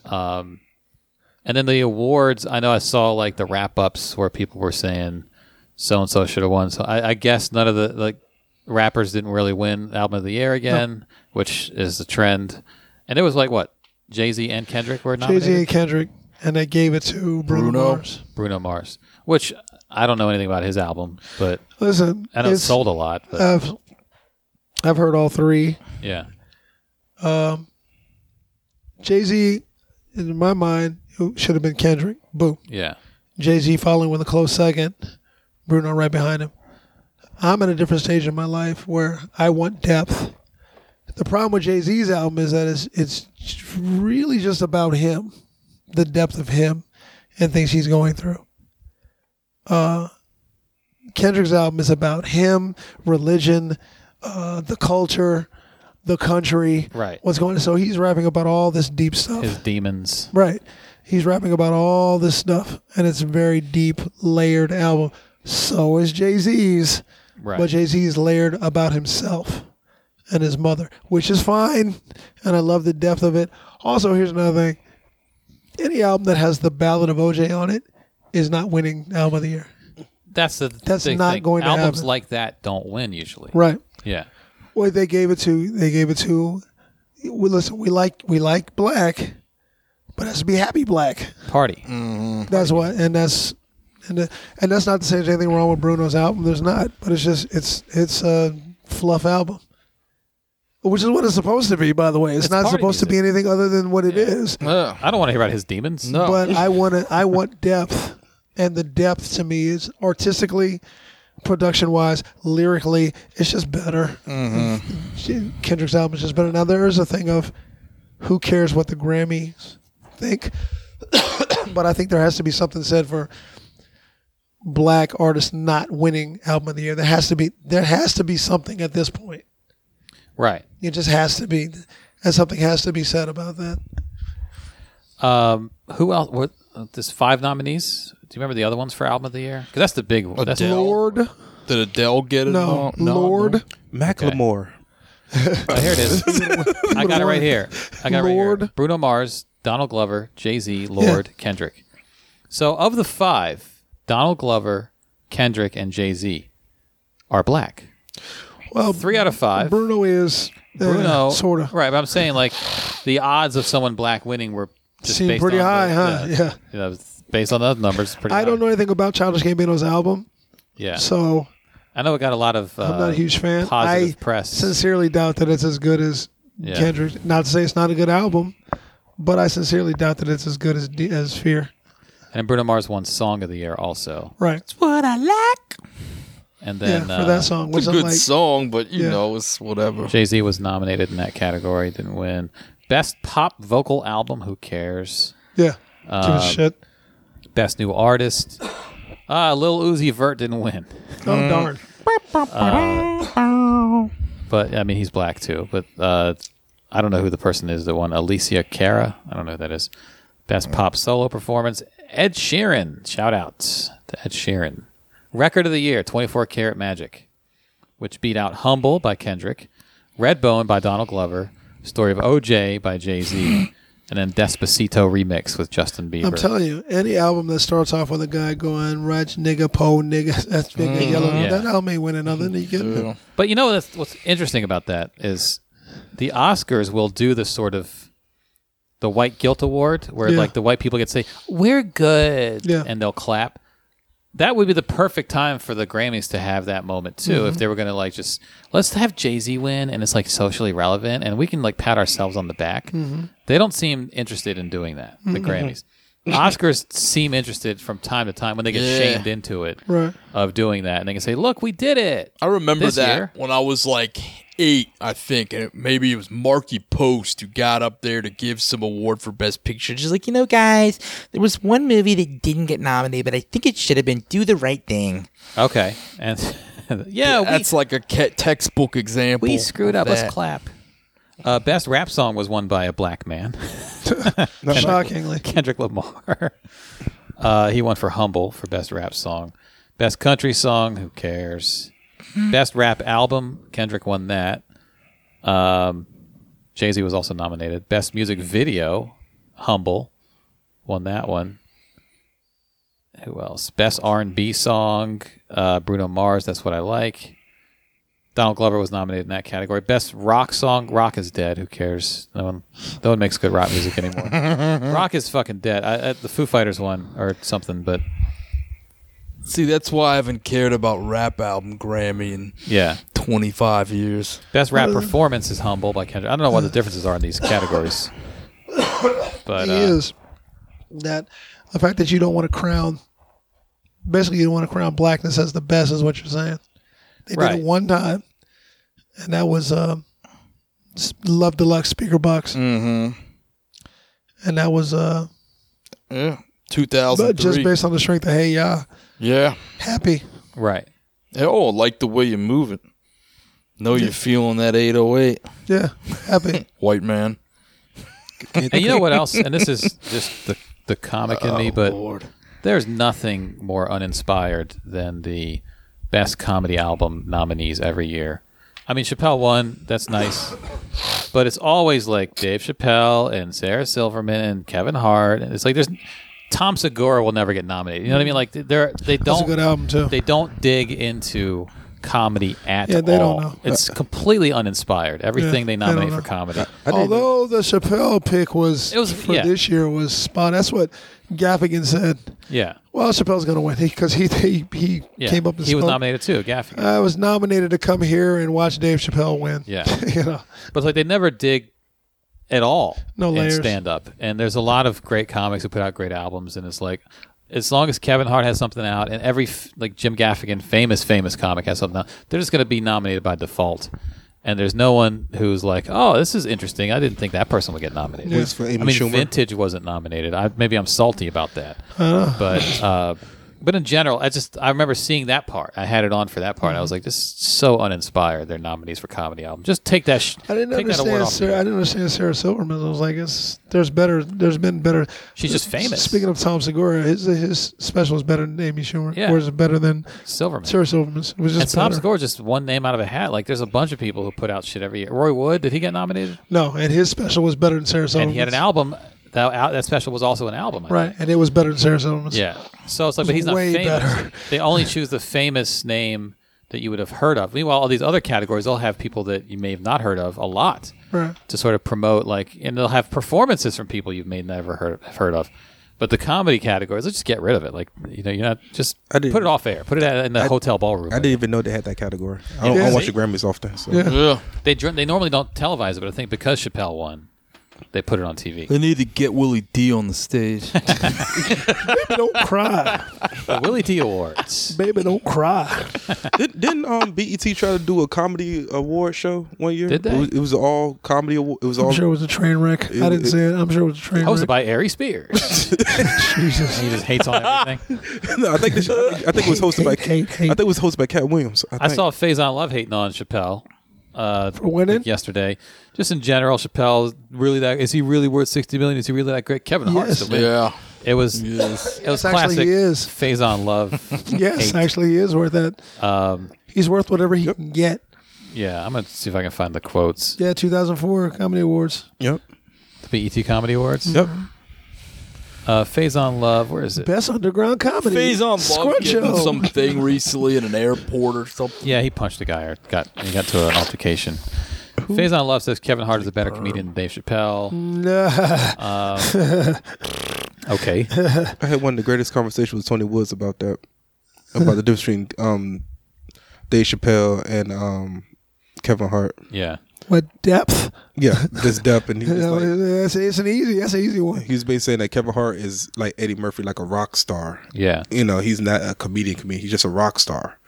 [SPEAKER 6] And then the awards, I know I saw like the wrap ups where people were saying so and so should have won. So I, I guess none of the like rappers didn't really win album of the year again, which is the trend. And it was like what Jay Z and Kendrick were
[SPEAKER 5] Jay
[SPEAKER 6] nominated.
[SPEAKER 5] Z and Kendrick, and they gave it to Bruno.
[SPEAKER 4] Bruno.
[SPEAKER 5] Mars.
[SPEAKER 6] Bruno Mars, which I don't know anything about his album, but
[SPEAKER 5] Listen,
[SPEAKER 6] I know it
[SPEAKER 5] it's- Uh,
[SPEAKER 6] sold a lot. But
[SPEAKER 5] I've I've heard all three.
[SPEAKER 6] yeah,
[SPEAKER 5] Jay Z, in my mind, it should have been Kendrick. Boom.
[SPEAKER 6] yeah,
[SPEAKER 5] Jay Z following with a close second. Bruno right behind him. I'm at a different stage in my life where I want depth. The problem with Jay Z's album is that it's it's really just about him, the depth of him, and things he's going through. Uh, Kendrick's album is about him, religion, uh, the culture, the country,
[SPEAKER 6] Right.
[SPEAKER 5] What's going on? So he's rapping about all this deep stuff.
[SPEAKER 6] his demons.
[SPEAKER 5] Right. He's rapping about all this stuff, and it's a very deep, layered album. So is Jay Z's,
[SPEAKER 6] Right.
[SPEAKER 5] but Jay Z is layered about himself and his mother, which is fine. And I love the depth of it. Also, here's another thing any album that has the ballad of OJ on it is not winning album of the year.
[SPEAKER 6] that's the
[SPEAKER 5] That's
[SPEAKER 6] big
[SPEAKER 5] not
[SPEAKER 6] thing.
[SPEAKER 5] going to
[SPEAKER 6] albums
[SPEAKER 5] happen.
[SPEAKER 6] like that don't win usually.
[SPEAKER 5] Right.
[SPEAKER 6] Yeah,
[SPEAKER 5] Well, they gave it to they gave it to. We listen. We like we like black, but it has to be happy black.
[SPEAKER 6] party.
[SPEAKER 5] That's what, and that's, and the, and that's not to say there's anything wrong with Bruno's album. There's not, but it's just it's it's a fluff album, which is what it's supposed to be. By the way, it's,
[SPEAKER 6] It's
[SPEAKER 5] not
[SPEAKER 6] party
[SPEAKER 5] supposed to be anything other than what it is.
[SPEAKER 4] Yeah.
[SPEAKER 6] I don't want to hear about his demons.
[SPEAKER 4] No.
[SPEAKER 5] But I want to I want depth, and the depth to me is artistically, production wise, lyrically, it's just better. She- Kendrick's album is just better. Now there is a thing of, who cares what the Grammys think, but I think there has to be something said for black artists not winning album of the year. There has to be there has to be something at this point.
[SPEAKER 6] Right.
[SPEAKER 5] It just has to be, and something has to be said about that.
[SPEAKER 6] Um, who else? What? uh, There's five nominees. Do you remember the other ones for album of the year? 'Cause that's the big. one. That's
[SPEAKER 4] Adele.
[SPEAKER 5] Lord,
[SPEAKER 4] Did Adele get it?
[SPEAKER 5] no, Lord.
[SPEAKER 7] Macklemore.
[SPEAKER 6] Oh, here it is. I got it right here. I got it right here.
[SPEAKER 5] Lord.
[SPEAKER 6] Bruno Mars, Donald Glover, Jay Z, Lord, Kendrick. So of the five, Donald Glover, Kendrick, and Jay Z are black.
[SPEAKER 5] Well,
[SPEAKER 6] Three out of five.
[SPEAKER 5] Bruno is uh,
[SPEAKER 6] Bruno,
[SPEAKER 5] sort of.
[SPEAKER 6] right. But I'm saying like the odds of someone black winning were just
[SPEAKER 5] Seemed
[SPEAKER 6] based
[SPEAKER 5] pretty
[SPEAKER 6] on
[SPEAKER 5] high,
[SPEAKER 6] the-
[SPEAKER 5] huh? Yeah.
[SPEAKER 6] You know, based on those numbers. Pretty
[SPEAKER 5] I don't
[SPEAKER 6] high.
[SPEAKER 5] know anything about Childish Gambino's album,
[SPEAKER 6] Yeah,
[SPEAKER 5] so
[SPEAKER 6] I know it got a lot of. Uh,
[SPEAKER 5] I'm not a huge fan.
[SPEAKER 6] Positive
[SPEAKER 5] I
[SPEAKER 6] press.
[SPEAKER 5] sincerely doubt that it's as good as
[SPEAKER 6] Yeah.
[SPEAKER 5] Kendrick. Not to say it's not a good album, but I sincerely doubt that it's as good as D- as Fear.
[SPEAKER 6] and Bruno Mars won Song of the Year also.
[SPEAKER 5] Right.
[SPEAKER 6] And
[SPEAKER 5] Yeah,
[SPEAKER 6] then
[SPEAKER 5] for
[SPEAKER 6] uh,
[SPEAKER 5] that song, which
[SPEAKER 4] It's a
[SPEAKER 5] I'm
[SPEAKER 4] good
[SPEAKER 5] like,
[SPEAKER 4] song, but you
[SPEAKER 5] Yeah.
[SPEAKER 4] know, it's whatever.
[SPEAKER 6] Jay Z was nominated in that category, didn't win. Best pop vocal album, who cares? Uh,
[SPEAKER 5] yeah, give a shit.
[SPEAKER 6] Best new artist, uh, Lil Uzi Vert didn't win,
[SPEAKER 5] Oh
[SPEAKER 6] mm,
[SPEAKER 5] darn.
[SPEAKER 6] but I mean he's black too. But uh, I don't know who the person is that won. Alicia Cara, I don't know who that is. Best pop solo performance, Ed Sheeran. Shout out to Ed Sheeran. Record of the year, 24 Karat Magic. which beat out Humble by Kendrick, Redbone by Donald Glover, Story of OJ by Jay Z, and then Despacito remix with Justin Bieber.
[SPEAKER 5] I'm telling you, any album that starts off with a guy going "Raj nigga, po nigga, that's nigga, yellow,"
[SPEAKER 6] Mm, Yeah.
[SPEAKER 5] that album may win another. And you get it.
[SPEAKER 6] But you know that's, what's interesting about that is the Oscars will do this sort of the white guilt award where
[SPEAKER 5] Yeah.
[SPEAKER 6] like the white people get to say we're good
[SPEAKER 5] Yeah.
[SPEAKER 6] and they'll clap. That would be the perfect time for the Grammys to have that moment too.
[SPEAKER 5] Mm-hmm.
[SPEAKER 6] If they were going to like just let's have Jay Z win and it's like socially relevant and we can like pat ourselves on the back.
[SPEAKER 5] Mm-hmm.
[SPEAKER 6] They don't seem interested in doing that. The Grammys, Oscars seem interested from time to time when they get
[SPEAKER 4] Yeah.
[SPEAKER 6] shamed into it
[SPEAKER 5] Right.
[SPEAKER 6] of doing that and they can say, "Look, we did it."
[SPEAKER 4] I remember
[SPEAKER 6] This
[SPEAKER 4] that
[SPEAKER 6] year.
[SPEAKER 4] when I was like eight, I think, and it, maybe it was Marky Post who got up there to give some award for Best Picture. She's like,
[SPEAKER 9] You know, guys, there was one movie that didn't get nominated, but I think it should have been Do the Right Thing.
[SPEAKER 6] Okay. And yeah, we,
[SPEAKER 4] that's like a ca- textbook example.
[SPEAKER 6] we screwed
[SPEAKER 4] of
[SPEAKER 6] up. Let's
[SPEAKER 4] that.
[SPEAKER 6] clap. Uh, best rap song was won by a black man,
[SPEAKER 5] Shockingly,
[SPEAKER 6] Kendrick Lamar. Uh, he won for Humble for best rap song. Best country song, who cares? Best rap album, Kendrick won that. Um, Jay Z was also nominated. Best music video, Humble won that one. Who else? Best R and B song, uh, Bruno Mars. That's what I like. Donald Glover was nominated in that category. Best rock song, Rock is dead. Who cares? No one, no one makes good rock music anymore. rock is fucking dead. I, I, the Foo Fighters won or something, but
[SPEAKER 4] See, that's why I haven't cared about rap album Grammy in
[SPEAKER 6] yeah.
[SPEAKER 4] 25 years.
[SPEAKER 6] Best rap performance is "Humble" by Kendrick. I don't know what the differences are in these categories, but
[SPEAKER 5] he
[SPEAKER 6] uh,
[SPEAKER 5] is that the fact that you don't want to crown. Basically, you don't want to crown blackness as the best, is what you're saying. They did
[SPEAKER 6] Right.
[SPEAKER 5] it one time, and that was um, S- Love Deluxe Speaker Box,
[SPEAKER 4] Mm-hmm.
[SPEAKER 5] and that was uh,
[SPEAKER 4] Yeah.
[SPEAKER 5] but
[SPEAKER 4] 2003.
[SPEAKER 5] just based on the strength of Hey Ya,
[SPEAKER 4] yeah.
[SPEAKER 5] happy.
[SPEAKER 6] right.
[SPEAKER 4] Oh, I like the way you move it. Know you're feeling that 808,
[SPEAKER 5] Yeah, happy.
[SPEAKER 4] white man.
[SPEAKER 6] And you know what else? And this is just the the comic in me, but
[SPEAKER 4] Lord.
[SPEAKER 6] There's nothing more uninspired than the best comedy album nominees every year. I mean, Chappelle won. That's nice. But it's always like Dave Chappelle and Sarah Silverman and Kevin Hart. And it's like there's Tom Segura will never get nominated. You know what I mean? Like they're they
[SPEAKER 5] That's a
[SPEAKER 6] don't
[SPEAKER 5] good album too.
[SPEAKER 6] they don't dig into comedy at
[SPEAKER 5] Yeah, they don't
[SPEAKER 6] all.
[SPEAKER 5] know. Uh,
[SPEAKER 6] It's completely uninspired. Everything
[SPEAKER 5] they
[SPEAKER 6] they
[SPEAKER 5] don't
[SPEAKER 6] nominate
[SPEAKER 5] know.
[SPEAKER 6] for comedy.
[SPEAKER 5] Although the Chappelle pick was,
[SPEAKER 6] It was-
[SPEAKER 5] for
[SPEAKER 6] yeah.
[SPEAKER 5] this year was spot. That's what Gaffigan said.
[SPEAKER 6] Yeah.
[SPEAKER 5] Well, Chappelle's going to win because he he, he
[SPEAKER 6] Yeah.
[SPEAKER 5] came up Uh, and
[SPEAKER 6] he was
[SPEAKER 5] spoke.
[SPEAKER 6] nominated too, Gaffigan.
[SPEAKER 5] I was nominated to come here and watch Dave Chappelle win.
[SPEAKER 6] Yeah.
[SPEAKER 5] you know,
[SPEAKER 6] But like they never dig at all
[SPEAKER 5] No
[SPEAKER 6] in
[SPEAKER 5] layers.
[SPEAKER 6] stand up. And there's a lot of great comics who put out great albums and it's like as long as Kevin Hart has something out and every f- like Jim Gaffigan famous famous comic has something out, they're just going to be nominated by default. And there's no one who's like, "Oh, this is interesting. I didn't think that person would get nominated."
[SPEAKER 7] Wins for Amy
[SPEAKER 6] I mean,
[SPEAKER 7] Schumer.
[SPEAKER 6] Vintage wasn't nominated. I, maybe I'm salty about that. But uh, but in general, I just I remember seeing that part. I had it on for that part. I was like, "This is so uninspired." They're nominees for comedy album. Just take that. Sh-
[SPEAKER 5] I didn't
[SPEAKER 6] take That award
[SPEAKER 5] understand.
[SPEAKER 6] off the-
[SPEAKER 5] Sarah, I didn't understand Sarah Silverman. I was like, it's, there's better. There's been better.
[SPEAKER 6] She's just famous.
[SPEAKER 5] Speaking of Tom Segura, his his special is better than Amy Schumer.
[SPEAKER 6] Yeah.
[SPEAKER 5] or is it better than
[SPEAKER 6] Silverman.
[SPEAKER 5] Sarah Silverman's? It was
[SPEAKER 6] and
[SPEAKER 5] just
[SPEAKER 6] Tom
[SPEAKER 5] better.
[SPEAKER 6] Segura is just one name out of a hat. Like there's a bunch of people who put out shit every year. Roy Wood, did he get nominated?
[SPEAKER 5] No, and his special was better than Sarah Silverman's.
[SPEAKER 6] and he had an album. That out, that special was also an album. I
[SPEAKER 5] Oh, right?
[SPEAKER 6] think.
[SPEAKER 5] And it was better than Sarah Silverman's.
[SPEAKER 6] Yeah. So it's like, but he's not
[SPEAKER 5] Way
[SPEAKER 6] famous.
[SPEAKER 5] better.
[SPEAKER 6] They only choose the famous name that you would have heard of. Meanwhile, all these other categories, they'll have people that you may have not heard of a lot
[SPEAKER 5] Right.
[SPEAKER 6] to sort of promote. Like, and they'll have performances from people you may never heard have heard of. But the comedy categories, let's just get rid of it. Like, you know, you're not just
[SPEAKER 7] I
[SPEAKER 6] put
[SPEAKER 7] didn't-
[SPEAKER 6] it off air. Put it at- in the hotel ballroom.
[SPEAKER 7] I didn't even know they had that category. I don't, I don't watch the Grammys often. So. Yeah.
[SPEAKER 4] Yeah.
[SPEAKER 6] They dr- they normally don't televise it, but I think because Chappelle won, they put it on TV.
[SPEAKER 4] They need to get Willie D on the stage.
[SPEAKER 5] Don't cry,
[SPEAKER 6] The Willie D Awards.
[SPEAKER 5] baby. Don't cry.
[SPEAKER 7] Did, didn't um, BET try to do a comedy award show one year?
[SPEAKER 6] Did they?
[SPEAKER 7] It was, it was all comedy. Award, it was all.
[SPEAKER 5] I'm sure it was a train wreck. I didn't say it. I'm sure it was a train
[SPEAKER 6] Hosted
[SPEAKER 5] wreck.
[SPEAKER 6] by Ari Spears.
[SPEAKER 5] Jesus.
[SPEAKER 6] he just hates on everything.
[SPEAKER 7] no, I think they should, I think it was hosted by.
[SPEAKER 5] Hate, hate, hate.
[SPEAKER 7] I think it was hosted by Cat Williams. I,
[SPEAKER 6] I
[SPEAKER 7] think.
[SPEAKER 6] saw Faison Love hating on Chappelle. Uh, For
[SPEAKER 5] winning?
[SPEAKER 6] yesterday, just in general, Chappelle really that is he really worth sixty million? Is he really that great? Kevin Hart's
[SPEAKER 5] Yes.
[SPEAKER 6] the win.
[SPEAKER 4] yeah.
[SPEAKER 6] It was
[SPEAKER 4] Yes.
[SPEAKER 6] it
[SPEAKER 5] Yes,
[SPEAKER 6] was
[SPEAKER 5] actually,
[SPEAKER 6] classic.
[SPEAKER 5] he is.
[SPEAKER 6] Phase on love.
[SPEAKER 5] Yes,
[SPEAKER 6] Eight.
[SPEAKER 5] actually, he is worth it.
[SPEAKER 6] um,
[SPEAKER 5] He's worth whatever he can get.
[SPEAKER 6] yeah, I'm gonna see if I can find the quotes.
[SPEAKER 5] Yeah, 2004 Comedy Awards.
[SPEAKER 7] Yep.
[SPEAKER 6] The BET Comedy Awards.
[SPEAKER 7] Yep.
[SPEAKER 6] Uh, Phase on love. Where is it?
[SPEAKER 5] Best underground comedy.
[SPEAKER 4] Phase on
[SPEAKER 5] Squirt show.
[SPEAKER 4] something recently in an airport or something.
[SPEAKER 6] Yeah, he punched a guy or got he got to an altercation. Phase on love says Kevin Hart is a better comedian than Dave
[SPEAKER 5] Mm.
[SPEAKER 6] Chappelle.
[SPEAKER 5] Nah.
[SPEAKER 6] Okay.
[SPEAKER 7] I had one of the greatest conversations with Tony Woods about that, about the difference between um, Dave Chappelle and um, Kevin Hart.
[SPEAKER 6] Yeah.
[SPEAKER 5] What depth?
[SPEAKER 7] Yeah, this depth, and he was like,
[SPEAKER 5] that's, it's an easy. That's an easy one.
[SPEAKER 7] he was basically saying that Kevin Hart is like Eddie Murphy, like a rock star.
[SPEAKER 6] Yeah.
[SPEAKER 7] You know, he's not a comedian. Comedian, he's just a rock star.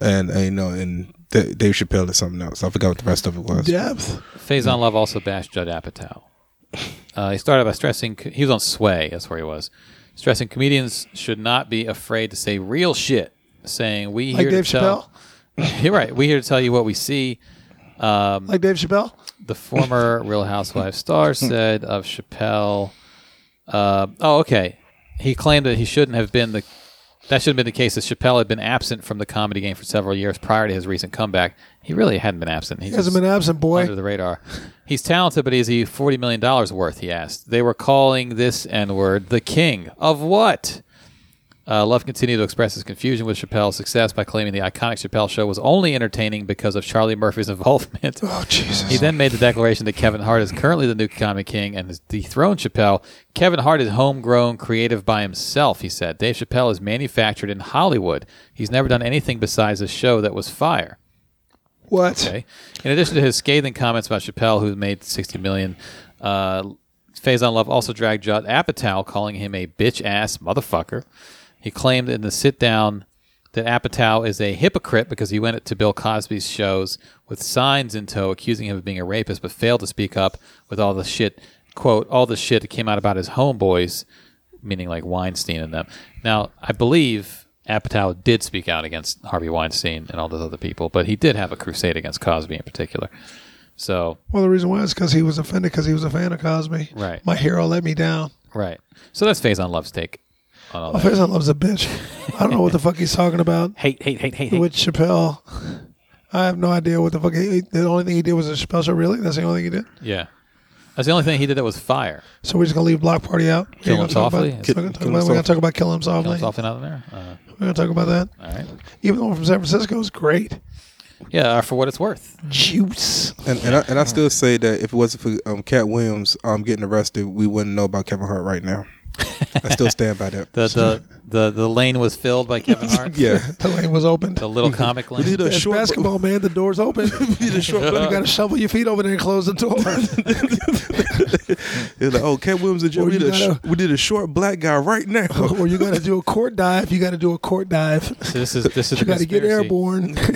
[SPEAKER 7] And uh, you know, and D- Dave Chappelle is something else. I forgot what the rest of it was.
[SPEAKER 5] Depth.
[SPEAKER 6] Phase on Love also bashed Judd Apatow. Uh, he started by stressing he was on Sway, that's where he was, stressing comedians should not be afraid to say real shit, saying we
[SPEAKER 5] Like
[SPEAKER 6] here
[SPEAKER 5] Dave
[SPEAKER 6] to tell. You're right. We here to tell you what we see. um,
[SPEAKER 5] Like Dave Chappelle.
[SPEAKER 6] The former Real Housewives star said of Chappelle. Uh, oh, okay. He claimed that he shouldn't have been the. That should have been the case. That Chappelle had been absent from the comedy game for several years prior to his recent comeback. He really hadn't been absent. He
[SPEAKER 5] He hasn't been absent,
[SPEAKER 6] under
[SPEAKER 5] boy.
[SPEAKER 6] the radar. He's talented, but is he forty million dollars worth? He asked. They were calling this N word the king of what? Uh, Love continued to express his confusion with Chappelle's success by claiming the iconic Chappelle show was only entertaining because of Charlie Murphy's involvement.
[SPEAKER 5] Oh Jesus.
[SPEAKER 6] He then made the declaration that Kevin Hart is currently the new comic king and has dethroned Chappelle. Kevin Hart is homegrown, creative by himself, he said. Dave Chappelle is manufactured in Hollywood. He's never done anything besides a show that was fire.
[SPEAKER 5] What?
[SPEAKER 6] Okay. In addition to his scathing comments about Chappelle, who made sixty million, uh, Faison Love also dragged Judd Apatow, calling him a bitch ass motherfucker. He claimed in the sit down that Apatow is a hypocrite because he went to Bill Cosby's shows with signs in tow accusing him of being a rapist, but failed to speak up with all the shit quote all the shit that came out about his homeboys, meaning like Weinstein and them. Now I believe. Apatow did speak out against Harvey Weinstein and all those other people, but he did have a crusade against Cosby in particular. So,
[SPEAKER 5] Well, the reason why is because he was offended because he was a fan of Cosby.
[SPEAKER 6] Right.
[SPEAKER 5] My hero let me down.
[SPEAKER 6] right. So that's Faison Love's take on all
[SPEAKER 5] My
[SPEAKER 6] Oh, that.
[SPEAKER 5] face on love's a bitch. I don't know what the fuck he's talking about
[SPEAKER 6] Hate, hate, hate, hate, hate.
[SPEAKER 5] with Chappelle. I have no idea what the fuck. He, the only thing he did was a Chappelle show. Really? That's the only thing he did.
[SPEAKER 6] Yeah. That's the only thing he did that was fire.
[SPEAKER 5] So we're just gonna leave Block Party out. We
[SPEAKER 6] Kill
[SPEAKER 5] ain't
[SPEAKER 6] 'em
[SPEAKER 5] gonna talk about- We're
[SPEAKER 6] softly?
[SPEAKER 5] gonna talk about- we're gonna talk about Kill 'em softly.
[SPEAKER 6] It's often out of there. Uh,
[SPEAKER 5] We're gonna talk about that.
[SPEAKER 6] all right.
[SPEAKER 5] Even the one from San Francisco is great.
[SPEAKER 6] Yeah, or for what it's worth.
[SPEAKER 5] Juice.
[SPEAKER 7] And and I, and I still say that if it wasn't for um, Cat Williams um, getting arrested, we wouldn't know about Kevin Hart right now. I still stand by that.
[SPEAKER 6] The the, the the lane was filled by Kevin Hart.
[SPEAKER 7] yeah.
[SPEAKER 5] The lane was opened.
[SPEAKER 6] The little comic lane.
[SPEAKER 7] Need a
[SPEAKER 5] It's
[SPEAKER 7] short-
[SPEAKER 5] basketball, man. The door's open. you gotta shovel your feet over there and close the door.
[SPEAKER 7] It's like, oh, Cat Williams and Joe,
[SPEAKER 5] Or
[SPEAKER 7] we
[SPEAKER 5] you
[SPEAKER 7] need, a, sh-
[SPEAKER 5] gotta-
[SPEAKER 7] we need a short black guy right now.
[SPEAKER 5] or you gotta do a court dive. You gotta do a court dive.
[SPEAKER 6] So this is this is
[SPEAKER 5] You
[SPEAKER 6] the
[SPEAKER 5] gotta get
[SPEAKER 6] conspiracy.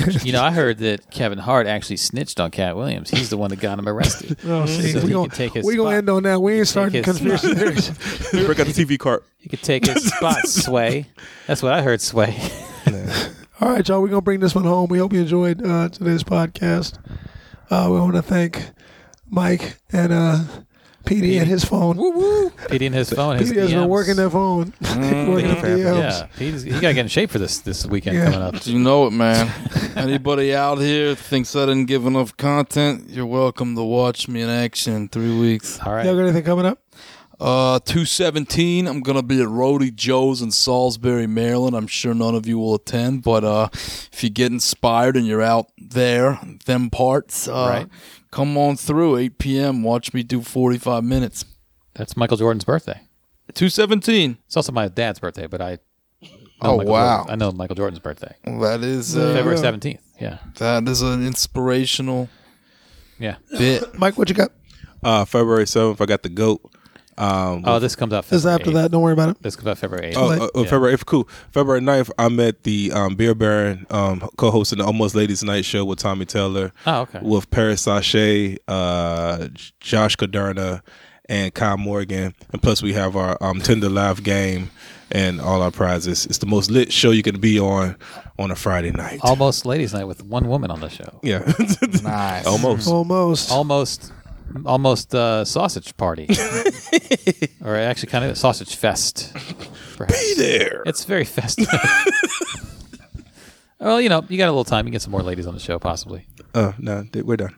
[SPEAKER 5] airborne.
[SPEAKER 6] You know, I heard that Kevin Hart actually snitched on Cat Williams. He's the one that got him arrested.
[SPEAKER 5] Oh, see,
[SPEAKER 6] So
[SPEAKER 5] we
[SPEAKER 6] he
[SPEAKER 5] gonna,
[SPEAKER 6] could take his
[SPEAKER 5] we gonna
[SPEAKER 6] spot.
[SPEAKER 5] end on that. We ain't starting
[SPEAKER 6] take his
[SPEAKER 5] conspiracy theories.
[SPEAKER 7] Break out the TV cart.
[SPEAKER 6] He could take his spot, Sway. That's what I heard, Sway.
[SPEAKER 5] All right, y'all. We're gonna bring this one home. We hope you enjoyed uh, today's podcast. Uh, we want to thank Mike and uh, PD and his phone. Woo woo. Mm,
[SPEAKER 6] Pete and his phone. His
[SPEAKER 5] PD has been
[SPEAKER 6] DMs.
[SPEAKER 5] working that phone, working up DMs.
[SPEAKER 6] Yeah, he's, he got to get in shape for this this weekend
[SPEAKER 5] Yeah.
[SPEAKER 6] coming up.
[SPEAKER 4] You know it, man. Anybody out here thinks I didn't give enough content? You're welcome to watch me in action in three weeks.
[SPEAKER 6] All
[SPEAKER 5] Y'all
[SPEAKER 6] right.
[SPEAKER 5] got anything coming up?
[SPEAKER 4] Uh, 217, I'm going to be at Roadie Joe's in Salisbury, Maryland. I'm sure none of you will attend, but uh, if you get inspired and you're out there, them parts, uh,
[SPEAKER 6] Right.
[SPEAKER 4] come on through 8 p.m. Watch me do 45 minutes.
[SPEAKER 6] That's Michael Jordan's birthday.
[SPEAKER 4] 217.
[SPEAKER 6] It's also my dad's birthday, but I. know
[SPEAKER 4] Oh,
[SPEAKER 6] Michael
[SPEAKER 4] wow.
[SPEAKER 6] Jordan- I know Michael Jordan's birthday.
[SPEAKER 4] That is uh,
[SPEAKER 6] February 17th. Yeah.
[SPEAKER 4] that is an inspirational
[SPEAKER 6] Yeah. Oh,
[SPEAKER 4] bit.
[SPEAKER 5] Mike, what you got?
[SPEAKER 7] Uh, February 7th, I got the GOAT.
[SPEAKER 6] Oh, this comes out
[SPEAKER 5] This is
[SPEAKER 6] February
[SPEAKER 5] after
[SPEAKER 6] 8th.
[SPEAKER 5] that. Don't worry about it.
[SPEAKER 6] This comes out February 8th.
[SPEAKER 7] Oh,
[SPEAKER 5] Like-
[SPEAKER 7] uh, uh, February if cool. February 9th, I'm at the um, Beer Baron um, co-hosting the Almost Ladies Night show with Tommy Taylor.
[SPEAKER 6] Oh, okay.
[SPEAKER 7] With Paris Sachet, uh, J- Josh Caderna, and Kyle Morgan, and plus we have our um, Tinder Live game and all our prizes. It's the most lit show you can be on on a Friday night.
[SPEAKER 6] Almost Ladies Night with one woman on the show.
[SPEAKER 7] yeah,
[SPEAKER 4] Nice.
[SPEAKER 7] almost.
[SPEAKER 5] Almost.
[SPEAKER 6] Almost almost uh, sausage party, or actually kind of sausage fest. Perhaps. Be there. It's very festive. well, you know, you got a little time. You get some more ladies on the show, possibly.
[SPEAKER 7] Uh, no, th- we're done.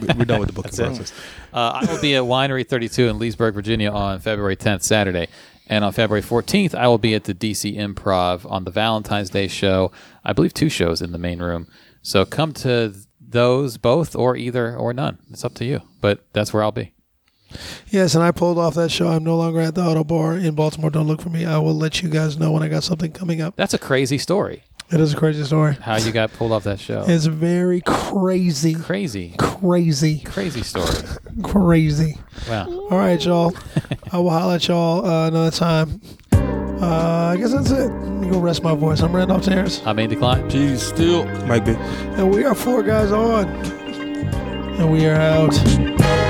[SPEAKER 7] We- we're done with the booking process.
[SPEAKER 6] Uh, I will be at Winery 32 in Leesburg, Virginia on February 10th, Saturday. And on February 14th, I will be at the DC Improv on the Valentine's Day show. I believe two shows in the main room. So come to those both or either or none. It's up to you. But that's where I'll be.
[SPEAKER 5] Yes, and I pulled off that show. I'm no longer at the Auto Bar in Baltimore. Don't look for me. I will let you guys know when I got something coming up.
[SPEAKER 6] That's a crazy story.
[SPEAKER 5] It is a crazy story.
[SPEAKER 6] How you got pulled off that show.
[SPEAKER 5] It's very crazy,
[SPEAKER 6] crazy.
[SPEAKER 5] crazy,
[SPEAKER 6] Crazy story.
[SPEAKER 5] crazy.
[SPEAKER 6] Wow.
[SPEAKER 5] All right, y'all. I will holler at y'all uh, another time. Uh, I guess that's it. Let me go rest my voice. I'm Randolph Terrence,
[SPEAKER 6] I made the climb.
[SPEAKER 4] Jeez, still.
[SPEAKER 7] Mike B.
[SPEAKER 5] and we are four guys on, and we are out.
[SPEAKER 7] Bye.